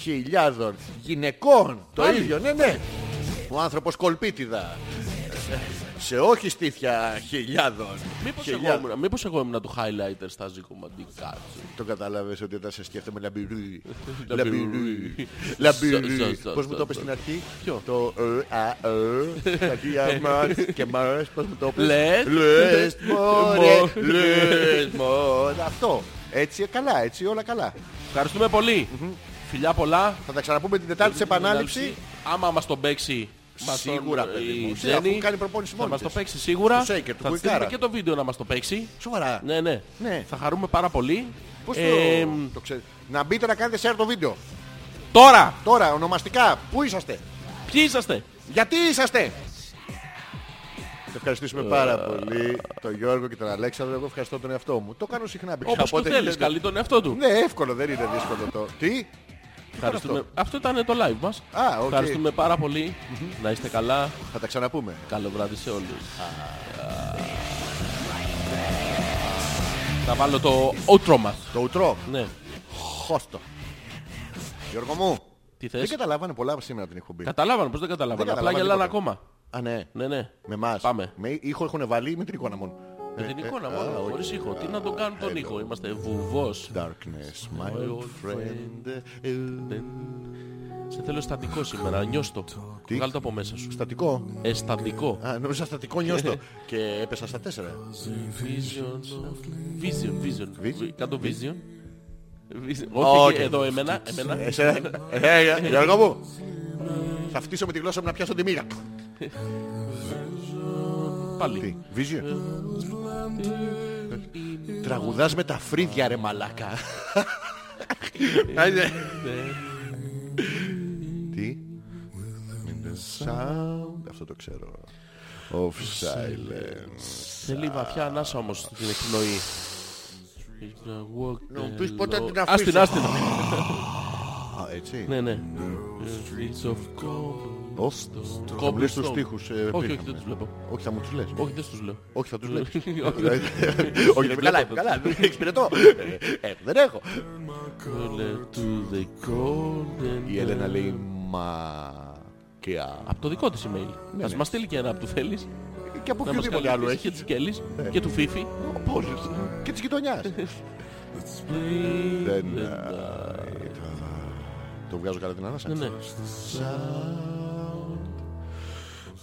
A: Χιλιάδων γυναικών. Το
B: Πάλι.
A: ίδιο, ναι, ναι. Ο άνθρωπος κολπίτιδα. Σε όχι στήθια χιλιάδων.
B: Μήπως εγώ,
A: Χιλιάδων.
B: ήμουν, μήπως εγώ ήμουν το highlighter στα ζικομαντικά σου.
A: Το κατάλαβες ότι όταν σε σκέφτομαι λαμπυρί.
B: Λαμπυρί.
A: Λαμπυρί.
B: Σα-
A: Λαμπυρί.
B: σα- σα-
A: Πώς μου
B: σα-
A: το είπες
B: σα-
A: στην αρχή.
B: Ποιο?
A: Το ε, α, ε. Τα δύο μας και μας. Πώς μου το είπες.
B: Λες.
A: Λες μωρέ.
B: Μω-
A: Λες μωρέ. Αυτό. Έτσι ε, καλά, έτσι όλα καλά.
B: Ευχαριστούμε πολύ. Φιλιά πολλά.
A: Θα τα ξαναπούμε την Τετάρτη σε επανάληψη.
B: Άμα μας τον παίξει μας τον-
A: Σίγουρα, παιδί
B: η
A: μου. Σε,
B: Τζέννη,
A: αφού κάνει προπόνηση
B: Θα
A: μόνη
B: μας το
A: της.
B: παίξει σίγουρα.
A: Το shaker, το
B: θα της
A: κουικάρα.
B: στείλουμε και το βίντεο να μας το παίξει.
A: Σοβαρά.
B: Ναι, ναι.
A: Ναι.
B: Θα χαρούμε πάρα πολύ.
A: Πώς
B: Ε,
A: το, το ξέρεις. Να μπείτε να κάνετε share το βίντεο.
B: Τώρα,
A: Τώρα, ονομαστικά, πού είσαστε.
B: ποιοι είσαστε.
A: Γιατί είσαστε! Σε ευχαριστήσουμε
B: Ε,
A: πάρα πολύ τον Γιώργο και τον Αλέξανδρο. Εγώ ευχαριστώ τον εαυτό μου. Το κάνω συχνά. παιδιά,
B: Όπως το
A: οπότε
B: θέλεις.
A: δεν-
B: Καλεί τον εαυτό του.
A: Ναι, εύκολο, δεν είναι δύσκολο το. Τι?
B: Ευχαριστούμε. Αυτό ήταν το live μας.
A: Α, οκ.
B: Ευχαριστούμε πάρα πολύ. Να είστε καλά.
A: Θα τα ξαναπούμε.
B: Καλό βράδυ σε όλους. Θα βάλω το outro μας.
A: Το ουτρό.
B: Ναι.
A: Χώστο. Γιώργο μου.
B: Τι
A: Δεν
B: θες.
A: καταλάβανε πολλά σήμερα την εκπομπή.
B: Καταλάβανε, πώς δεν καταλάβανε.
A: Δεν
B: Απλά
A: καταλάβανε
B: γελάνε
A: τίποτα. Α,
B: ακόμα.
A: ναι.
B: Ναι, ναι.
A: Με εμάς.
B: Πάμε.
A: Με ήχο έχουν βάλει ή με την εικόνα μόνο. Ε,
B: Με την εικόνα μόνο, χωρίς ήχο. Τι να τον κάνουν τον ήχο. Είμαστε βουβός.
A: Darkness, my old
B: old
A: friend. Ε,
B: Σε θέλω αισθαντικό σήμερα. Νιώστο.
A: Τι?
B: Βγάλ το από μέσα σου.
A: Στατικό.
B: Αισθαντικό.
A: Α, νόμιζα στατικό νιώστο. Και έπεσα στα τέσσερα.
B: Vision. Vision, vision.
A: Vision?
B: Κάτω vision. Vision.
A: Όχι.
B: Όχι, εδώ εμένα. εμένα.
A: Εσένα. Ε, ε, Γιώργο μου. Θα φτύσω με τη γλώσσα μου να πιάσω τη μύγα. Τι,
B: Πάλι.
A: βίζιο. Τραγουδάς με τα φρύδια ρε μαλάκα. Άιντε. Τι. In the sound- Αυτό το ξέρω. Of silence.
B: Θέλει βαθιά ανάσα όμως την εκπνοή.
A: Να μου πεις πότε την
B: Ας
A: αφήσω.
B: την, ας την.
A: Α, έτσι.
B: Ναι, ναι. Streets of gold.
A: Ω, Θα μου λες τους
B: Cobblestone.
A: στίχους. ε,
B: Όχι, όχι,
A: πήγαμε.
B: δεν τους βλέπω.
A: Όχι, θα μου τους λες.
B: Όχι, δεν τους λέω.
A: Όχι, θα τους λες.
B: Όχι,
A: Ε,
B: δεν-
A: Όχι, δεν καλά,
B: βλέπω.
A: καλά, δεν εξυπηρετώ. Ε, Δεν έχω.
B: Colour to the golden
A: Η Έλενα λέει
B: dawn.
A: μακιά.
B: Από το δικό της email.
A: Ναι,
B: Ας
A: ναι.
B: μας στείλει και ένα που του θέλεις.
A: Και από
B: Να μας
A: οποιοδήποτε άλλο
B: καλείς.
A: έχει.
B: Και της Γκέλης και του Φίφη.
A: Από όλους. Και της γειτονιάς. Δεν... ε, Το βγάζω καλά την ανάσα.
B: Ναι, ναι.
A: Sound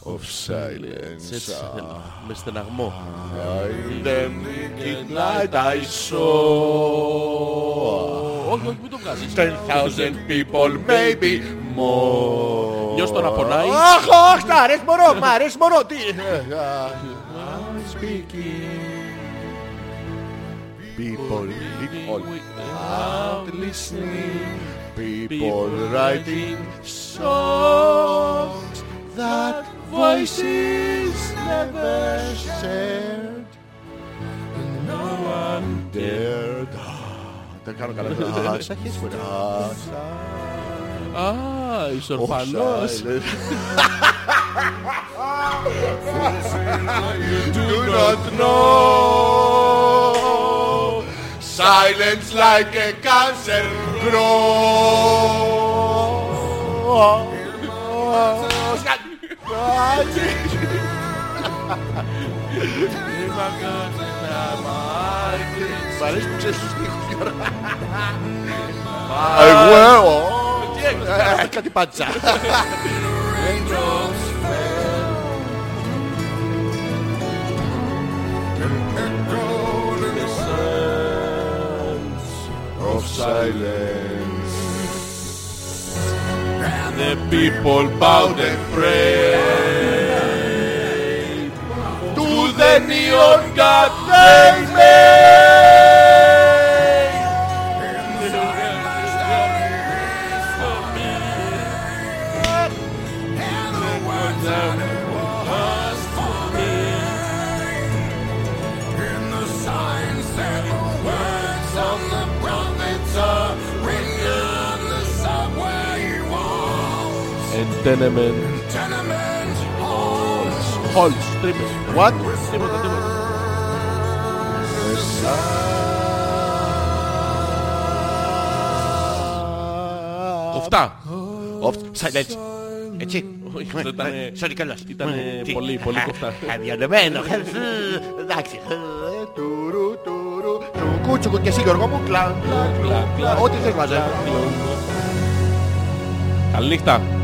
A: Of
B: Σε έτσι
A: silence.
B: θέλω. Με στεναγμό.
A: In the midnight I saw
B: Όχι, όχι, μην το Ναι. βγάζεις.
A: 10,000 people maybe
B: Μω. Νιώστο να πονάει.
A: Αχ, αχ, τα αρέσει μωρό, μ' αρέσει μωρό. Τι. Ε, α, People, people out listening, people writing songs that voices never shared. No one dared. Δεν κάνω καλά. Α, Σαν χέρι σου, α,
B: Α, είσαι
A: Όχι,
B: ορφανός.
A: σαν- Do not know Silence like a cancer grows Μ' αρέσει που ξέρεις τους στίχους Γιώργο. Εγώ ε, Κάτι πάτησα of silence. The people bowed and prayed to the neon god they made.
B: Tenement. Halls, τρύπες.
A: What?
B: Τίποτα, τίποτα. Οφτά.
A: Of silence. Έτσι.
B: Όχι, αυτό ήτανε-
A: Sorry, καλός.
B: ήτανε
A: Τι.
B: ε, πολύ, πολύ κοφτά.
A: Χαμιονεμένο. Εντάξει. Τουρου, τουρου. Του κούτσουκου και εσύ Γιώργο μου.
B: eh.
A: Κλαν, κλαν, κλαν. Ό,τι θες μαζί.
B: Καληνύχτα.